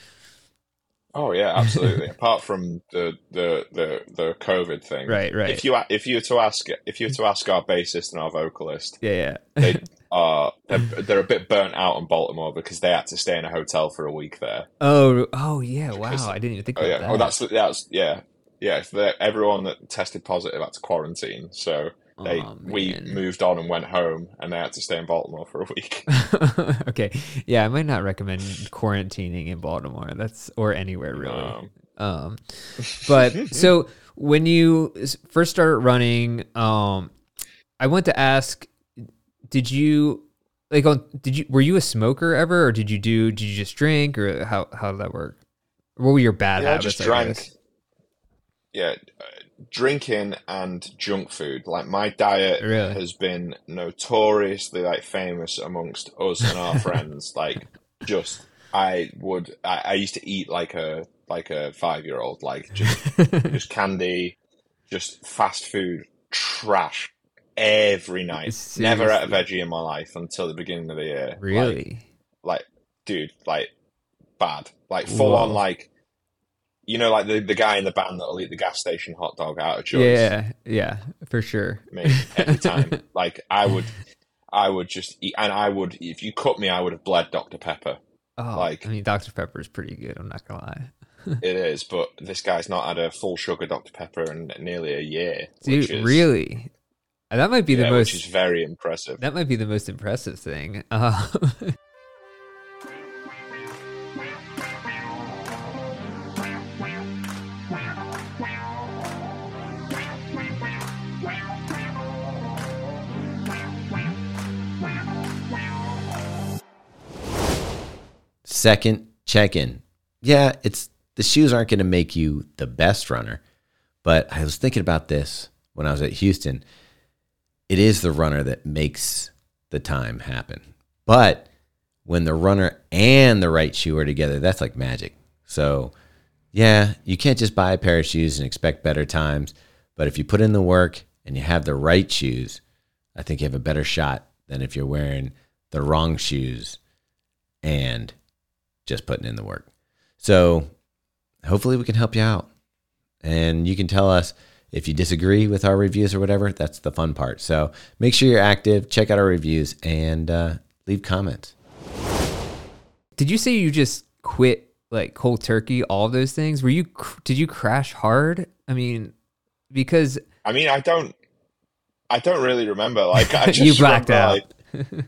S4: Oh yeah, absolutely. Apart from the the the, the COVID thing,
S2: Right, right.
S4: If you a- if you were to ask if you were to ask our bassist and our vocalist,
S2: yeah, yeah.
S4: they are they're, they're a bit burnt out in Baltimore because they had to stay in a hotel for a week there.
S2: oh, oh yeah. Wow,
S4: Because-
S2: I didn't even think
S4: Oh
S2: about
S4: yeah.
S2: that.
S4: Oh, that's that's yeah, yeah. it's the- everyone that tested positive had to quarantine, so they
S2: Aw,
S4: we
S2: man.
S4: moved on and went home, and they had to stay in Baltimore for a week.
S2: okay. Yeah, I might not recommend quarantining in Baltimore. That's or anywhere really.
S4: No.
S2: Um, but so when you s- first started running, um, I want to ask, did you like on did you were you a smoker ever, or did you do did you just drink, or how how did that work? What were your bad
S4: yeah, I
S2: habits?
S4: just
S2: I
S4: drank.
S2: guess?
S4: Yeah, uh, drinking and junk food. Like my diet
S2: Really?
S4: has been notoriously like famous amongst us and our friends. Like just I would I, I used to eat like a like a five year old. Like just just candy, just fast food, trash every night. Never ate a
S2: Seriously?
S4: veggie in my life until the beginning of the year. Like-
S2: really?
S4: Like, dude, like bad. Like full on
S2: Whoa.
S4: like you know, like the, the guy in the band that'll eat the gas station hot dog out of choice.
S2: yeah, yeah, for sure.
S4: Me every time. like I would I would just eat and I would if you cut me I would have bled Dr. Pepper.
S2: Oh,
S4: Like-
S2: I mean, Dr Pepper is pretty good. I'm not gonna lie.
S4: It is, but this guy's not had a full sugar Dr. Pepper in nearly a year.
S2: Dude,
S4: which is,
S2: really? Uh, That might be
S4: yeah,
S2: the most.
S4: which is very impressive.
S2: That might be the most impressive thing. Uh,
S1: Second check in. Yeah, it's the shoes aren't going to make you the best runner, but I was thinking about this when I was at Houston. It is the runner that makes the time happen. But when the runner and the right shoe are together, that's like magic. So, yeah, you can't just buy a pair of shoes and expect better times. But if you put in the work and you have the right shoes, I think you have a better shot than if you're wearing the wrong shoes and just putting in the work. So hopefully we can help you out. And you can tell us if you disagree with our reviews or whatever. That's the fun part. So make sure you're active, check out our reviews, and uh, leave comments.
S2: did you say you just quit like cold turkey? All those things? Were you? cr- Did you crash hard? I mean, because
S4: I mean, I don't, I don't really remember. Like, I just
S2: You blacked
S4: remember,
S2: out.
S4: Like,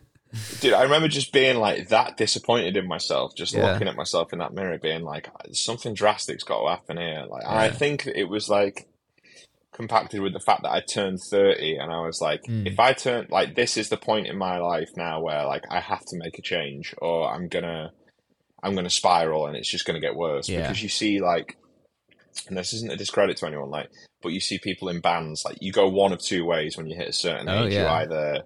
S4: dude, I remember just being like that disappointed in myself, just
S2: Yeah.
S4: looking at myself in that mirror, being like, something drastic's got to happen here. Like, I
S1: Yeah.
S4: think it was like compacted with the fact that I turned 30 and I was like,
S2: Mm.
S4: if I turn, like, this is the point in my life now where like I have to make a change or I'm gonna, I'm gonna spiral and it's just gonna get worse
S1: Yeah.
S4: because you see like, and this isn't a discredit to anyone, like, but you see people in bands, like, you go one of two ways when you hit a certain
S2: Oh,
S4: age. You
S2: yeah.
S4: either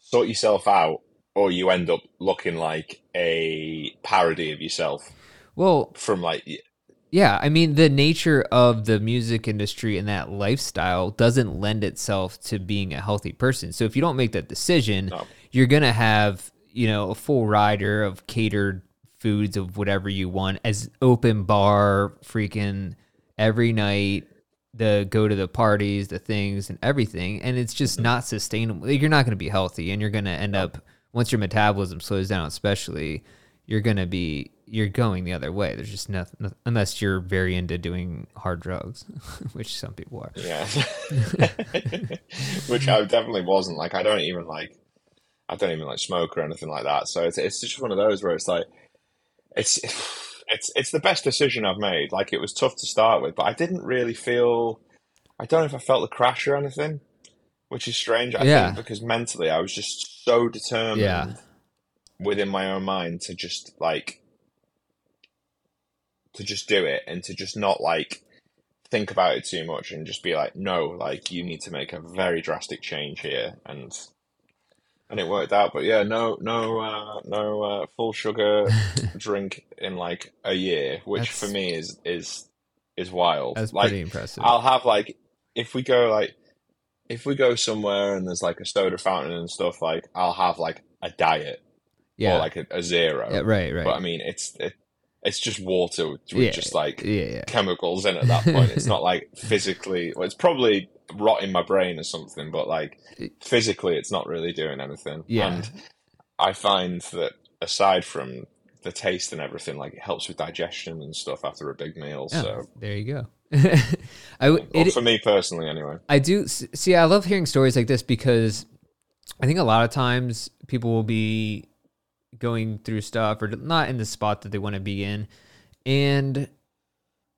S4: sort yourself out or you end up looking like a parody of yourself
S2: Well,
S4: from like y-
S2: Yeah, I mean the nature of the music industry and that lifestyle doesn't lend itself to being a healthy person. So if you don't make that decision,
S4: No.
S2: you're gonna have you know a full rider of catered foods of whatever you want as open bar freaking every night the go to the parties the things and everything and it's
S4: Mm-hmm.
S2: just not sustainable you're not going to be healthy and you're going to end up once your metabolism slows down especially you're going to be you're going the other way there's just nothing noth- unless you're very into doing hard drugs which some people are
S4: yeah which i definitely wasn't like i don't even like i don't even like smoke or anything like that so it's, it's just one of those where it's like it's it's it's the best decision i've made like it was tough to start with but i didn't really feel i don't know if i felt the crash or anything which is strange i
S2: Yeah.
S4: think because mentally i was just so determined
S2: yeah
S4: within my own mind to just like to just do it and to just not like think about it too much and just be like no like you need to make a very drastic change here and and it worked out but yeah no no uh no uh full sugar drink in like a year which
S2: That's-
S4: for me is is is wild
S2: that's
S4: like
S2: pretty impressive
S4: I'll have like if we go like if we go somewhere and there's like a soda fountain and stuff like I'll have like a diet
S2: yeah
S4: or like a, a zero.
S2: yeah right right
S4: But I mean, it's it, it's just water with
S2: Yeah,
S4: just like
S2: yeah yeah
S4: chemicals in at that point. It's not like physically. Well, it's probably rotting my brain or something, but like physically, it's not really doing anything.
S2: Yeah.
S4: And I find that aside from the taste and everything, like it helps with digestion and stuff after a big meal.
S2: Yeah,
S4: So.
S2: there you go. I w-
S4: Well,
S2: it-
S4: for me personally, anyway.
S2: I do s- see. I love hearing stories like this because I think a lot of times people will be going through stuff or not in the spot that they want to be in, and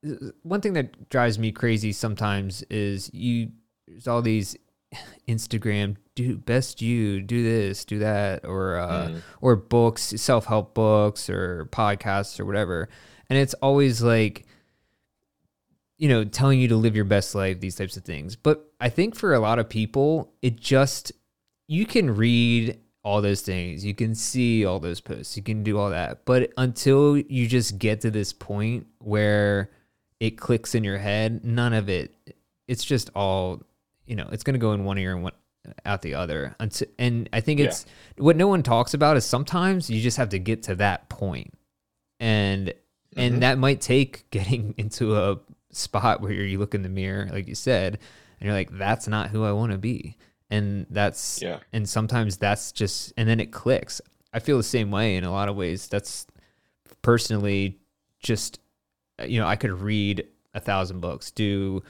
S2: uh, one thing that drives me crazy sometimes is you there's all these Instagram do best you do this do that or uh, or books self help books or podcasts or whatever, and it's always like you know telling you to live your best life these types of things. But I think for a lot of people, it just you can read all those things you can see all those posts you can do all that but until you just get to this point where it clicks in your head none of it it's just all you know it's going to go in one ear and one out the other Unti- and i think it's what no one talks about is sometimes you just have to get to that point and and that might take getting into a spot where you look in the mirror like you said and you're like that's not who i want to be and that's
S4: Yeah.
S2: and sometimes that's just and then it clicks i feel the same way in a lot of ways that's personally just you know i could read a thousand books do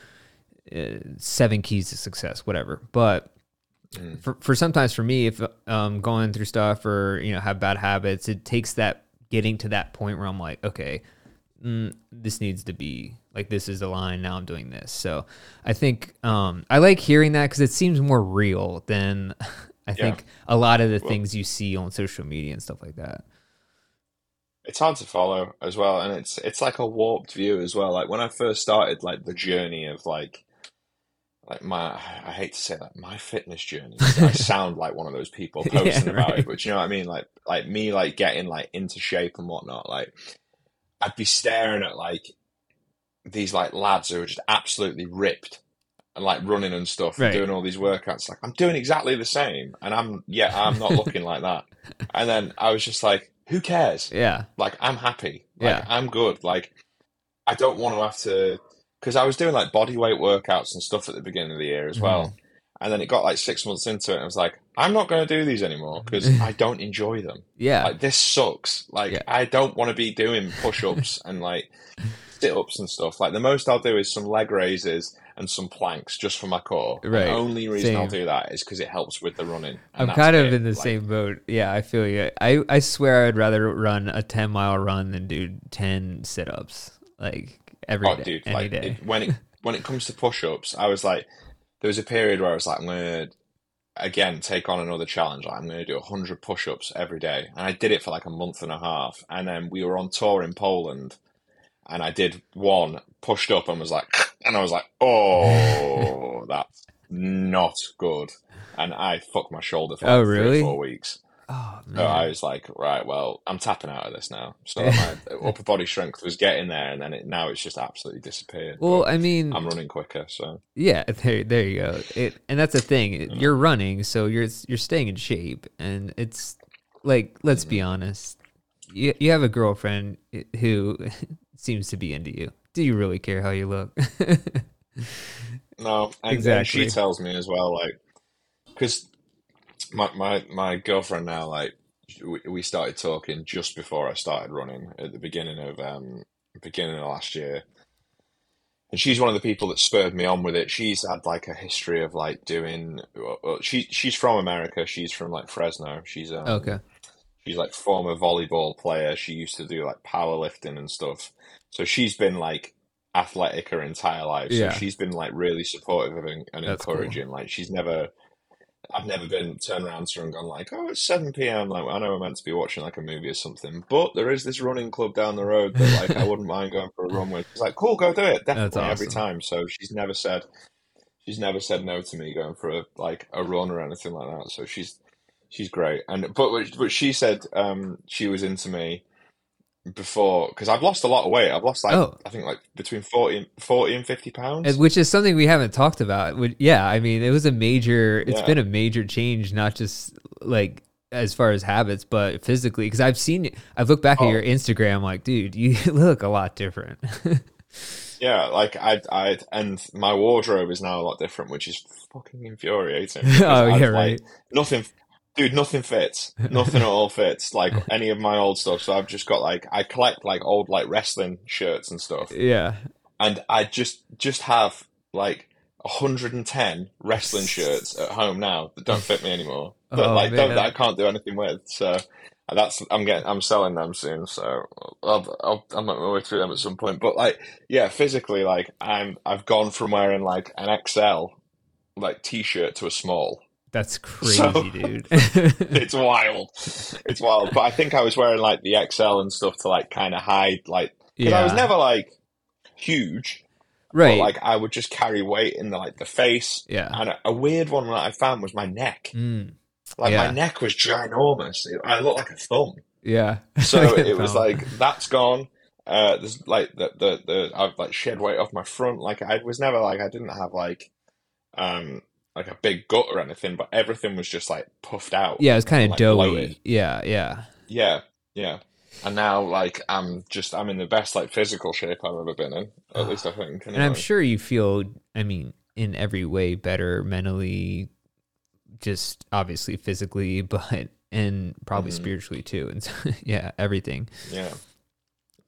S2: uh, seven keys to success whatever but for, for sometimes for me if um going through stuff or you know have bad habits it takes that getting to that point where i'm like okay mm, this needs to be like this is the line now i'm doing this so i think um i like hearing that because it seems more real than i think a lot of the things you see on social media and stuff like that
S4: it's hard to follow as well and it's it's like a warped view as well like when i first started like the journey of like like my i hate to say that my fitness journey 'cause i sound like one of those people
S2: Yeah,
S4: posting about
S2: right.
S4: it but you know what i mean like like me like getting like into shape and whatnot like i'd be staring at like these like lads who are just absolutely ripped and like running and stuff
S2: Right.
S4: and doing all these workouts like i'm doing exactly the same and i'm yeah i'm not looking like that and then i was just like who cares
S2: yeah
S4: like I'm happy. Like,
S2: Yeah.
S4: I'm good. Like I don't want to have to because I was doing like body weight workouts and stuff at the beginning of the year as
S2: Mm-hmm.
S4: well. And then it got like six months into it, and I was like, I'm not going to do these anymore because I don't enjoy them.
S2: yeah
S4: Like this sucks. Like
S2: Mm-hmm. Yeah.
S4: I don't want to be doing push-ups and like sit ups and stuff. Like the most I'll do is some leg raises and some planks just for my core. And
S2: Right.
S4: The only reason I'll
S2: Same.
S4: do that is because it helps with the running. and
S2: I'm
S4: that's
S2: kind of
S4: it.
S2: in the
S4: Like,
S2: same boat. Yeah, I feel you. I, I swear I'd rather run a 10 mile run than do 10 sit ups like every day,
S4: Oh, dude!
S2: any
S4: Like
S2: day.
S4: it, when it when it comes to push ups, I was like, there was a period where I was like, I'm gonna again take on another challenge. Like, I'm gonna do hundred push ups every day, and I did it for like a month and a half. And then we were on tour in Poland, and I did one pushed up and was like, and I was like, oh, that's not good. And I fucked my shoulder for like
S2: Oh,
S4: three
S2: really?
S4: or four weeks.
S2: oh, man.
S4: So I was like, right, well, I'm tapping out of this now. So my upper body strength was getting there, and then it now it's just absolutely disappeared.
S2: well, I mean,
S4: I'm running quicker, so
S2: yeah, there, there you go. It, and that's the thing. It-
S4: Mm.
S2: You're running, so you're you're staying in shape, and it's like, let's be
S4: Mm-hmm.
S2: honest. You you have a girlfriend eh, who seems to be into you. Do you really care how you look?
S4: no. And, and
S2: Exactly.
S4: she tells me as well, like, because my, my my girlfriend now, like, we, we started talking just before I started running at the beginning of um beginning of last year, and she's one of the people that spurred me on with it. She's had like a history of like doing. well, Well, she she's from America. She's from like Fresno. She's um,
S2: okay.
S4: She's like former volleyball player. She used to do like powerlifting and stuff. So she's been like athletic her entire life.
S2: Yeah.
S4: So she's been like really supportive of and, and
S2: That's cool.
S4: encouraging. Like she's never I've never been turned around to her and gone like, Oh, it's seven PM like I know we're meant to be watching like a movie or something, but there is this running club down the road that like I wouldn't mind going for a run with. She's like, Cool, go do it. Definitely every
S2: awesome.
S4: time. So she's never said she's never said no to me going for a like a run or anything like that. So she's she's great. And but what- what she said um, she was into me before because I've lost a lot of weight. I've lost like
S2: Oh.
S4: I think like between 40, and- 40 and fifty pounds.
S2: And- which is something we haven't talked about. Would- Yeah, I mean, it was a major. It's
S4: Yeah.
S2: been a major change, not just like as far as habits, but physically. Because I've seen, I've looked back
S4: Oh.
S2: at your Instagram, like, dude, you look a lot different.
S4: Yeah, like I I and my wardrobe is now a lot different, which is fucking infuriating. because
S2: Oh, yeah,
S4: I've, like,
S2: right.
S4: Nothing, dude. Nothing fits. Nothing at all fits. Like any of my old stuff. So I've just got like I collect like old like wrestling shirts and stuff.
S2: yeah,
S4: and I just just have like 110 wrestling shirts at home now that don't fit me anymore. That
S2: Oh,
S4: like don't,
S2: man.
S4: that I can't do anything with. So and that's I'm getting I'm selling them soon. So I'll, I'll, I'll make my way through them at some point. But like yeah, physically like I'm I've gone from wearing like an XL like t-shirt to a small.
S2: that's crazy,
S4: So-
S2: dude.
S4: It's wild. it's wild. But I think I was wearing like the XL and stuff to like kind of hide like because I was never like huge but,
S2: right.
S4: like I would just carry weight in the like the face.
S2: yeah.
S4: And a, a weird one that I found was my neck.
S2: Mm,
S4: Like
S2: yeah.
S4: my neck was ginormous. I looked like a thumb.
S2: yeah. um,
S4: So it was
S2: Well,
S4: like that's gone. Uh, there's like the, the the I've like shed weight off my front. Like I was never like I didn't have like um like a big gut or anything, but everything was just like puffed out.
S2: yeah, it's kind of
S4: like,
S2: doughy.
S4: bloated.
S2: Yeah, yeah.
S4: Yeah, yeah. And now like I'm just I'm in the best like physical shape I've ever been in. At least I think.
S2: Ah. And I'm
S4: anyway.
S2: sure you feel, I mean, in every way better mentally, just obviously physically, but and probably
S4: Mhm.
S2: spiritually too. And so, yeah, everything.
S4: Yeah.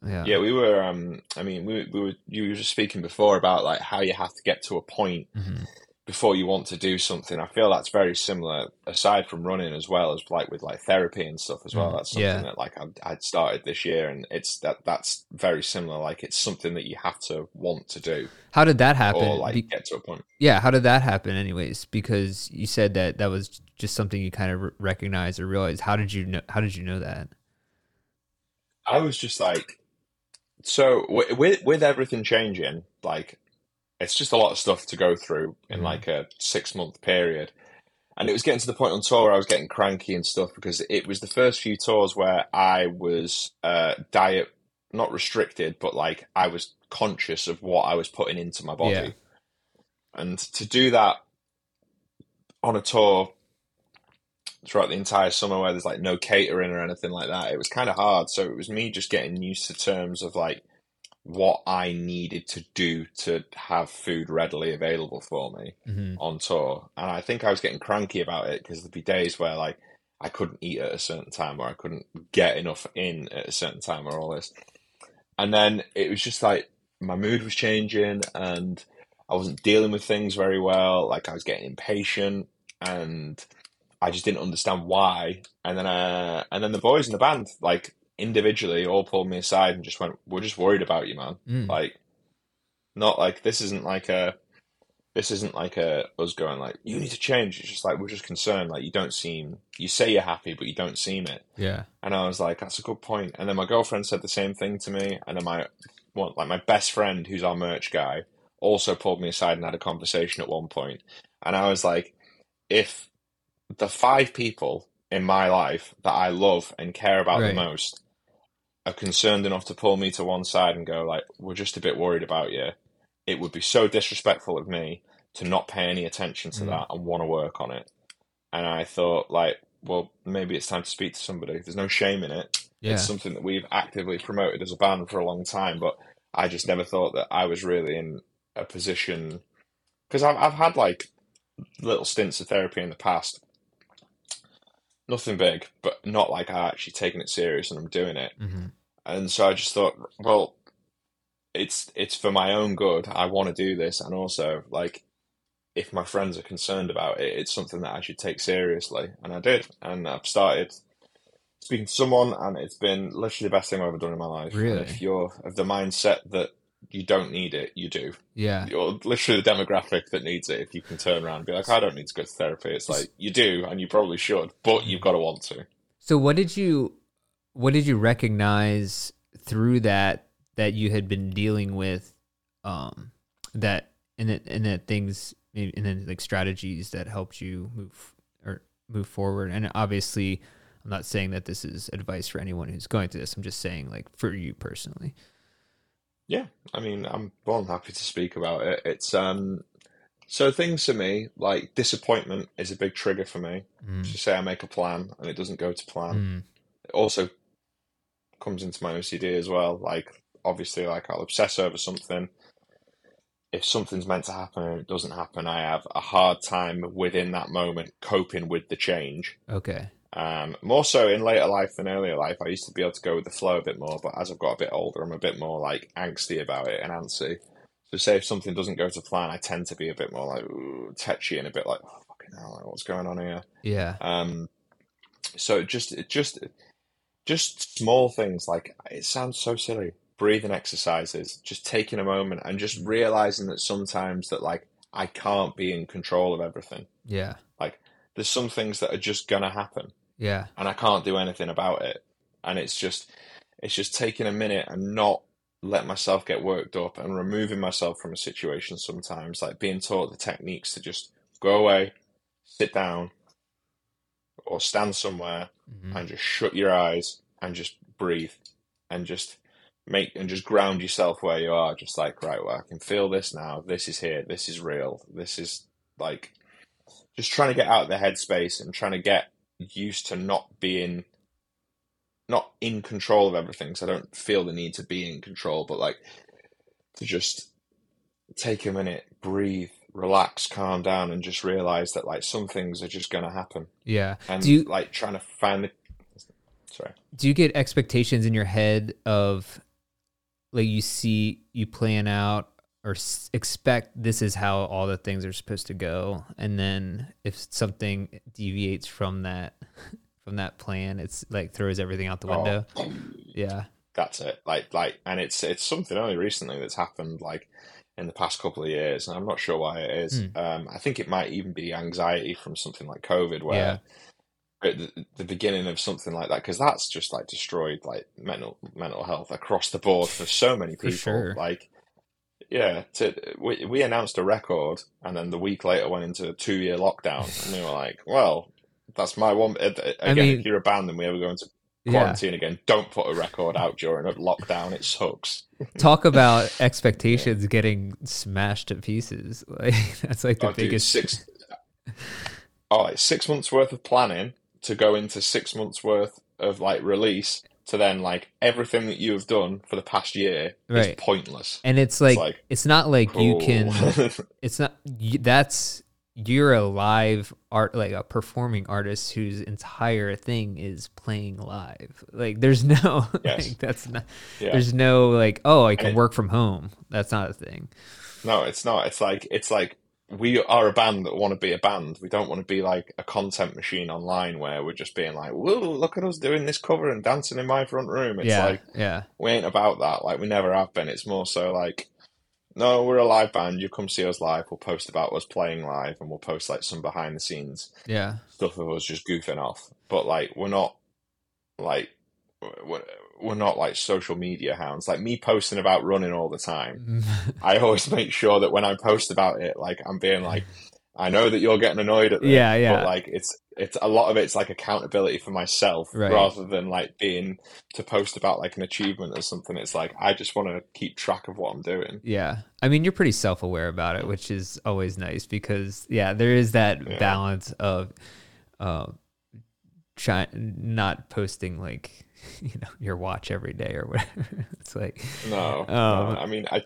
S2: Yeah.
S4: Yeah, we were. Um, I mean, we, we were. You were just speaking before about like how you have to get to a point
S2: Mhm.
S4: before you want to do something. I feel that's very similar. Aside from running, as well as like with like therapy and stuff as well.
S2: Mm,
S4: That's something
S2: yeah.
S4: that like I'd, I'd started this year, and it's that that's very similar. Like it's something that you have to want to do
S2: How did that happen?
S4: or Oh, like
S2: Be-
S4: get to a point.
S2: yeah. How did that happen, anyways? Because you said that that was just something you kind of re- recognized or realized. How did you know? How did you know that?
S4: I was just like, so wi- with with everything changing, like it's just a lot of stuff to go through in
S2: Mhm.
S4: like a six month period, and it was getting to the point on tour where I was getting cranky and stuff because it was the first few tours where I was uh, diet not restricted, but like I was conscious of what I was putting into my body,
S2: Yeah.
S4: and to do that on a tour throughout the entire summer where there's like no catering or anything like that. It was kind of hard. So it was me just getting used to terms of like what I needed to do to have food readily available for me
S2: hmm
S4: on tour. And I think I was getting cranky about it because there'd be days where like I couldn't eat at a certain time or I couldn't get enough in at a certain time or all this. And then it was just like my mood was changing and I wasn't dealing with things very well. Like I was getting impatient and I just didn't understand why. And then uh, and then the boys in the band, like individually, all pulled me aside and just went, "We're just worried about you, man.
S2: Mm.
S4: Like, not like this isn't like a." This isn't like a us going like you need to change. It's just like we're just concerned. Like you don't seem you say you're happy, but you don't seem it.
S2: Yeah.
S4: And I was like, that's a good point. And then my girlfriend said the same thing to me. And then my one, like my best friend, who's our merch guy, also pulled me aside and had a conversation at one point. And I was like, if the five people in my life that I love and care about
S2: Right.
S4: the most are concerned enough to pull me to one side and go like, we're just a bit worried about you. It would be so disrespectful of me to not pay any attention to
S2: Mm.
S4: that and want to work on it. And I thought like, well, maybe it's time to speak to somebody. There's no shame in it.
S2: Yeah.
S4: It's something that we've actively promoted as a band for a long time, but I just never thought that I was really in a position because I've I've had like little stints of therapy in the past, nothing big, but not like I actually taken it serious and I'm doing it.
S2: hmm
S4: And so I just thought, well, it's it's for my own good. I want to do this, and also like if my friends are concerned about it, it's something that I should take seriously. And I did, and I've started speaking to someone, and it's been literally the best thing I've ever done in my life. And
S2: Really?
S4: if you're of the mindset that you don't need it, you do.
S2: Yeah.
S4: You're literally the demographic that needs it. If you can turn around and be like, I don't need to go to therapy, it's like you do, and you probably should, but you've got to want to.
S2: So what did you what did you recognize through that that you had been dealing with um that and that and that things maybe- and then like strategies that helped you move or move forward and obviously I'm not saying that this is advice for anyone who's going through this. I'm just saying like for you personally.
S4: Yeah, I mean, I'm more than happy to speak about it. It's um, so things for me like disappointment is a big trigger for me.
S2: Mm.
S4: So say I make a plan and it doesn't go to plan.
S2: Mm.
S4: It also comes into my OCD as well. Like obviously, like I'll obsess over something. If something's meant to happen and it doesn't happen, I have a hard time within that moment coping with the change.
S2: Okay.
S4: Um, more so in later life than earlier life, I used to be able to go with the flow a bit more, but as I've got a bit older, I'm a bit more like angsty about it and antsy. So, say if something doesn't go to plan, I tend to be a bit more like ooh, tetchy and a bit like, oh, fucking hell, like, what's going on here?
S2: Yeah.
S4: Um, so it just it just just small things like it sounds so silly. Breathing exercises, just taking a moment and just realizing that sometimes that like I can't be in control of everything.
S2: Yeah.
S4: There's some things that are just gonna happen
S2: Yeah.
S4: and I can't do anything about it. And it's just it's just taking a minute and not let myself get worked up and removing myself from a situation sometimes, like being taught the techniques to just go away, sit down, or stand somewhere
S2: Mhm.
S4: and just shut your eyes and just breathe and just make and just ground yourself where you are, just like, right, well, I can feel this now. This is here, this is real, this is like just trying to get out of the headspace and trying to get used to not being not in control of everything so i don't feel the need to be in control but like to just take a minute breathe relax calm down and just realize that like some things are just going to happen
S2: Yeah.
S4: and
S2: Do you
S4: like trying to find the sorry
S2: do you get expectations in your head of like you see you plan out or s- expect this is how all the things are supposed to go and then if something deviates from that from that plan it's like throws everything out the
S4: Oh.
S2: window yeah
S4: that's it like like and it's it's something only recently that's happened like in the past couple of years and i'm not sure why it is
S2: Hmm.
S4: um i think it might even be anxiety from something like covid where
S2: yeah
S4: at the, the beginning of something like that because that's just like destroyed like mental mental health across the board for so many
S2: For
S4: people
S2: sure.
S4: like yeah to, we, we announced a record and then the week later went into a two-year lockdown and we were like well that's my one again
S2: mean-
S4: if you're a band and we ever go into
S2: yeah
S4: quarantine again don't put a record out during a lockdown it sucks
S2: talk about expectations getting smashed to pieces like that's like the
S4: Oh, dude,
S2: biggest
S4: six oh like six months worth of planning to go into six months worth of like release to then like everything that you have done for the past year
S2: Right.
S4: is pointless Oh.
S2: and it's like, it's
S4: like,
S2: not like you
S4: Cool.
S2: can it's not y- that's you're a live art like a performing artist whose entire thing is playing live like there's no
S4: Yes.
S2: like, that's not
S4: Yeah.
S2: there's no like oh i can
S4: it-
S2: work from home that's not a thing
S4: No, it's not. It's like it's like we are a band that want to be a band. We don't want to be like a content machine online where we're just being like, "Whoa, look at us doing this cover and dancing in my front room." It's
S2: yeah
S4: like
S2: yeah
S4: we ain't about that. Like we never have been. It's more so like, no, we're a live band. You come see us live. We'll post about us playing live, and we'll post like some behind the scenes
S2: yeah
S4: stuff of us just goofing off. But like, we're not like we're, we're not like social media hounds. Like me posting about running all the time. I always make sure that when I post about it, like I'm being like, I know that you're getting annoyed at this,
S2: Yeah, yeah.
S4: but like it's it's a lot of it's like accountability for myself
S2: Right.
S4: rather than like being to post about like an achievement or something. It's like I just want to keep track of what I'm doing.
S2: Yeah. I mean, you're pretty self aware about it, which is always nice because, yeah, there is that
S4: Yeah.
S2: balance of uh, try, not posting like, you know, your watch every day or whatever. it's like,
S4: No,
S2: Um,
S4: no, I mean I.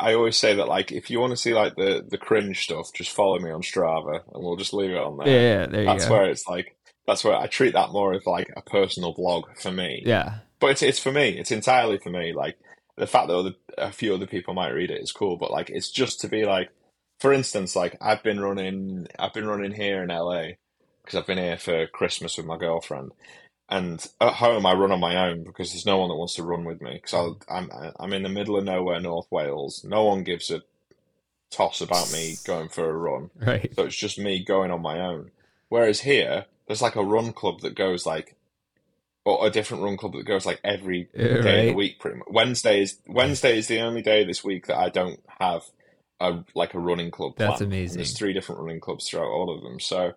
S4: I always say that, like, if you want to see like the the cringe stuff, just follow me on Strava, and we'll just leave it on
S2: yeah,
S4: there.
S2: yeah there you
S4: that's
S2: go.
S4: where it's like, that's where I treat that more of like a personal blog for me.
S2: yeah.
S4: but it's, it's for me. It's entirely for me. Like the fact that other, a few other people might read it is cool, but like it's just to be like, for instance, like I've been running, I've been running here in LA because I've been here for Christmas with my girlfriend, and at home I run on my own because there's no one that wants to run with me because I'm I'm in the middle of nowhere, North Wales. No one gives a toss about me going for a run.
S2: Right.
S4: So it's just me going on my own. Whereas here, there's like a run club that goes like, or a different run club that goes like every
S2: Yeah,
S4: day of the
S2: right.
S4: week. Pretty much. Wednesday is Wednesday is the only day this week that I don't have a like a running club.
S2: That's
S4: plan. And
S2: amazing.
S4: There's three different running clubs throughout all of them. So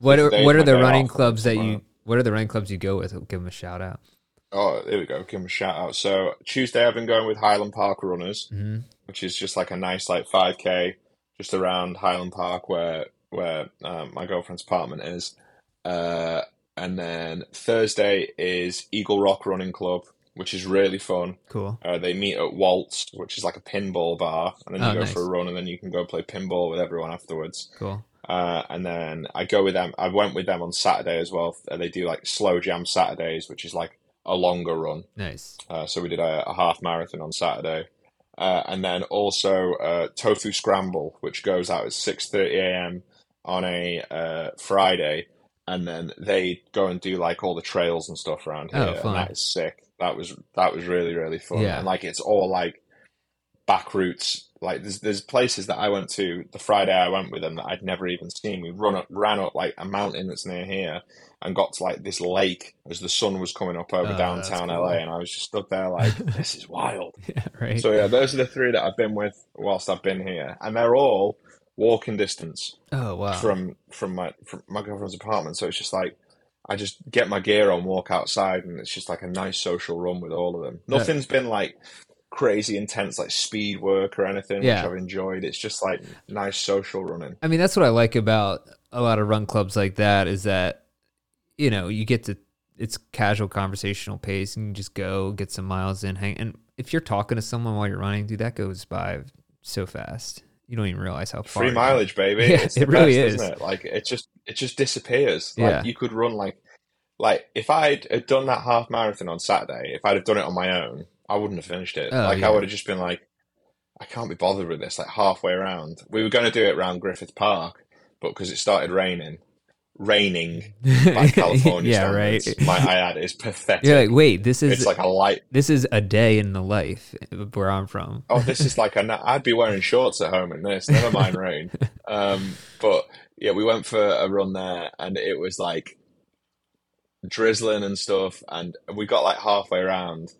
S2: What are,
S4: They
S2: what are
S4: put
S2: the
S4: that
S2: running
S4: off.
S2: clubs that you, what are the running clubs you go with? Give them a shout out.
S4: oh, there we go. Give them a shout out. So Tuesday I've been going with Highland Park Runners.
S2: hmm
S4: which is just like a nice like 5k just around Highland Park where where um, my girlfriend's apartment is. Uh, and then Thursday is Eagle Rock Running Club, which is really fun.
S2: Cool.
S4: Uh, they meet at Waltz, which is like a pinball bar, and then you
S2: Oh,
S4: go
S2: nice.
S4: for a run, and then you can go play pinball with everyone afterwards.
S2: Cool.
S4: Uh, and then I go with them. I went with them on Saturday as well. Uh, They do like slow jam Saturdays, which is like a longer run.
S2: Nice.
S4: Uh, so we did a, a half marathon on Saturday, uh, and then also uh, Tofu Scramble, which goes out at six thirty a.m. on a uh, Friday, and then they go and do like all the trails and stuff around
S2: Oh,
S4: here,
S2: fun.
S4: and that is sick. That was that was really really fun,
S2: Yeah.
S4: and like it's all like back routes. Like there's there's places that I went to the Friday I went with them that I'd never even seen. We run up ran up like a mountain that's near here, and got to like this lake as the sun was coming up over
S2: Oh, that's
S4: downtown
S2: cool.
S4: LA, and I was just stood there like, this is wild.
S2: Yeah. Right.
S4: So yeah, those are the three that I've been with whilst I've been here, and they're all walking distance
S2: oh, wow.
S4: from from my from my girlfriend's apartment. So it's just like I just get my gear on, walk outside, and it's just like a nice social run with all of them.
S2: Yeah.
S4: Nothing's been like crazy intense like speed work or anything
S2: Yeah.
S4: which i've enjoyed it's just like nice social running
S2: I mean, that's what I like about a lot of run clubs like that is that, you know, you get to, it's casual conversational pace and you just go get some miles in, hang. And if you're talking to someone while you're running, dude, that goes by so fast. You don't even realize how far.
S4: free
S2: it-
S4: mileage, baby.
S2: Yeah,
S4: it's the
S2: it really
S4: best,
S2: is.
S4: Isn't it? Like it just it just disappears. Like
S2: Yeah.
S4: you could run like like if I'd have done that half marathon on Saturday, if I'd have done it on my own, I wouldn't have finished it.
S2: Oh,
S4: like
S2: yeah.
S4: I would have just been like, I can't be bothered with this. Like halfway around, we were going to do it around Griffith Park, but because it started raining, raining by California
S2: yeah,
S4: standards,
S2: right.
S4: my I add is pathetic.
S2: You're like, wait, this is
S4: it's like a light.
S2: this is a day in the life where I'm from.
S4: oh, this is like a na- I'd be wearing shorts at home in this. Never mind rain. Um, but yeah, we went for a run there, and it was like drizzling and stuff, and we got like halfway around,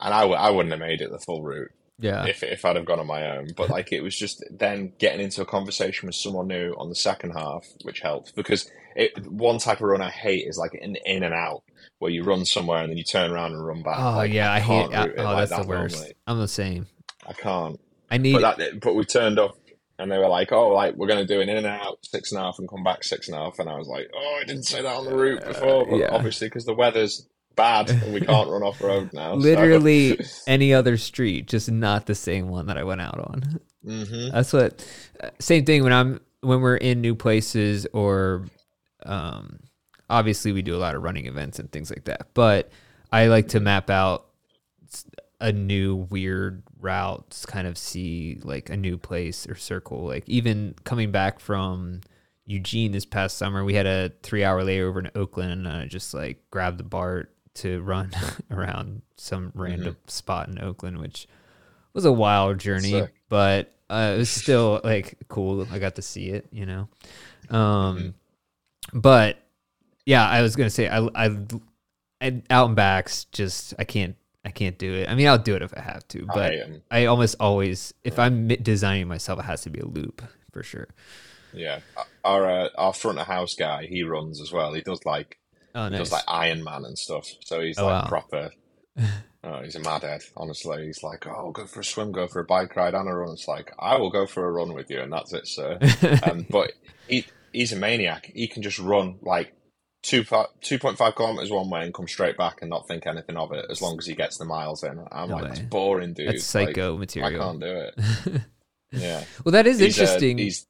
S4: and I w- I wouldn't have made it the full route
S2: Yeah,
S4: if if I'd have gone on my own. But like it was just then getting into a conversation with someone new on the second half, which helped because it one type of run I hate is like an in and out where you run somewhere and then you turn around and run back.
S2: oh
S4: Like,
S2: yeah, I, hate.
S4: can't root it
S2: oh,
S4: like
S2: that's the
S4: that
S2: worst.
S4: normally.
S2: I'm the same.
S4: I can't.
S2: I need.
S4: But that, but we turned off, and they were like, "Oh, like we're going to do an in and out six and a half and come back six and a half." And I was like, "Oh, I didn't say that on the route before, but
S2: yeah.
S4: obviously because the weather's bad and we can't run off road now."
S2: literally any other street, just not the same one that I went out on.
S4: hmm
S2: That's what. uh, Same thing when I'm when we're in new places or um, obviously we do a lot of running events and things like that. But I like to map out s- a new weird route, s- kind of see like a new place or circle. Like even coming back from Eugene this past summer, we had a three hour layover in Oakland and I just like grabbed the BART to run around some random spot in Oakland, which was a wild journey,
S4: Sick.
S2: but uh, it was still like cool. I got to see it, you know. Um, but yeah, I was gonna say I, I, I out and backs. Just I can't, I can't do it. I mean, I'll do it if I have to, but
S4: I am.
S2: I, almost always, if I'm mi- designing myself, it has to be a loop for sure.
S4: Yeah, our uh, our front of house guy, he runs as well. He does like
S2: Oh,
S4: he
S2: nice.
S4: does like Iron Man and stuff. So he's
S2: Oh,
S4: like
S2: wow.
S4: proper. Oh, he's a mad head. Honestly, he's like, oh, I'll go for a swim, go for a bike ride, and a run. It's like I will go for a run with you, and that's it, sir. um, but he he's a maniac. He can just run like two two point five kilometers one way and come straight back and not think anything of it as long as he gets the miles in. I'm
S2: No
S4: like,
S2: way.
S4: that's boring, dude.
S2: That's
S4: Like,
S2: psycho material.
S4: I can't do it. Yeah,
S2: well, that is
S4: He's, uh,
S2: interesting.
S4: he's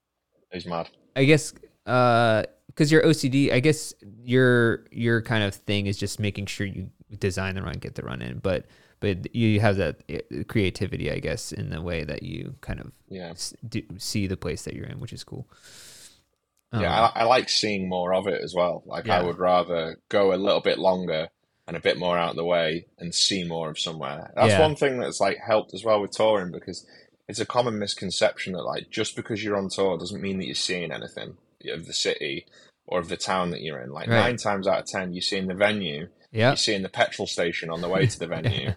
S4: he's mad.
S2: I guess because your OCD, I guess your your kind of thing is just making sure you design the run, get the run in, but but you have that uh, creativity, I guess, in the way that you kind of
S4: Yeah.
S2: s- do, see the place that you're in, which is cool. Um,
S4: Yeah, I, I like seeing more of it as well. Like I
S2: Yeah.
S4: would rather go a little bit longer and a bit more out of the way and see more of somewhere. That's
S2: Yeah.
S4: one thing that's like helped as well with touring because it's a common misconception that like just because you're on tour doesn't mean that you're seeing anything of the city or of the town that you're in. Like
S2: Right.
S4: nine times out of ten, you're seeing the venue,
S2: yeah,
S4: you're seeing the petrol station on the way to the venue,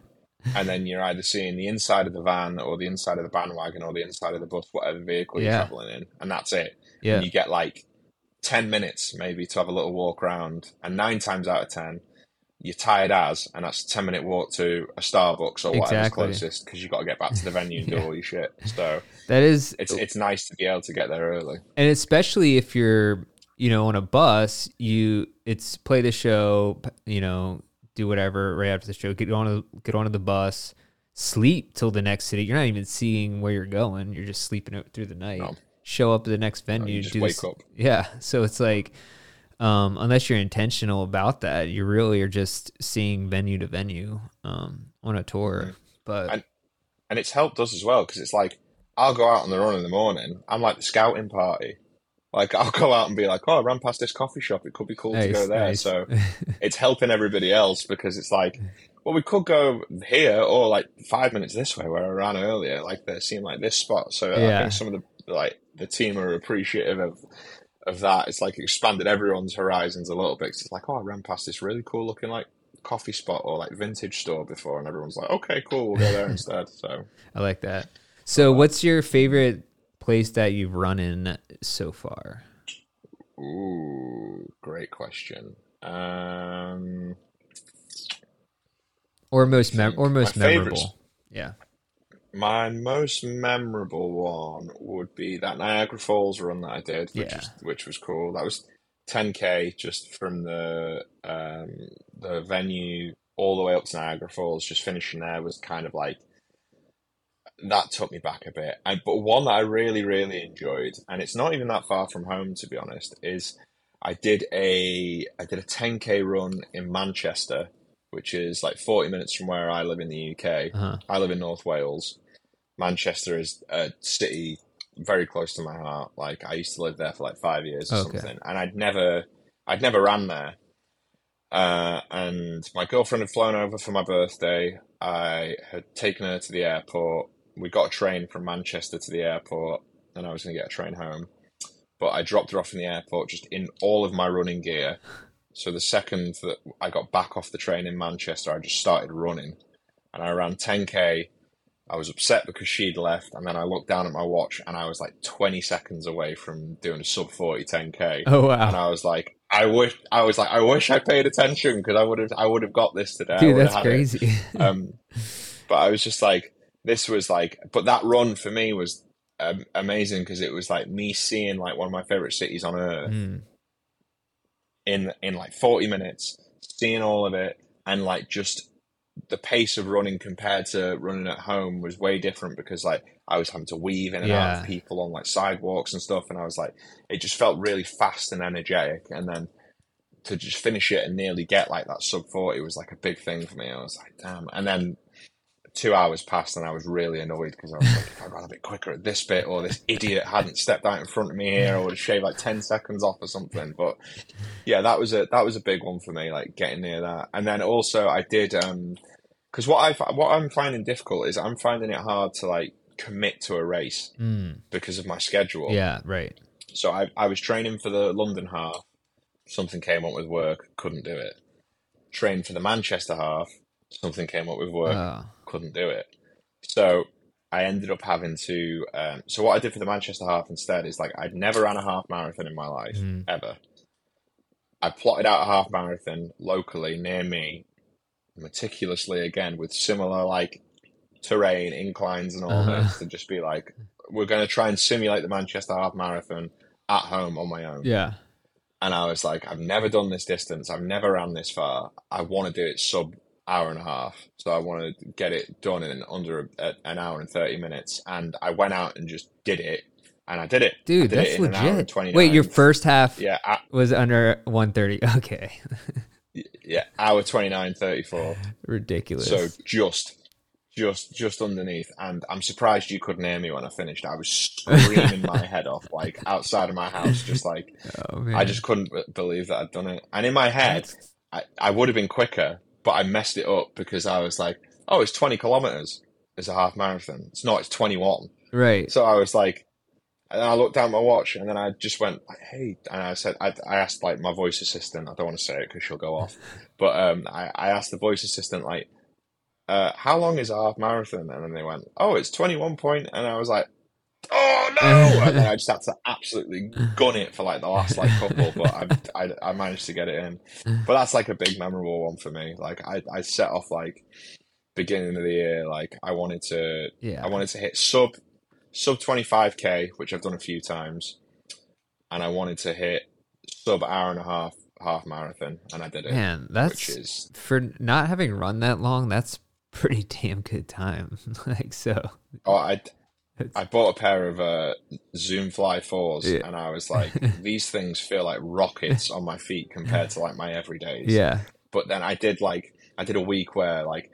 S4: and then you're either seeing the inside of the van or the inside of the bandwagon or the inside of the bus, whatever vehicle you're
S2: Yeah.
S4: traveling in, and that's it
S2: yeah,
S4: and you get like 10 minutes maybe to have a little walk around and nine times out of 10 you're tired as and that's a 10 minute walk to a starbucks or whatever's
S2: Exactly.
S4: closest because you've got to get back to the venue and do
S2: Yeah.
S4: all your shit so
S2: that is
S4: it's it's nice to be able to get there early
S2: and especially if you're you know on a bus you it's play the show p- you know do whatever right after the show get on a, get onto the bus sleep till the next city you're not even seeing where you're going you're just sleeping out through the night
S4: No.
S2: show up at the next venue
S4: just
S2: do
S4: wake
S2: this-
S4: up.
S2: yeah so it's like um, unless you're intentional about that you really are just seeing venue to venue um, on a
S4: Mm-hmm.
S2: tour but
S4: And- and it's helped us as well because it's like i'll go out on the run in the morning i'm like the scouting party like i'll go out and be like oh i ran past this coffee shop it could be cool to
S2: nice,
S4: go there
S2: nice.
S4: so it's helping everybody else because it's like, well, we could go here or like five minutes this way where I ran earlier. Like they seem like this spot. So I
S2: Yeah.
S4: think some of the like the team are appreciative of of that. It's like expanded everyone's horizons a little bit. 'Cause it's like, oh, I ran past this really cool looking like coffee spot or like vintage store before, and everyone's like, okay, cool, we'll go there instead. So
S2: I like that. So, what's your favorite place that you've run in so far?
S4: ooh, great question. Um,
S2: Or most mem- or most
S4: My
S2: memorable?
S4: favorites.
S2: Yeah.
S4: My most memorable one would be that Niagara Falls run that I did, which
S2: Yeah.
S4: is, which was cool. That was 10k just from the um, the venue all the way up to Niagara Falls. Just finishing there was kind of like that took me back a bit. And, but one that I really really enjoyed, and it's not even that far from home to be honest, is I did a I did a 10k run in Manchester, which is like 40 minutes from where I live in the UK.
S2: Uh-huh.
S4: I live in North Wales. Manchester is a city very close to my heart. Like I used to live there for like five years or
S2: Okay.
S4: something, and I'd never, I'd never ran there. Uh, and my girlfriend had flown over for my birthday. I had taken her to the airport. We got a train from Manchester to the airport, and I was going to get a train home. But I dropped her off in the airport, just in all of my running gear. So the second that I got back off the train in Manchester, I just started running, and I ran 10k. I was upset because she'd left, and then I looked down at my watch, and I was like 20 seconds away from doing a sub 40 10k
S2: Oh
S4: and
S2: wow,
S4: I was like, I wish I was like, I wish I paid attention because I would have, I would have got this today. I
S2: dude,
S4: would have
S2: that's
S4: had it.
S2: crazy.
S4: Um, but I was just like, this was like, but that run for me was um, amazing because it was like me seeing like one of my favorite cities on earth
S2: Mm.
S4: in in like 40 minutes, seeing all of it, and like just the pace of running compared to running at home was way different because like I was having to weave in and out
S2: Yeah.
S4: of people on like sidewalks and stuff, and I was like, it just felt really fast and energetic, and then to just finish it and nearly get like that sub forty was like a big thing for me. I was like, damn, and then. Two hours passed and I was really annoyed because I was like, if I'd gone a bit quicker at this bit, or this idiot hadn't stepped out in front of me here, or would have shaved like ten seconds off or something. But yeah, that was a that was a big one for me, like getting near that. And then also I did um because what I fi- what I'm finding difficult is I'm finding it hard to like commit to a race
S2: Mm.
S4: because of my schedule.
S2: Yeah, right.
S4: So I I was training for the London half. Something came up with work, couldn't do it. Trained for the Manchester half. Something came up with work,
S2: Uh,
S4: couldn't do it. So I ended up having to. Um, so what I did for the Manchester half instead is like I'd never ran a half marathon in my life
S2: Mm.
S4: ever. I plotted out a half marathon locally near me, meticulously again with similar like terrain, inclines, and all
S2: Uh-huh.
S4: this to just be like, we're going to try and simulate the Manchester half marathon at home on my own.
S2: yeah.
S4: And I was like, I've never done this distance. I've never ran this far. I want to do it sub hour and a half. So I want to get it done in under a, a- an hour and 30 minutes. And I went out and just did it. And I did it. I
S2: Dude,
S4: did it
S2: that's
S4: in an hour and
S2: legit.
S4: 29.
S2: Wait, your first half
S4: Yeah, I,
S2: was under 130. Okay.
S4: yeah, hour 29, 34.
S2: Ridiculous.
S4: So just, just, just underneath. And I'm surprised you couldn't hear me when I finished. I was screaming my head off, like outside of my house, just like
S2: oh, man.
S4: I just couldn't b- believe that I'd done it. And in my head, I, I would have been quicker, but I messed it up because I was like, oh, it's 20 kilometers. It's a half marathon. It's not, it's 21.
S2: Right.
S4: So I was like, and I looked down at my watch and then I just went, like, hey, and I said, I, I asked like my voice assistant, I don't want to say it because she'll go off, but um, I, I asked the voice assistant, like, uh, how long is a half marathon? And then they went, oh, it's 21 point. And I was like, oh no. and then I just had to absolutely gun it for like the last like couple, but I, I, I managed to get it in. But that's like a big memorable one for me. Like I, I set off like beginning of the year, like I wanted to
S2: Yeah.
S4: I wanted to hit sub sub 25k, which I've done a few times, and I wanted to hit sub hour and a half half marathon, and I did it,
S2: Man,
S4: which
S2: that's
S4: is
S2: for not having run that long. That's pretty damn good time. like so.
S4: oh, I I bought a pair of uh, Zoom Fly fours,
S2: Yeah.
S4: and I was like, these things feel like rockets on my feet compared to like my everydays.
S2: Yeah.
S4: but then I did like I did a week where like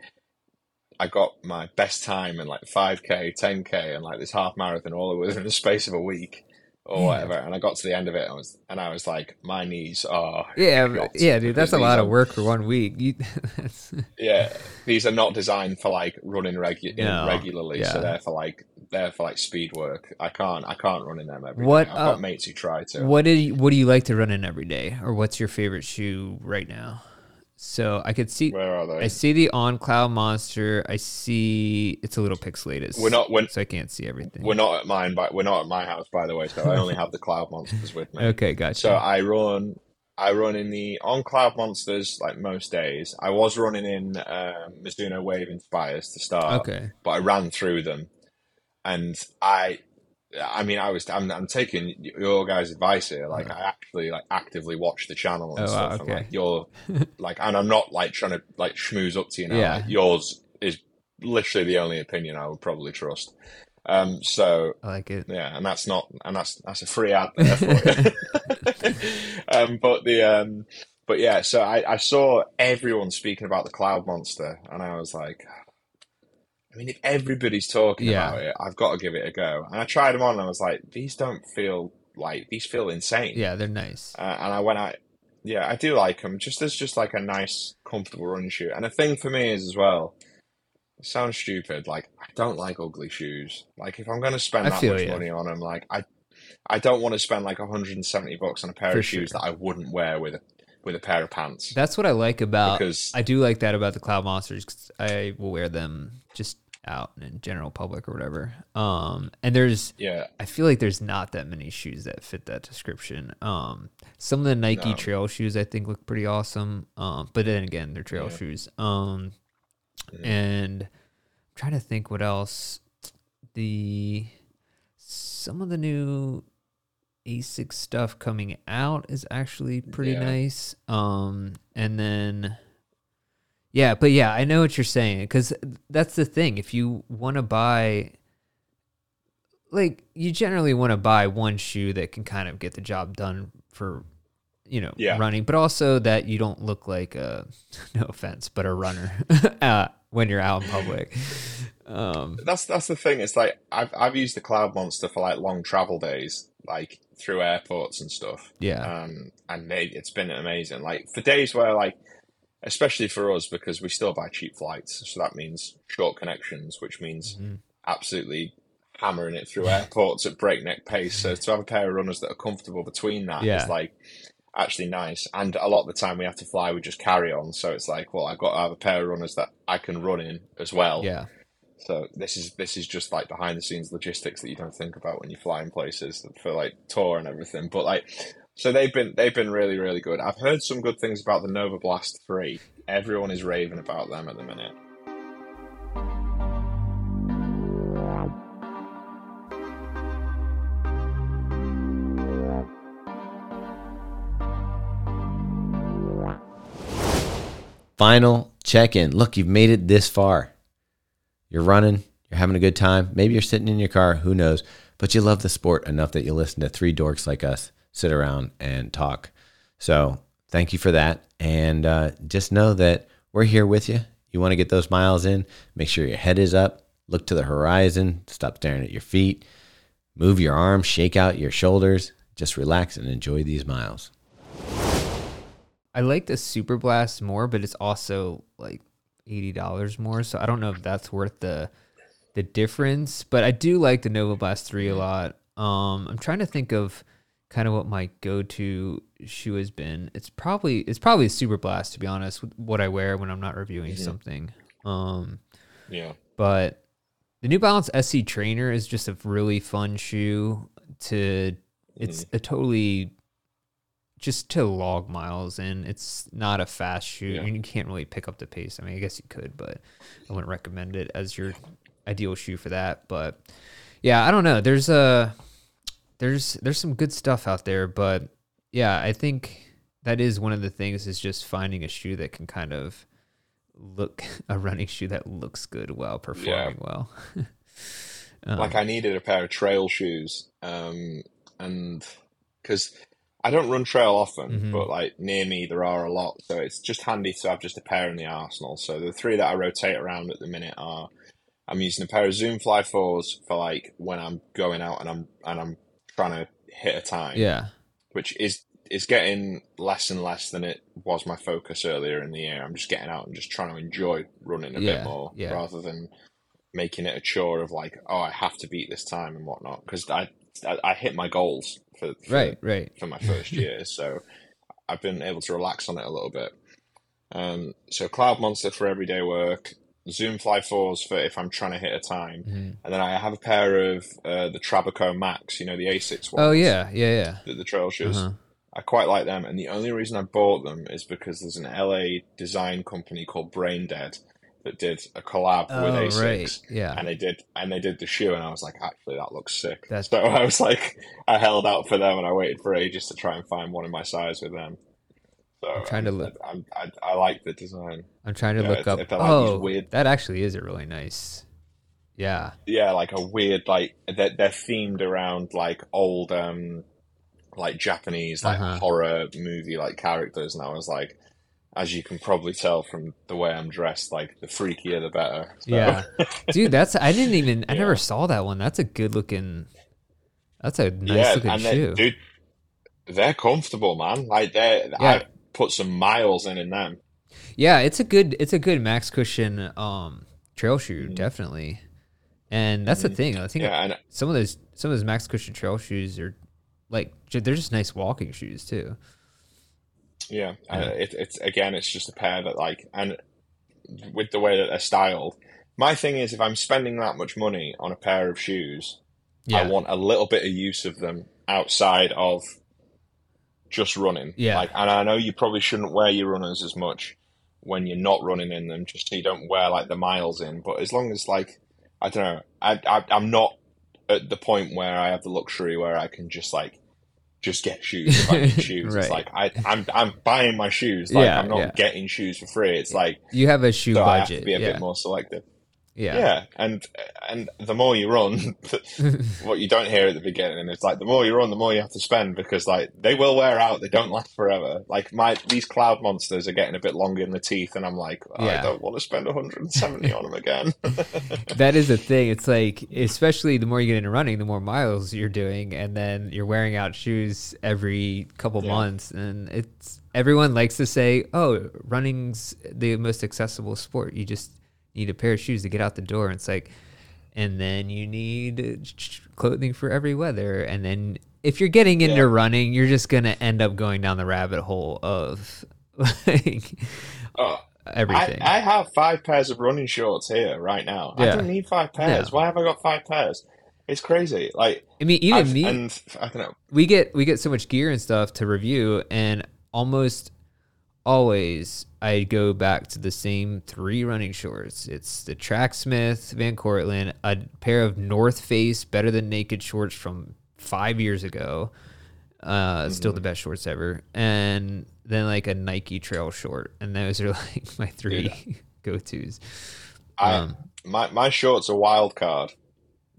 S4: I got my best time in like 5k, 10k, and like this half marathon all within the space of a week or
S2: Yeah.
S4: whatever. And I got to the end of it and I was, and I was like, my knees are
S2: Yeah.
S4: Got
S2: but- Yeah, dude. That's a
S4: these
S2: lot of
S4: on.
S2: work for one week. You, that's,
S4: yeah, these are not designed for like running regu- in
S2: No.
S4: regularly, so
S2: Yeah.
S4: they're for like they're for like speed work. I can't I can't run in them every day.
S2: What,
S4: I've got
S2: uh,
S4: mates who try to.
S2: what do you, What do you like to run in every day, or what's your favorite shoe right now? So I could see.
S4: Where are they?
S2: I see the on cloud monster. I see it's a little pixelated.
S4: We're not- we're-
S2: so I can't see everything.
S4: We're not at mine, but we're not at my house, by the way. So I only have the cloud monsters with me.
S2: okay, gotcha.
S4: So I run, I run in the on Cloud Monsters like most days. I was running in um, Mizuno Wave Inspires to start,
S2: okay.
S4: but I ran through them, and I, I mean, I was I'm, I'm taking your guys' advice here. Like I actually like actively watch the channel and
S2: Oh, wow,
S4: stuff.
S2: okay.
S4: And, like you're, like, and I'm not like trying to like schmooze up to you now.
S2: Yeah.
S4: Like, yours is literally the only opinion I would probably trust. Um, so
S2: I like it.
S4: yeah, and that's not, and that's that's a free ad there for you. um, but the, um, but yeah, so I, I saw everyone speaking about the cloud monster, and I was like, I mean, if everybody's talking
S2: Yeah.
S4: about it, I've got to give it a go. And I tried them on, and I was like, these don't feel like these feel insane.
S2: Yeah, they're nice.
S4: Uh, and I went out. Yeah, I do like them. Just as just like a nice, comfortable running shoe. And the thing for me is as well. It sounds stupid. Like I don't like ugly shoes. Like if I'm going to spend
S2: I
S4: that
S2: feel
S4: much
S2: you.
S4: money on them, like I, I don't want to spend like 170 bucks on a pair
S2: For
S4: of shoes
S2: sure.
S4: that I wouldn't wear with a with a pair of pants.
S2: That's what I like about.
S4: Because-
S2: uh, I do like that about the cloud monsters. 'cause I will wear them just out in general public or whatever. Um, and there's,
S4: Yeah,
S2: I feel like there's not that many shoes that fit that description. Um, some of the Nike
S4: No.
S2: trail shoes I think look pretty awesome. Um, but then again, they're trail
S4: Yeah. Mm-hmm.
S2: shoes. Um, and I'm trying to think what else. The some of the new ASIC stuff coming out is actually pretty
S4: Yeah.
S2: nice. Um, and then Yeah, but yeah, I know what you're saying because that's the thing. If you want to buy, like, you generally want to buy one shoe that can kind of get the job done for, you know,
S4: Yeah.
S2: running, but also that you don't look like a, no offense, but a runner uh, when you're out in public. Um,
S4: That's that's the thing. It's like I've I've used the Cloud Monster for like long travel days, like through airports and stuff.
S2: yeah.
S4: um, and they, it's been amazing. Like for days where like, especially for us because we still buy cheap flights, so that means short connections, which means
S2: Mhm.
S4: absolutely hammering it through airports at breakneck pace. So to have a pair of runners that are comfortable between that is
S2: Yeah.
S4: like actually nice. And a lot of the time we have to fly, we just carry on. So it's like, well, I've got to have a pair of runners that I can run in as well.
S2: Yeah.
S4: So this is this is just like behind the scenes logistics that you don't think about when you're flying places for like tour and everything. But like, so they've been they've been really really good. I've heard some good things about the Nova Blast Three. Everyone is raving about them at the minute.
S1: Final check in. Look, you've made it this far. You're running, you're having a good time. Maybe you're sitting in your car, who knows? But you love the sport enough that you listen to three dorks like us sit around and talk. So thank you for that. And uh, just know that we're here with you. You want to get those miles in, make sure your head is up, look to the horizon, stop staring at your feet, move your arms, shake out your shoulders, just relax and enjoy these miles.
S2: I like the Super Blast more, but it's also like eighty dollars more. So I don't know if that's worth the the difference. But I do like the Nova Blast three a lot. Um, I'm trying to think of kind of what my go to shoe has been. It's probably it's probably Super Blast to be honest. with What I wear when I'm not reviewing something. Um,
S4: Yeah,
S2: but the New Balance SC Trainer is just a really fun shoe to it's a totally just to log miles in. It's not a fast shoe
S4: Yeah.
S2: and you can't really pick up the pace. I mean, I guess you could, but I wouldn't recommend it as your ideal shoe for that, but yeah, I don't know. There's a there's there's some good stuff out there, but yeah, I think that is one of the things is just finding a shoe that can kind of look a running shoe that looks good while performing well. Um,
S4: like I needed a pair of trail shoes, um, and because I don't run trail often,
S2: Mhm.
S4: but like near me there are a lot, so it's just handy to have just a pair in the arsenal. So the three that I rotate around at the minute are I'm using a pair of Zoom Fly Fours for like when I'm going out and I'm and I'm trying to hit a time,
S2: yeah.
S4: which is is getting less and less than it was my focus earlier in the year. I'm just getting out and just trying to enjoy running a
S2: Yeah,
S4: bit more
S2: yeah.
S4: rather than making it a chore of like, oh, I have to beat this time and whatnot because I, I I hit my goals for, for
S2: Right, right.
S4: for my first year, so I've been able to relax on it a little bit. Um, so Cloud Monster for everyday work, Zoom Fly Fours for if I'm trying to hit a time,
S2: Mhm.
S4: and then I have a pair of uh, the Trabuco Max, you know, the Asics ones.
S2: Oh yeah, yeah,
S4: the, the trail
S2: yeah.
S4: shoes.
S2: Uh-huh.
S4: I quite like them, and the only reason I bought them is because there's an LA design company called Brain Dead that did a collab with
S2: Oh
S4: Asics,
S2: right, yeah.
S4: and they did and they did the shoe, and I was like, actually, that looks sick.
S2: That's-
S4: so I was like, I held out for them, and I waited for ages to try and find one in my size with them. So
S2: I'm trying to look-
S4: I'm, I, I like the design.
S2: I'm trying to
S4: Yeah,
S2: look
S4: it's-
S2: up.
S4: it's like these
S2: oh,
S4: weird-
S2: that actually is a really nice. Yeah.
S4: yeah, like a weird like they're, they're themed around like old um like Japanese like
S2: Uh-huh.
S4: horror movie like characters, and I was like, as you can probably tell from the way I'm dressed, like the freakier the better. So,
S2: Yeah, dude, that's I didn't even I never saw that one. That's a good looking. That's a nice
S4: yeah,
S2: looking
S4: and they,
S2: shoe.
S4: dude, they're comfortable, man. Like they,
S2: Yeah.
S4: I put some miles in in them.
S2: Yeah, it's a good it's a good max cushion um trail shoe definitely, and that's the thing. I think
S4: Mm-hmm. Yeah, and
S2: some of those some of those max cushion trail shoes are like ju- they're just nice walking shoes too.
S4: Yeah, Uh, it, it's again, it's just a pair that like, and with the way that they're styled. My thing is, if I'm spending that much money on a pair of shoes,
S2: Yeah.
S4: I want a little bit of use of them outside of just running.
S2: Yeah.
S4: Like, and I know you probably shouldn't wear your runners as much when you're not running in them, just so you don't wear like the miles in. But as long as like, I don't know, I, I I'm not at the point where I have the luxury where I can just like just get shoes if I need shoes.
S2: Right.
S4: It's like I, I'm I'm buying my shoes. Like
S2: Yeah,
S4: I'm not
S2: yeah.
S4: getting shoes for free. It's like
S2: You have a shoe
S4: so I have to
S2: budget.
S4: be a
S2: yeah.
S4: bit more selective.
S2: yeah.
S4: Yeah. and and the more you run, what you don't hear at the beginning is like the more you run, the more you have to spend because like they will wear out. They don't last forever. Like my these cloud monsters are getting a bit longer in the teeth, and I'm like, oh,
S2: Yeah.
S4: I don't want to spend 170 on them again.
S2: That is the thing. It's like, especially the more you get into running, the more miles you're doing, and then you're wearing out shoes every couple months. And it's everyone likes to say, "Oh, running's the most accessible sport. You just need a pair of shoes to get out the door." And it's like, and then you need sh- sh- clothing for every weather. And then if you're getting into
S4: Yeah.
S2: running, you're just gonna end up going down the rabbit hole of like
S4: Oh, I,
S2: everything.
S4: I have five pairs of running shorts here right now.
S2: Yeah.
S4: I don't need five pairs. Why have I got five pairs? It's crazy. Like
S2: I mean, even
S4: I've-
S2: me.
S4: and I don't know.
S2: we get we get so much gear and stuff to review and almost always I go back to the same three running shorts. It's the Tracksmith Van Cortlandt, a pair of North Face Better Than Naked shorts from five years ago. Uh,
S4: Mm-hmm.
S2: Still the best shorts ever. And then like a Nike trail short. And those are like my three go tos.
S4: I
S2: Um.
S4: my my shorts are wild card.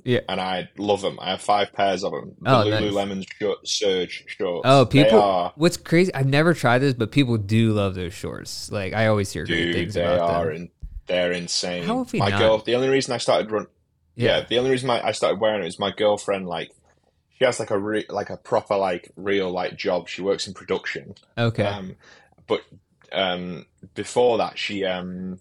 S2: Yeah.
S4: and I love them. I have five pairs of them. The
S2: Oh, nice.
S4: Lululemon short, Surge shorts.
S2: Oh,
S4: They
S2: people!
S4: are,
S2: What's crazy? I've never tried this, but people do love those shorts. Like I always hear great
S4: dude,
S2: things
S4: they
S2: about
S4: are
S2: them.
S4: in, they're insane.
S2: How have we
S4: my
S2: not?
S4: girl, the only reason I started run, yeah.
S2: yeah,
S4: the only reason I, I started wearing it is my girlfriend like. She has like a re- like a proper like real like job. She works in production,
S2: Okay.
S4: Um, but um, before that, she um,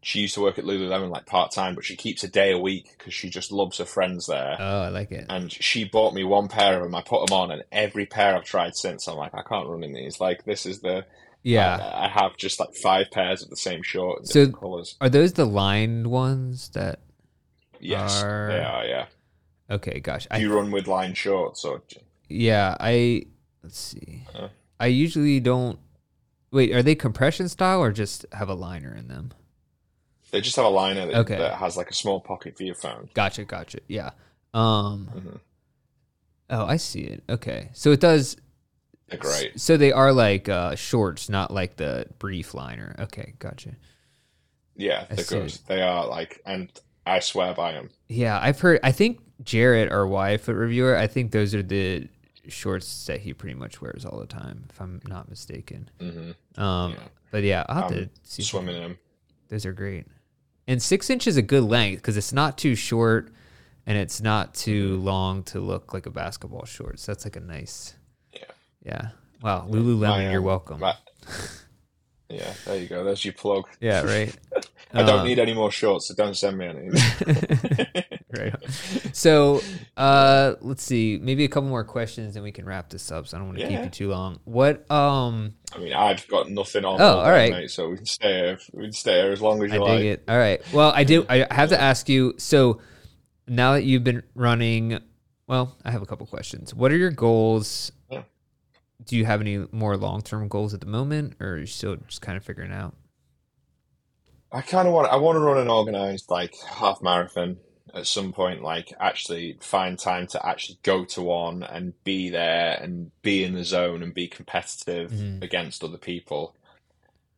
S4: she used to work at Lululemon like part time, but she keeps a day a week because she just loves her friends there.
S2: oh, I like it.
S4: and she bought me one pair of them. I put them on, and every pair I've tried since, I'm like, I can't run in these. Like this is the
S2: Yeah.
S4: I, I have just like five pairs of the same short, in
S2: So-
S4: different colors.
S2: are those the lined ones that?
S4: Yes,
S2: are-
S4: they are. Yeah,
S2: Okay, gosh.
S4: Do
S2: I,
S4: you run with lined shorts or
S2: yeah, I. Let's see.
S4: Uh.
S2: I usually don't. Wait, are they compression style or just have a liner in them?
S4: they just have a liner that,
S2: Okay.
S4: that has like a small pocket for your phone.
S2: Gotcha, gotcha. Yeah. Um.
S4: Mhm.
S2: Oh, I see it. Okay, so it does.
S4: They're great.
S2: So they are like uh, shorts, not like the brief liner. Okay, gotcha.
S4: Yeah,
S2: I
S4: they're
S2: see.
S4: good. They are like, and I swear by them.
S2: Yeah, I've heard. I think Jarrett, our Y foot reviewer, I think those are the shorts that he pretty much wears all the time, if I'm not mistaken.
S4: hmm
S2: Um,
S4: Yeah.
S2: but yeah, I'll have
S4: I'm
S2: to see. if I
S4: swimming in them.
S2: Those are great. And six inch is a good length because it's not too short and it's not too
S4: Mm-hmm.
S2: long to look like a basketball short. So that's like a nice.
S4: Yeah.
S2: Yeah. Wow. Lululemon,
S4: I, um,
S2: you're welcome.
S4: Right. Yeah, there you go. There's your plug.
S2: Yeah, right.
S4: I don't
S2: Um,
S4: need any more shorts, so don't send me any.
S2: right. So uh, let's see. Maybe a couple more questions and we can wrap this up. So I don't want to keep
S4: Yeah.
S2: you too long. What? Um,
S4: I mean, I've got nothing on.
S2: Oh,
S4: all
S2: all
S4: day,
S2: right.
S4: mate, so we can stay here. We can stay here as long as
S2: I
S4: you
S2: dig
S4: like.
S2: it. All right. Well, I do. I have to ask you. So now that you've been running, well, I have a couple questions. What are your goals?
S4: Yeah.
S2: Do you have any more long term goals at the moment, or are you still just kind of figuring out?
S4: I kind of want. I want to run an organized like half marathon at some point. Like actually find time to actually go to one and be there and be in the zone and be competitive
S2: Mhm.
S4: against other people.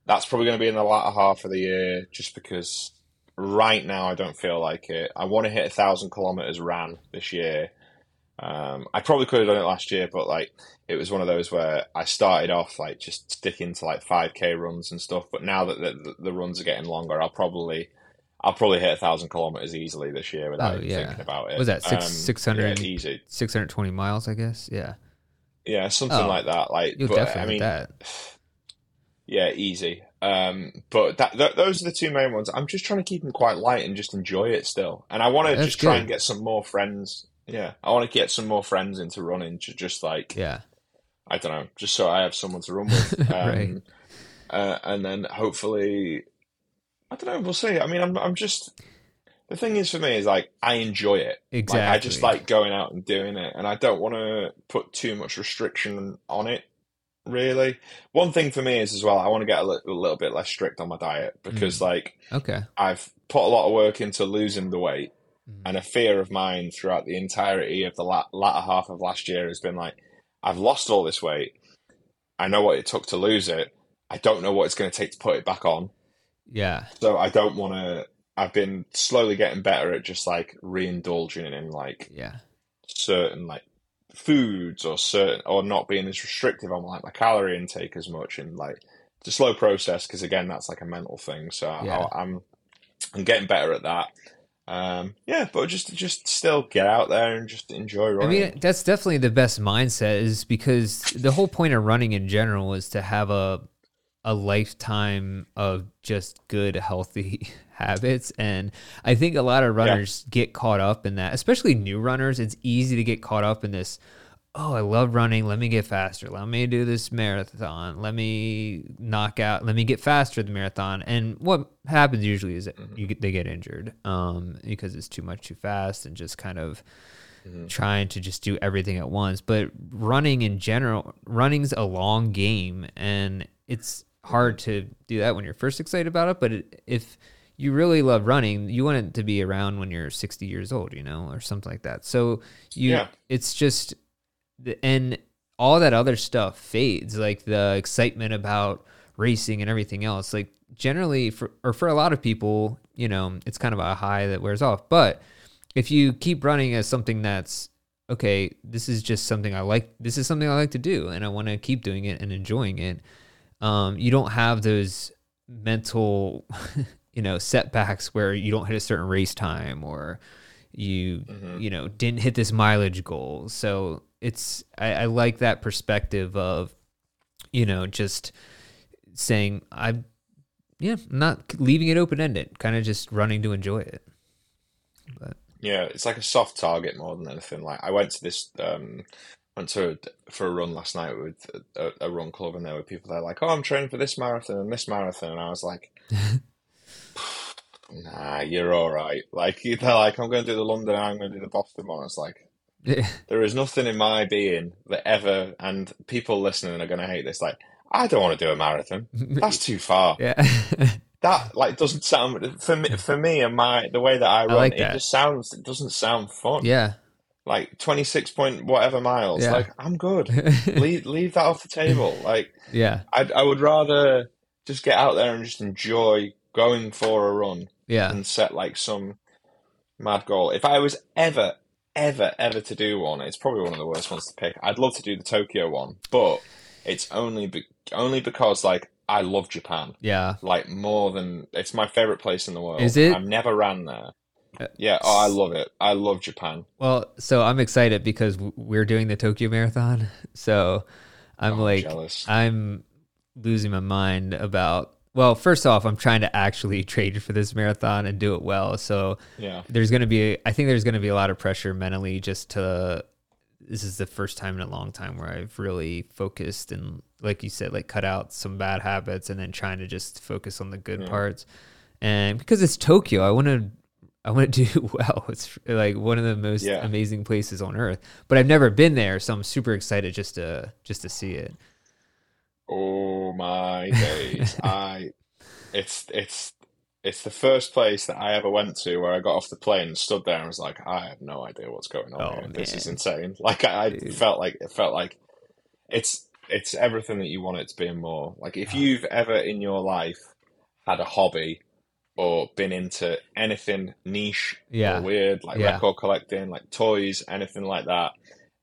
S4: That's probably going to be in the latter half of the year, just because right now I don't feel like it. I want to hit a thousand kilometers ran this year. Um, I probably could have done it last year, but like it was one of those where I started off like just sticking to like 5k runs and stuff. But now that the, the, the runs are getting longer, I'll probably I'll probably hit a thousand kilometers easily this year without
S2: Oh,
S4: even
S2: yeah.
S4: thinking about it. Um,
S2: Was that six- 600?
S4: Yeah, easy.
S2: Six hundred twenty miles, I guess. Yeah,
S4: Yeah, something
S2: Oh,
S4: like that. Like,
S2: you'll
S4: but
S2: definitely
S4: I
S2: hit
S4: mean,
S2: that.
S4: yeah, easy. Um, but that, th- those are the two main ones. I'm just trying to keep them quite light and just enjoy it still. And I want to
S2: That's
S4: just try
S2: good.
S4: and get some more friends. Yeah, I want to get some more friends into running to just like
S2: Yeah,
S4: I don't know, just so I have someone to run with. Um,
S2: Right.
S4: uh, and then hopefully, I don't know. We'll see. I mean, I'm I'm just the thing is for me is like I enjoy it.
S2: exactly.
S4: Like I just like going out and doing it, and I don't want to put too much restriction on it. Really, one thing for me is as well. I want to get a, li- a little bit less strict on my diet
S2: Mm.
S4: because, like,
S2: Okay.
S4: I've put a lot of work into losing the weight,
S2: Mhm.
S4: and a fear of mine throughout the entirety of the la- latter half of last year has been like, I've lost all this weight. I know what it took to lose it. I don't know what it's going to take to put it back on.
S2: Yeah.
S4: So I don't want to. I've been slowly getting better at just like reindulging in like
S2: Yeah.
S4: certain like foods or certain or not being as restrictive on like my calorie intake as much and like it's a slow process because again that's like a mental thing so
S2: Yeah.
S4: I, I'm I'm getting better at that um yeah but just just still get out there and just enjoy
S2: I
S4: running
S2: mean, that's definitely the best mindset is because the whole point of running in general is to have a a lifetime of just good healthy habits and I think a lot of runners get caught up in that, especially new runners. It's easy to get caught up in this Oh, I love running. Let me get faster. Let me do this marathon. Let me knock out. Let me get faster at the marathon. And what happens usually is that you get, they get injured um, because it's too much too fast and just kind of trying to just do everything at once. But running in general, running's a long game, and it's hard to do that when you're first excited about it. But it, if you really love running, you want it to be around when you're 60 years old, you know, or something like that. So you,
S4: Yeah.
S2: it's just, the- and all that other stuff fades, like the excitement about racing and everything else. Like generally, for or for a lot of people, you know, it's kind of a high that wears off. But if you keep running as something that's okay, this is just something I like. This is something I like to do, and I want to keep doing it and enjoying it. Um, you don't have those mental, you know, setbacks where you don't hit a certain race time or you, you know, didn't hit this mileage goal. So it's I, I like that perspective of, you know, just saying I'm, yeah, not leaving it open ended, kind of just running to enjoy it.
S4: yeah it's like a soft target more than anything like i went to this um went to a, for a run last night with a, a run club and there were people there like oh i'm training for this marathon and this marathon and i was like nah you're all right like they're like i'm going to do the london and i'm going to do the boston one i was like there is nothing in my being that ever and people listening are going to hate this like i don't want to do a marathon that's too far
S2: yeah.
S4: that like doesn't sound for me for me and my the way that i run
S2: like
S4: it
S2: that.
S4: just sounds it doesn't sound fun
S2: Yeah.
S4: like 26 point whatever miles
S2: Yeah.
S4: like i'm good leave, leave that off the table like
S2: yeah.
S4: I'd, i would rather just get out there and just enjoy going for a run
S2: Yeah.
S4: and set like some mad goal if i was ever ever ever to do one it's probably one of the worst ones to pick i'd love to do the tokyo one but it's only be- only because like i love japan
S2: Yeah.
S4: like more than it's my favorite place in the world
S2: Is it? Uh,
S4: i've never ran there yeah oh i love it i love japan
S2: Well, so I'm excited because w- we're doing the Tokyo Marathon. So I'm
S4: I'm
S2: like,
S4: jealous.
S2: I'm losing my mind about. Well, first off, I'm trying to actually trade for this marathon and do it well. So
S4: yeah
S2: there's going to be, I think there's going to be a lot of pressure mentally just to. This is the first time in a long time where I've really focused and, like you said, like cut out some bad habits and then trying to just focus on the good parts. And because it's Tokyo, I want to. I want to do well. It's like one of the most
S4: Yeah.
S2: amazing places on earth, but I've never been there, so I'm super excited just to just to see it.
S4: Oh my days. I it's it's it's the first place that I ever went to where I got off the plane and stood there and was like, I have no idea what's going on
S2: Oh,
S4: here. This is
S2: man.
S4: insane. Like I, I felt like it felt like it's it's everything that you want it to be and more. Like
S2: Oh.
S4: if you've ever in your life had a hobby or been into anything niche
S2: Yeah.
S4: or weird, like
S2: Yeah.
S4: record collecting, like toys, anything like that,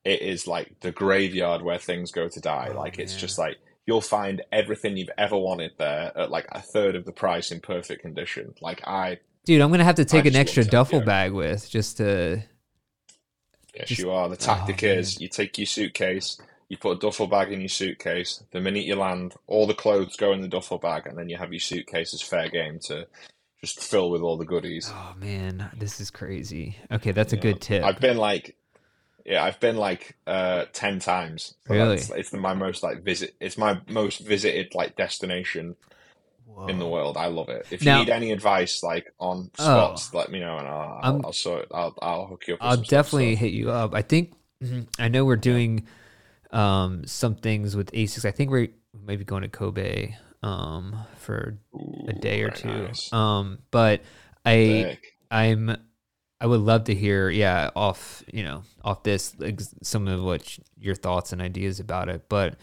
S4: it is like the graveyard where things go to die.
S2: Oh,
S4: like it's
S2: man.
S4: just like you'll find everything you've ever wanted there at like a third of the price in perfect condition. Like I,
S2: Dude, I'm gonna have to take an
S4: just
S2: extra
S4: love
S2: duffel
S4: Tokyo.
S2: bag with just to.
S4: yes,
S2: Just- oh,
S4: you are. The tactic
S2: man.
S4: is you take your suitcase, you put a duffel bag in your suitcase. The minute you land, all the clothes go in the duffel bag, and then you have your suitcase as fair game to just fill with all the goodies.
S2: Oh man, this is crazy. Okay, that's a good tip.
S4: I've been like, yeah, I've been like uh ten times. So
S2: Really?
S4: that's- it's my most like visit. It's my most visited like destination in
S2: Oh.
S4: the world. I love it. If you
S2: Now-
S4: need any advice like on
S2: Oh.
S4: spots, let me know and I'll I'll,
S2: I'm-
S4: I'll sort. I'll I'll hook you up. With
S2: I'll
S4: some stuff, so-
S2: definitely hit you up. I think mm-hmm, I know we're doing um, some things with Asics. I think we're maybe going to Kobe um, for a day or
S4: very
S2: two.
S4: nice.
S2: Um, but I
S4: Sick.
S2: I'm I would love to hear, yeah, off you know, off this like some of what sh- your thoughts and ideas about it. But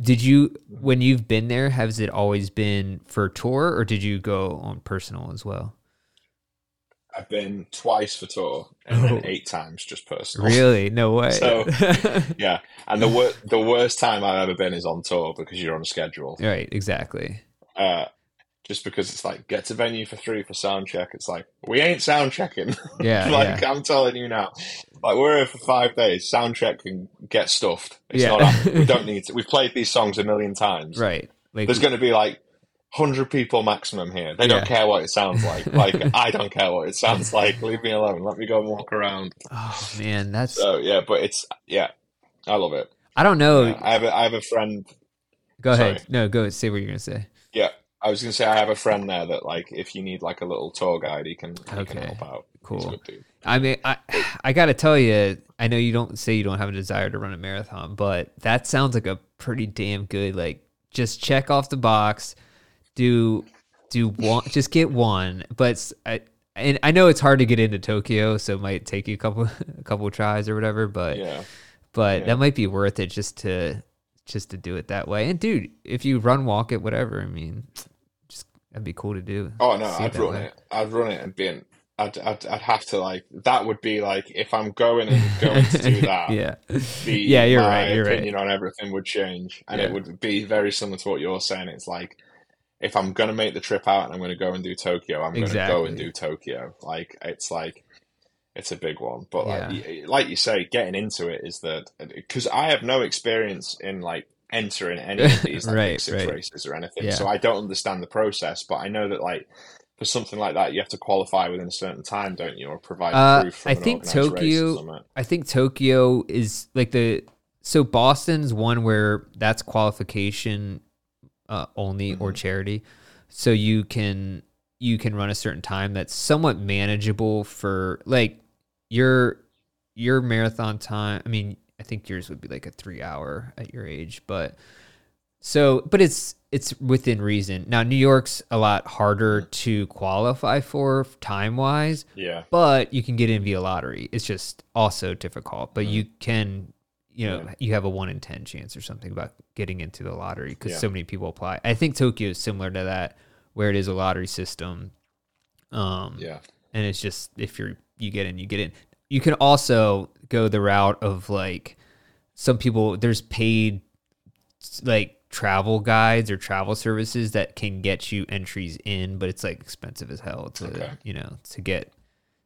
S2: did you, when you've been there, has it always been for tour, or did you go on personal as well?
S4: I've been twice for tour and then eight times just personal.
S2: Oh. Really? No way.
S4: So- Yeah, and the wor- the worst time I've ever been is on tour because you're on a schedule.
S2: right? Exactly.
S4: Uh, just because it's like get to venue for three for sound check. It's like we ain't sound checking.
S2: Yeah.
S4: like
S2: yeah.
S4: I'm telling you now, like we're here for five days. Sound check can get stuffed. It's
S2: Yeah.
S4: not happening. We don't need to. We've played these songs a million times.
S2: Right. Like
S4: uh, There's going to be like. 100 people maximum here. They don't
S2: Yeah.
S4: care what it sounds like. Like, I don't care what it sounds like. Leave me alone. Let me go and walk around.
S2: Oh man, that's
S4: So, yeah, but it's, yeah, I love it.
S2: I don't know.
S4: Yeah, I have a, I have a friend.
S2: go ahead.
S4: sorry.
S2: No, go say what you're gonna say.
S4: Yeah, I was gonna say I have a friend there that like if you need like a little tour guide, he can he can
S2: Okay.
S4: help out. He's a
S2: Cool.
S4: good dude.
S2: I mean, I I gotta tell you, I know you don't say you don't have a desire to run a marathon, but that sounds like a pretty damn good like just check off the box, do do one, just get one. But s- I and I know it's hard to get into Tokyo, so it might take you a couple a couple tries or whatever. But
S4: Yeah,
S2: but
S4: Yeah.
S2: that might be worth it just to just to do it that way. And dude, if you run, walk it, whatever. I mean, just that'd be cool to do.
S4: Oh no,
S2: See
S4: I'd
S2: that
S4: run
S2: way.
S4: it. I'd run it and be. In, I'd, I'd I'd have to like that would be like if I'm going and going to do that.
S2: yeah,
S4: The,
S2: yeah, you're
S4: my
S2: right. You're right.
S4: opinion on everything would change, and
S2: Yeah.
S4: it would be very similar to what you're saying. It's like if I'm gonna make the trip out and I'm gonna go and do Tokyo, I'm gonna go
S2: Exactly.
S4: and do Tokyo. Like it's like it's a big one, but like
S2: Yeah.
S4: y- like you say, getting into it is that because I have no experience in like entering any of these like,
S2: Right,
S4: big six
S2: right.
S4: races or anything,
S2: Yeah.
S4: so I don't understand the process. But I know that like for something like that, you have to qualify within a certain time, don't you, or provide
S2: Uh,
S4: proof from
S2: I
S4: an
S2: think
S4: organised race or
S2: Tokyo-
S4: something.
S2: I think Tokyo is like the so Boston's one where that's qualification uh, only or
S4: Mhm.
S2: charity, so you can you can run a certain time that's somewhat manageable for like your your marathon time. I mean, I think yours would be like a three hour at your age, but so but it's it's within reason. Now New York's a lot harder to qualify for time wise,
S4: Yeah,
S2: but you can get in via lottery. It's just also difficult, but you can, you know,
S4: Mm-hmm. Yeah.
S2: you have a one in 10 chance or something about getting into the lottery because
S4: Yeah.
S2: so many people apply. I think Tokyo is similar to that, where it is a lottery system. Um,
S4: yeah.
S2: and it's just if you're you get in you get in you can also go the route of like some people there's paid like travel guides or travel services that can get you entries in but it's like expensive as hell to
S4: Okay.
S2: you know to get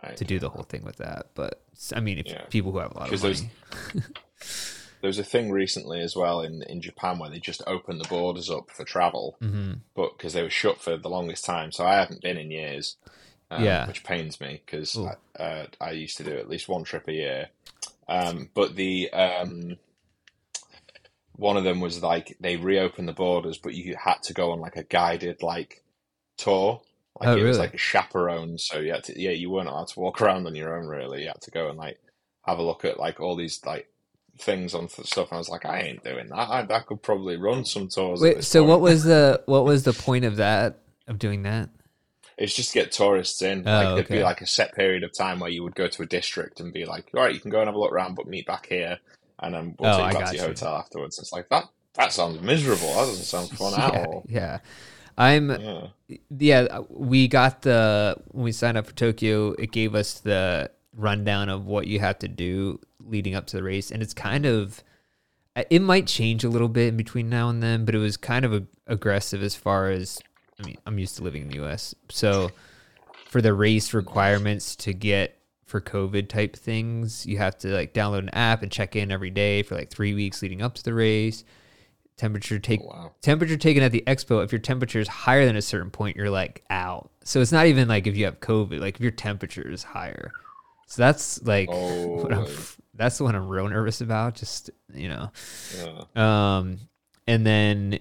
S4: Right.
S2: to do the whole thing with that but s- i mean if
S4: Yeah.
S2: people who have a lot of
S4: 'Cause there's-
S2: money
S4: There was a thing recently as well in, in Japan where they just opened the borders up for travel,
S2: hmm
S4: but because they were shut for the longest time, so I haven't been in years. Um,
S2: Yeah.
S4: which pains me because
S2: Ooh.
S4: I, uh, I used to do at least one trip a year. Um, but the um, one of them was like they reopened the borders, but you had to go on like a guided like tour. Like
S2: Oh,
S4: it was
S2: really?
S4: like a chaperone, so you had to, yeah, you weren't allowed to walk around on your own. Really, you had to go and like have a look at like all these like things on th- stuff. And I was like, I ain't doing that. I, I could probably run some tours. at
S2: wait
S4: this
S2: so what
S4: point.
S2: was the what was the point of that of doing that
S4: It's just to get tourists in.
S2: Oh,
S4: like there'd be
S2: okay.
S4: like a set period of time where you would go to a district and be like, "All right, you can go and have a look around, but meet back here, and then we'll
S2: Oh,
S4: take
S2: I
S4: you back
S2: got
S4: to your
S2: you.
S4: hotel afterwards." It's like that. That sounds miserable. That doesn't sound fun
S2: yeah,
S4: at all.
S2: yeah i'm
S4: Yeah.
S2: yeah, we got the when we signed up for Tokyo, it gave us the rundown of what you have to do leading up to the race, and it's kind of uh, it might change a little bit in between now and then, but it was kind of a, aggressive as far as I mean, I'm used to living in the U.S., so for the race requirements to get for COVID type things, you have to like download an app and check in every day for like three weeks leading up to the race. Temperature take
S4: Wow.
S2: temperature taken at the expo if your temperature is higher than a certain point you're like out so it's not even like if you have covid like if your temperature is higher so that's like what I'm,
S4: Oh.
S2: that's the one i'm real nervous about just you know
S4: Yeah.
S2: um and then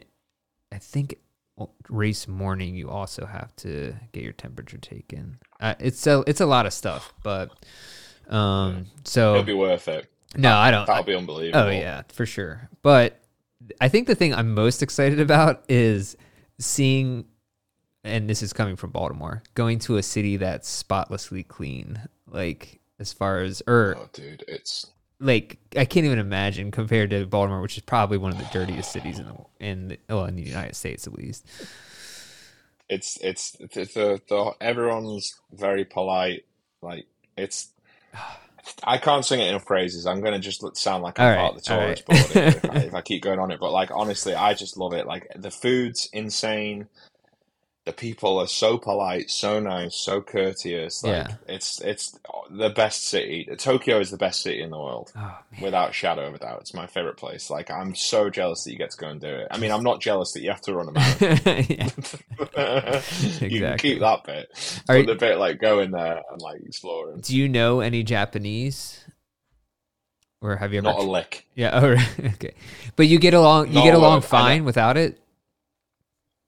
S2: i think race morning you also have to get your temperature taken uh, it's a it's a lot of stuff but um so
S4: It'll be worth it.
S2: no i don't
S4: That'll be unbelievable.
S2: Oh yeah, for sure. But I think the thing I'm most excited about is seeing and this is coming from Baltimore, going to a city that's spotlessly clean. Like as far as or
S4: Oh, dude, it's
S2: like I can't even imagine compared to Baltimore, which is probably one of the dirtiest cities in the in the, well in the United States at least.
S4: it's it's the, the, the everyone's very polite. Like it's, I can't sing it in phrases. I'm gonna just look, sound like I'm
S2: All
S4: part of the
S2: right, all
S4: tourist
S2: right.
S4: board if, I, if I keep going on it. But like honestly, I just love it. Like the food's insane. The people are so polite, so nice, so courteous. Like
S2: Yeah.
S4: it's it's the best city. Tokyo is the best city in the world
S2: Oh man,
S4: without shadow of a doubt. It's my favorite place. Like I'm so jealous that you get to go and do it. I mean, I'm not jealous that you have to run a marathon.
S2: yeah.
S4: You can
S2: Exactly.
S4: keep that bit.
S2: Are
S4: but
S2: you-
S4: the bit like going there and like exploring.
S2: Do you know any Japanese? Or have you ever?
S4: Not a lick.
S2: yeah. Oh, right. okay. But you get along. You
S4: No,
S2: get
S4: I
S2: along
S4: don't-
S2: fine without it.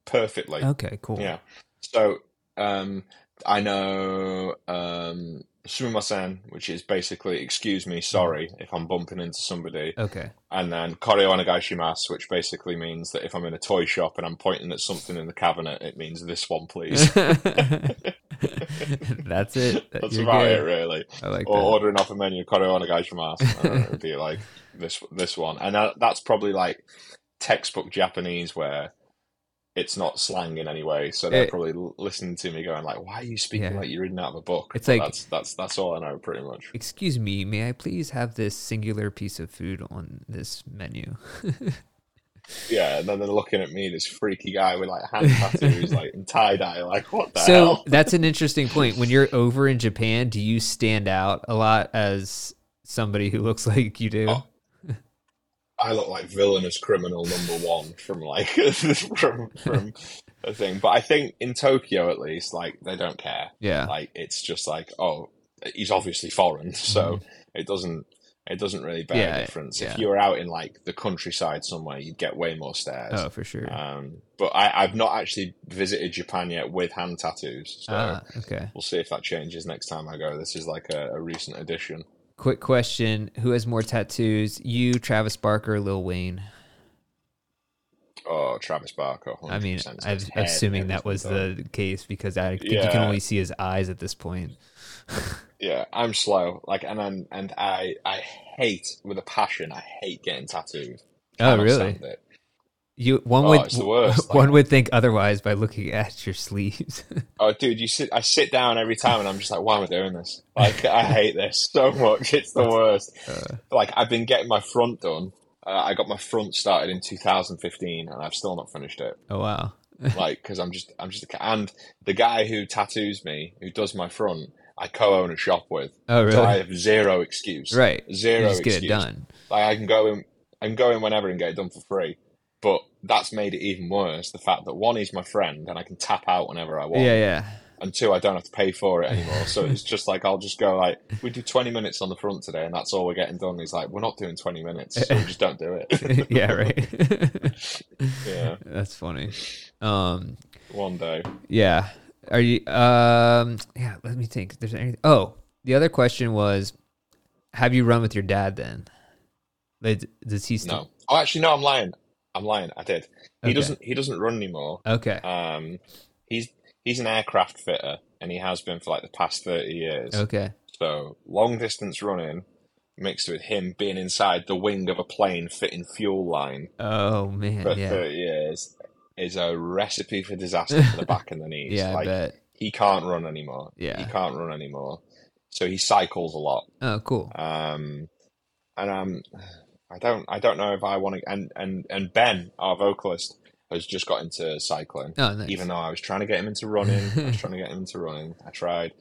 S4: Perfectly.
S2: Okay. Oh, Cool.
S4: Yeah. So um I know um sumimasen, which is basically excuse me, sorry if I'm bumping into somebody,
S2: Okay.
S4: and then koryo onegaishimasu, which basically means that if I'm in a toy shop and I'm pointing at something in the cabinet, it means this one please.
S2: That's it.
S4: That's
S2: You're
S4: about
S2: good.
S4: it really. Oh,
S2: I like
S4: or
S2: that.
S4: ordering off a menu Koryo on a guy's from us. It would be like this this one, and that, that's probably like textbook Japanese where it's not slang in any way. So they're
S2: It-
S4: probably l- listening to me going like, "Why are you speaking
S2: Yeah.
S4: like you're reading out of a book?"
S2: It's
S4: But
S2: like-
S4: that's that's that's all I know pretty much.
S2: Excuse me, may I please have this singular piece of food on this menu?
S4: Yeah, and then they're looking at me, this freaky guy with like hand tattoos, like and tie dye, like what the
S2: so
S4: hell?
S2: that's an interesting point. When you're over in Japan, do you stand out a lot as somebody who looks like you do?
S4: Oh. I look like villainous criminal number one from like from from a thing. But I think in Tokyo at least, like they don't care.
S2: Yeah.
S4: like it's just like oh he's obviously foreign so it doesn't it doesn't really bear
S2: Mm-hmm. Yeah,
S4: a difference
S2: yeah.
S4: if you were out in like the countryside somewhere you'd get way more stares
S2: Oh, for sure.
S4: um but i i've not actually visited japan yet with hand tattoos so
S2: ah, okay.
S4: we'll see if that changes next time i go this is like a, a recent addition
S2: Quick question: Who has more tattoos? You, Travis Barker, or Lil Wayne?
S4: oh travis barker
S2: I mean,
S4: 100%.
S2: I'm
S4: His head
S2: assuming that
S4: everything
S2: was
S4: done.
S2: the case because I think you can
S4: Yeah.
S2: only see his eyes at this point.
S4: yeah i'm slow like and I'm, and i i hate with a passion i hate getting tattooed
S2: Oh,
S4: Cannot
S2: really?
S4: stand it.
S2: You one
S4: Oh,
S2: would
S4: it's the worst, like-
S2: one would think otherwise by looking at your sleeves.
S4: Oh, dude, you sit. I sit down every time, and I'm just like, why am I doing this? Like, I hate this so much. It's the worst.
S2: Uh.
S4: Like, I've been getting my front done. Uh, I got my front started in 2015, and I've still not finished it.
S2: oh wow.
S4: Like, because I'm just, I'm just, and the guy who tattoos me, who does my front, I co-own a shop with,
S2: Oh really?
S4: so I have zero excuse.
S2: right. You
S4: Zero
S2: just get
S4: excuse.
S2: it done.
S4: Like, I can go in, I can go in whenever and get it done for free. But that's made it even worse. The fact that one, he's my friend, and I can tap out whenever I want
S2: Yeah, yeah.
S4: and two, I don't have to pay for it anymore. So it's just like I'll just go like we do twenty minutes on the front today, and that's all we're getting done. He's like, we're not doing twenty minutes, so we just don't do it.
S2: yeah, right.
S4: yeah,
S2: That's funny. Um,
S4: one day.
S2: yeah. Are you? Um, yeah. Let me think. If there's anything. Oh, the other question was, have you run with your dad then? Like, Does he still?
S4: No, oh, actually, no, I'm lying. I'm lying. I did. He
S2: Okay.
S4: doesn't. He doesn't run anymore.
S2: Okay.
S4: Um, he's he's an aircraft fitter, and he has been for like the past thirty years.
S2: Okay.
S4: So long distance running. Mixed with him being inside the wing of a plane fitting fuel line
S2: Oh man.
S4: for
S2: yeah.
S4: 30 years is a recipe for disaster for the back and the knees.
S2: Yeah. I
S4: like,
S2: bet.
S4: he can't run anymore.
S2: Yeah.
S4: He can't run anymore. So he cycles a lot.
S2: Oh, cool.
S4: Um and um I don't I don't know if I want to and, and and Ben, our vocalist, has just got into cycling.
S2: Oh, nice.
S4: Even though I was trying to get him into running. I was trying to get him into running. I tried.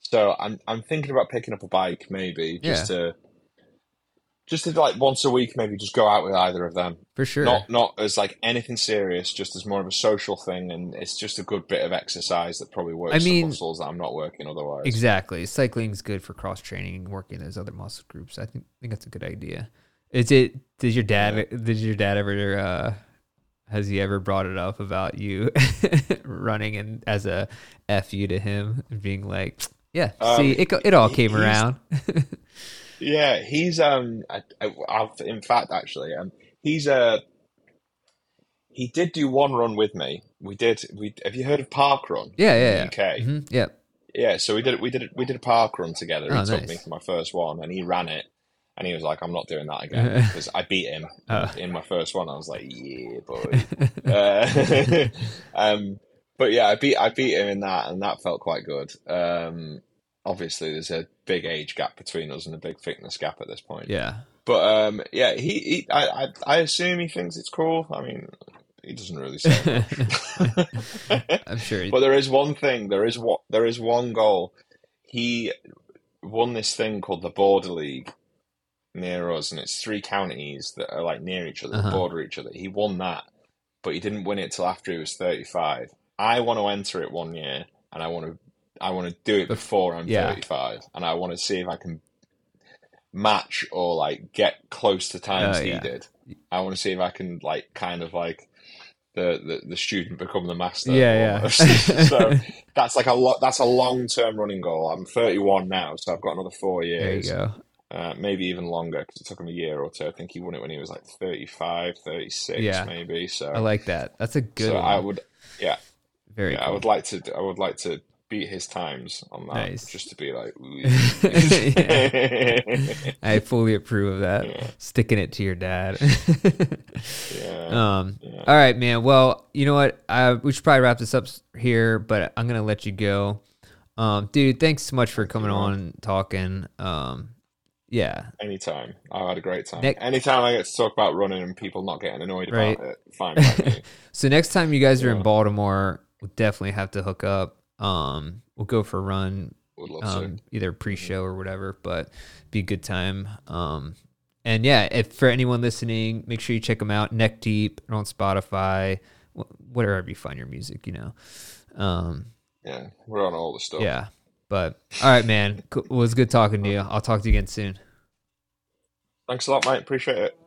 S4: So I'm I'm thinking about picking up a bike maybe just to just to like once a week maybe just go out with either of them
S2: For sure.
S4: not not as like anything serious, just as more of a social thing, and it's just a good bit of exercise that probably works
S2: I mean-
S4: the muscles that I'm not working otherwise.
S2: Exactly. Cycling's good for cross training, working those other muscle groups. I think I think that's a good idea. Is it did your dad did your dad ever uh has he ever brought it up about you running and as a F you to him and being like, Yeah,
S4: Um,
S2: see it go- it all
S4: he-
S2: came
S4: he's-
S2: around.
S4: Yeah, he's um, I, I, I've, in fact, actually, um, he's uh, he did do one run with me. We did. We have you heard of park run?
S2: yeah,
S4: in
S2: yeah,
S4: the
S2: yeah.
S4: UK.
S2: Mhm, yeah.
S4: yeah, so we did we did we did a park run together.
S2: Oh,
S4: he took
S2: nice.
S4: me for my first one, and he ran it, and he was like, "I'm not doing that again" because I beat him
S2: Oh.
S4: in my first one. I was like, "Yeah, boy." uh, um, but yeah, I beat I beat him in that, and that felt quite good. Um, obviously, there's a big age gap between us and a big thickness gap at this point.
S2: Yeah.
S4: But um, yeah, he, he I, I I assume he thinks it's cool. I mean, he doesn't really say.
S2: I'm sure. he-
S4: But there is one thing. There is what there is one goal. He won this thing called the Border League near us, and it's three counties that are like near each other, that
S2: Uh-huh.
S4: border each other. He won that, but he didn't win it till after he was thirty-five. I want to enter it one year, and I want to I want to do it before I'm
S2: yeah.
S4: thirty-five, and I want to see if I can match or like get close to times
S2: Oh,
S4: he
S2: yeah.
S4: did. I want to see if I can like kind of like the the, the student become the master.
S2: Yeah, yeah.
S4: almost. so that's like a lot. That's a long term running goal. I'm 31 now, so I've got another four
S2: there you
S4: years,
S2: go.
S4: uh, maybe even longer because it took him a year or two. I think he won it when he was like 35, 36,
S2: Yeah.
S4: maybe. So,
S2: I like that. That's a good
S4: uh, so
S2: one.
S4: I would, yeah,
S2: Very
S4: yeah, I
S2: cool.
S4: would like to, I would like to beat his times on that,
S2: Nice.
S4: just to be like, ooh.
S2: Yeah. I fully approve of that.
S4: Yeah.
S2: Sticking it to your dad.
S4: yeah.
S2: um,
S4: Yeah.
S2: All right, man. Well, you know what? I, we should probably wrap this up s- here, but I'm going to let you go. Um, dude, thanks so much for coming on and talking. Um, yeah.
S4: Anytime, I had a great time.
S2: Nick-
S4: Anytime I get to talk about running and people not getting annoyed
S2: Right.
S4: about it, fine. by me.
S2: So next time you guys are in
S4: Yeah.
S2: Baltimore, we'll definitely have to hook up. Um, we'll go for a run,
S4: Would love to.
S2: um, either pre-show or whatever, but be a good time. Um, and yeah, if for anyone listening, make sure you check them out. Neck Deep they're on Spotify, wh- wherever you find your music, you know. Um,
S4: Yeah, we're on all the stuff.
S2: yeah, but all right, man, cool. it was good talking to you. I'll talk to you again soon.
S4: Thanks a lot, mate. Appreciate it.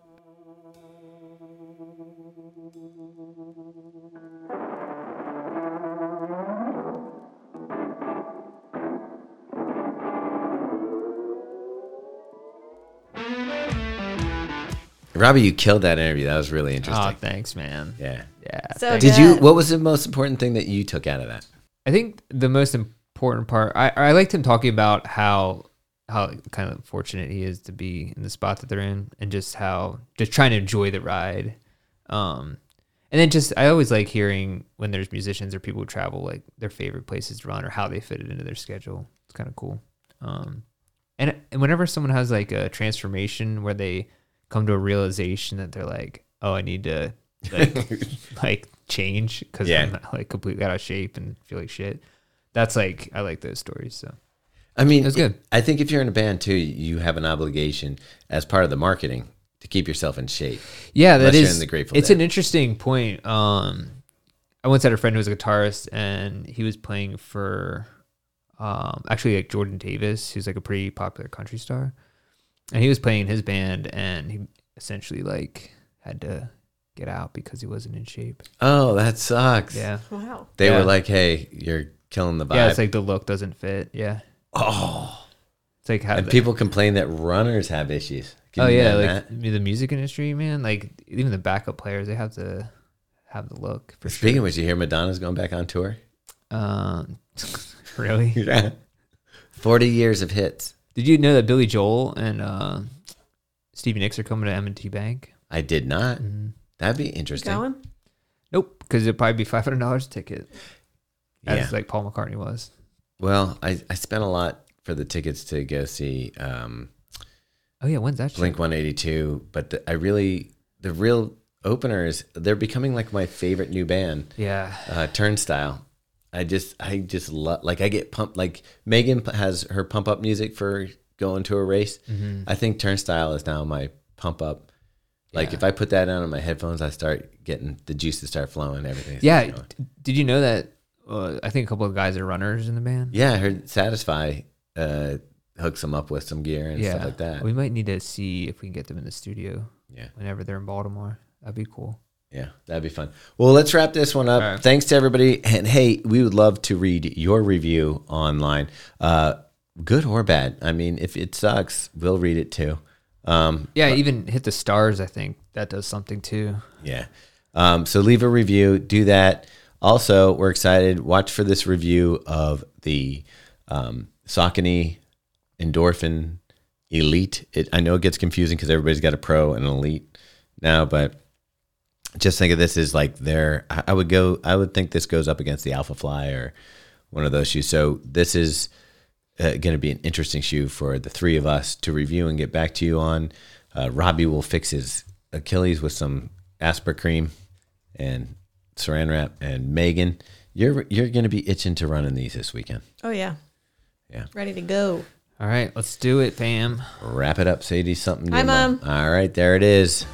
S1: Robbie, you killed that interview. That was really interesting.
S2: Oh, thanks, man.
S1: yeah.
S2: Yeah.
S3: So
S1: Did you?
S3: good.
S1: What was the most important thing that you took out of that?
S2: I think the most important part, I, I liked him talking about how how kind of fortunate he is to be in the spot that they're in, and just how just trying to enjoy the ride. Um, and then just I always like hearing when there's musicians or people who travel like their favorite places to run or how they fit it into their schedule. It's kind of cool. Um, and and whenever someone has like a transformation where they come to a realization that they're like, oh, I need to like, like change because
S1: Yeah.
S2: I'm not, like completely out of shape and feel like shit. That's like I like those stories. So
S1: I mean,
S2: It was good.
S1: I think if you're in a band too, you have an obligation as part of the marketing to keep yourself in shape.
S2: yeah, that
S1: Unless you're
S2: is-
S1: in the Grateful
S2: it's
S1: Dead.
S2: an interesting point. Um, I once had a friend who was a guitarist, and he was playing for um, actually like Jordan Davis, who's like a pretty popular country star, and he was playing in his band, and he essentially like had to get out because he wasn't in shape.
S1: Oh, that sucks.
S2: Yeah,
S3: Wow.
S1: They
S2: Yeah.
S1: were like, "Hey, you're killing the vibe."
S2: yeah, it's like the look doesn't fit. Yeah,
S1: oh,
S2: it's like how
S1: and
S2: the-
S1: people complain that runners have issues. Can
S2: oh
S1: you
S2: yeah, like
S1: imagine that?
S2: I mean, the music industry, man. Like even the backup players, they have to have the look for
S1: Speaking of which, you hear Madonna's going back on tour.
S2: sure. Um, really?
S1: Yeah, forty years of hits.
S2: Did you know that Billy Joel and uh, Stevie Nicks are coming to M&T Bank?
S1: I did not.
S2: Mhm.
S1: That'd be interesting.
S3: Going?
S2: Nope, because it'd probably be five hundred dollars a ticket, as
S1: Yeah.
S2: like Paul McCartney was.
S1: well, I, I spent a lot for the tickets to go see um,
S2: Oh yeah, when's that? shit?
S1: Blink 182, but the, I really the real opener is they're becoming like my favorite new band,
S2: Yeah,
S1: uh, Turnstile. I just I just love like I get pumped like Megan p- has her pump up music for going to a race.
S2: Mm-hmm.
S1: I think Turnstile is now my pump up. Like
S2: Yeah.
S1: if I put that on in my headphones, I start getting the juices start flowing. Everything.
S2: yeah.
S1: starts going.
S2: d- Did you know that? Uh, I think a couple of guys are runners in the band.
S1: Yeah, I heard Satisfy uh, hooks them up with some gear and stuff like that.
S2: We might need to see if we can get them in the studio
S1: yeah,
S2: whenever they're in Baltimore. That'd be cool.
S1: yeah, that'd be fun. Well, let's wrap this one up.
S2: All right.
S1: Thanks to everybody, and hey, we would love to read your review online, uh, good or bad. I mean, if it sucks, we'll read it too. Um,
S2: Yeah, even hit the stars. I think that does something too.
S1: yeah. Um, so leave a review. Do that. Also, we're excited. Watch for this review of the um, Saucony Endorphin Elite. It, I know it gets confusing because everybody's got a pro and an elite now, but just think of this as like their. I, I would go. I would think this goes up against the Alpha Fly or one of those shoes. So this is uh, going to be an interesting shoe for the three of us to review and get back to you on. Uh, Robbie will fix his Achilles with some Asper cream and Saran wrap. And Megan, you're you're going to be itching to run in these this weekend.
S3: Oh yeah.
S1: Yeah.
S3: Ready to go.
S2: All right, let's do it, Pam.
S1: Wrap it up, Sadie. Something. to
S3: Hi,
S1: your mom. All right, there it is.